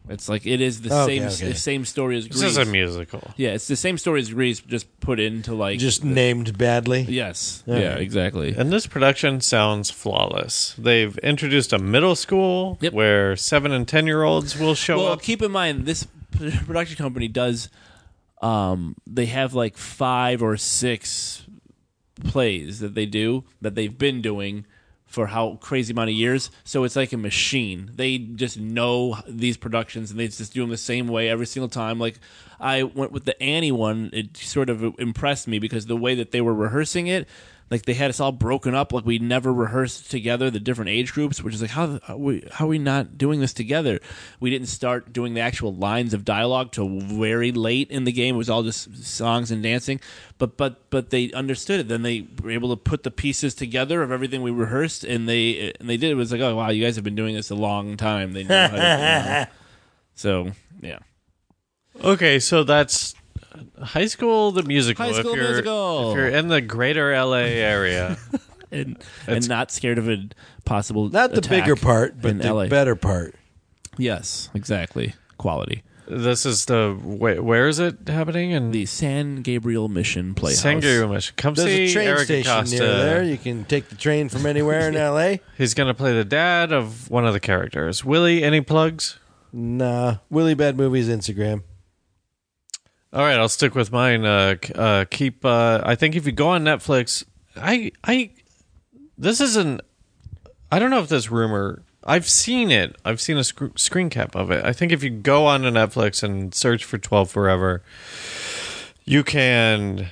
It's like it is the
Okay,
same
okay.
the same story as
this
Greece.
is a musical.
yeah, it's the same story as Greece, just put into like
Just named badly.
Yes. Yeah, exactly.
And this production sounds flawless. They've introduced a middle school
Yep.
where seven and ten year olds will show
Well,
up.
keep in mind this p- production company does um they have like 5 or 6 plays that they do that they've been doing for how crazy amount of years. So it's like a machine. They just know these productions and they just do them the same way every single time. Like I went with the Annie one. It sort of impressed me because the way that they were rehearsing it, like they had us all broken up. Like we never rehearsed together, the different age groups, which is like, how, the- how, we, how are we not doing this together? We didn't start doing the actual lines of dialogue till very late in the game. It was all just songs and dancing. But, but, but they understood it. Then they were able to put the pieces together of everything we rehearsed and they, and they did. It was like, oh, wow, you guys have been doing this a long time. They knew how to, you know. So, yeah.
Okay, so that's high school the musical.
High School
if you're,
Musical.
If you're in the greater LA area.
And, and not scared of a possible
Not the
attack
bigger part,
in
but the
LA.
better part.
Yes, exactly. Quality.
this is the wait, where is it happening? In
The San Gabriel Mission Playhouse.
Sangria Mission. Come
There's
see
a train
Eric
station
Acosta.
near there. You can take the train from anywhere in LA.
He's gonna play the dad of one of the characters. Willie, any plugs?
Nah. Willie Bad Movies Instagram.
All right, I'll stick with mine. Uh, k- uh, keep. Uh, I think if you go on Netflix, I, I, this isn't. I don't know if this rumor. I've seen it. I've seen a sc- screen cap of it. I think if you go on to Netflix and search for Twelve Forever, you can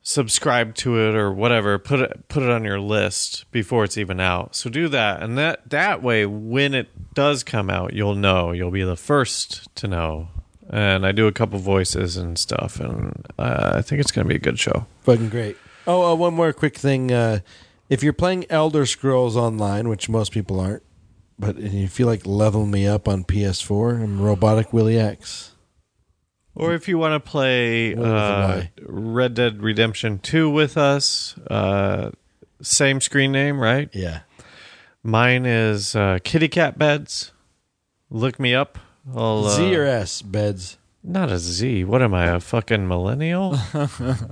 subscribe to it or whatever. Put it put it on your list before it's even out. So do that, and that that way, when it does come out, you'll know. You'll be the first to know. And I do a couple voices and stuff, and uh, I think it's going to be a good show.
Fucking great. Oh, uh, one more quick thing. Uh, if you're playing Elder Scrolls Online, which most people aren't, but if you feel like leveling me up on PS4, I'm Robotic Willie X.
Or if you want to play
What was the
uh,
lie?
Red Dead Redemption 2 with us, uh, same screen name, right?
Yeah.
Mine is uh, Kitty Cat Beds. Look me up. I'll, uh,
Z or S beds.
Not a Z. What am I, a fucking millennial?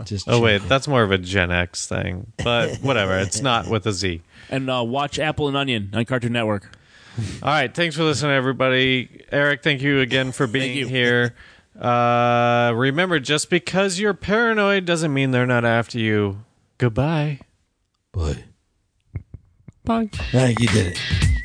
Just
oh, wait, that's more of a Gen X thing. But whatever, it's not with a Z.
And uh, watch Apple and Onion on Cartoon Network.
All right. Thanks for listening, everybody. Eric, thank you again for being
you.
here. Uh, remember, just because you're paranoid doesn't mean they're not after you. Goodbye.
Boy.
Bye.
Ah, you did it.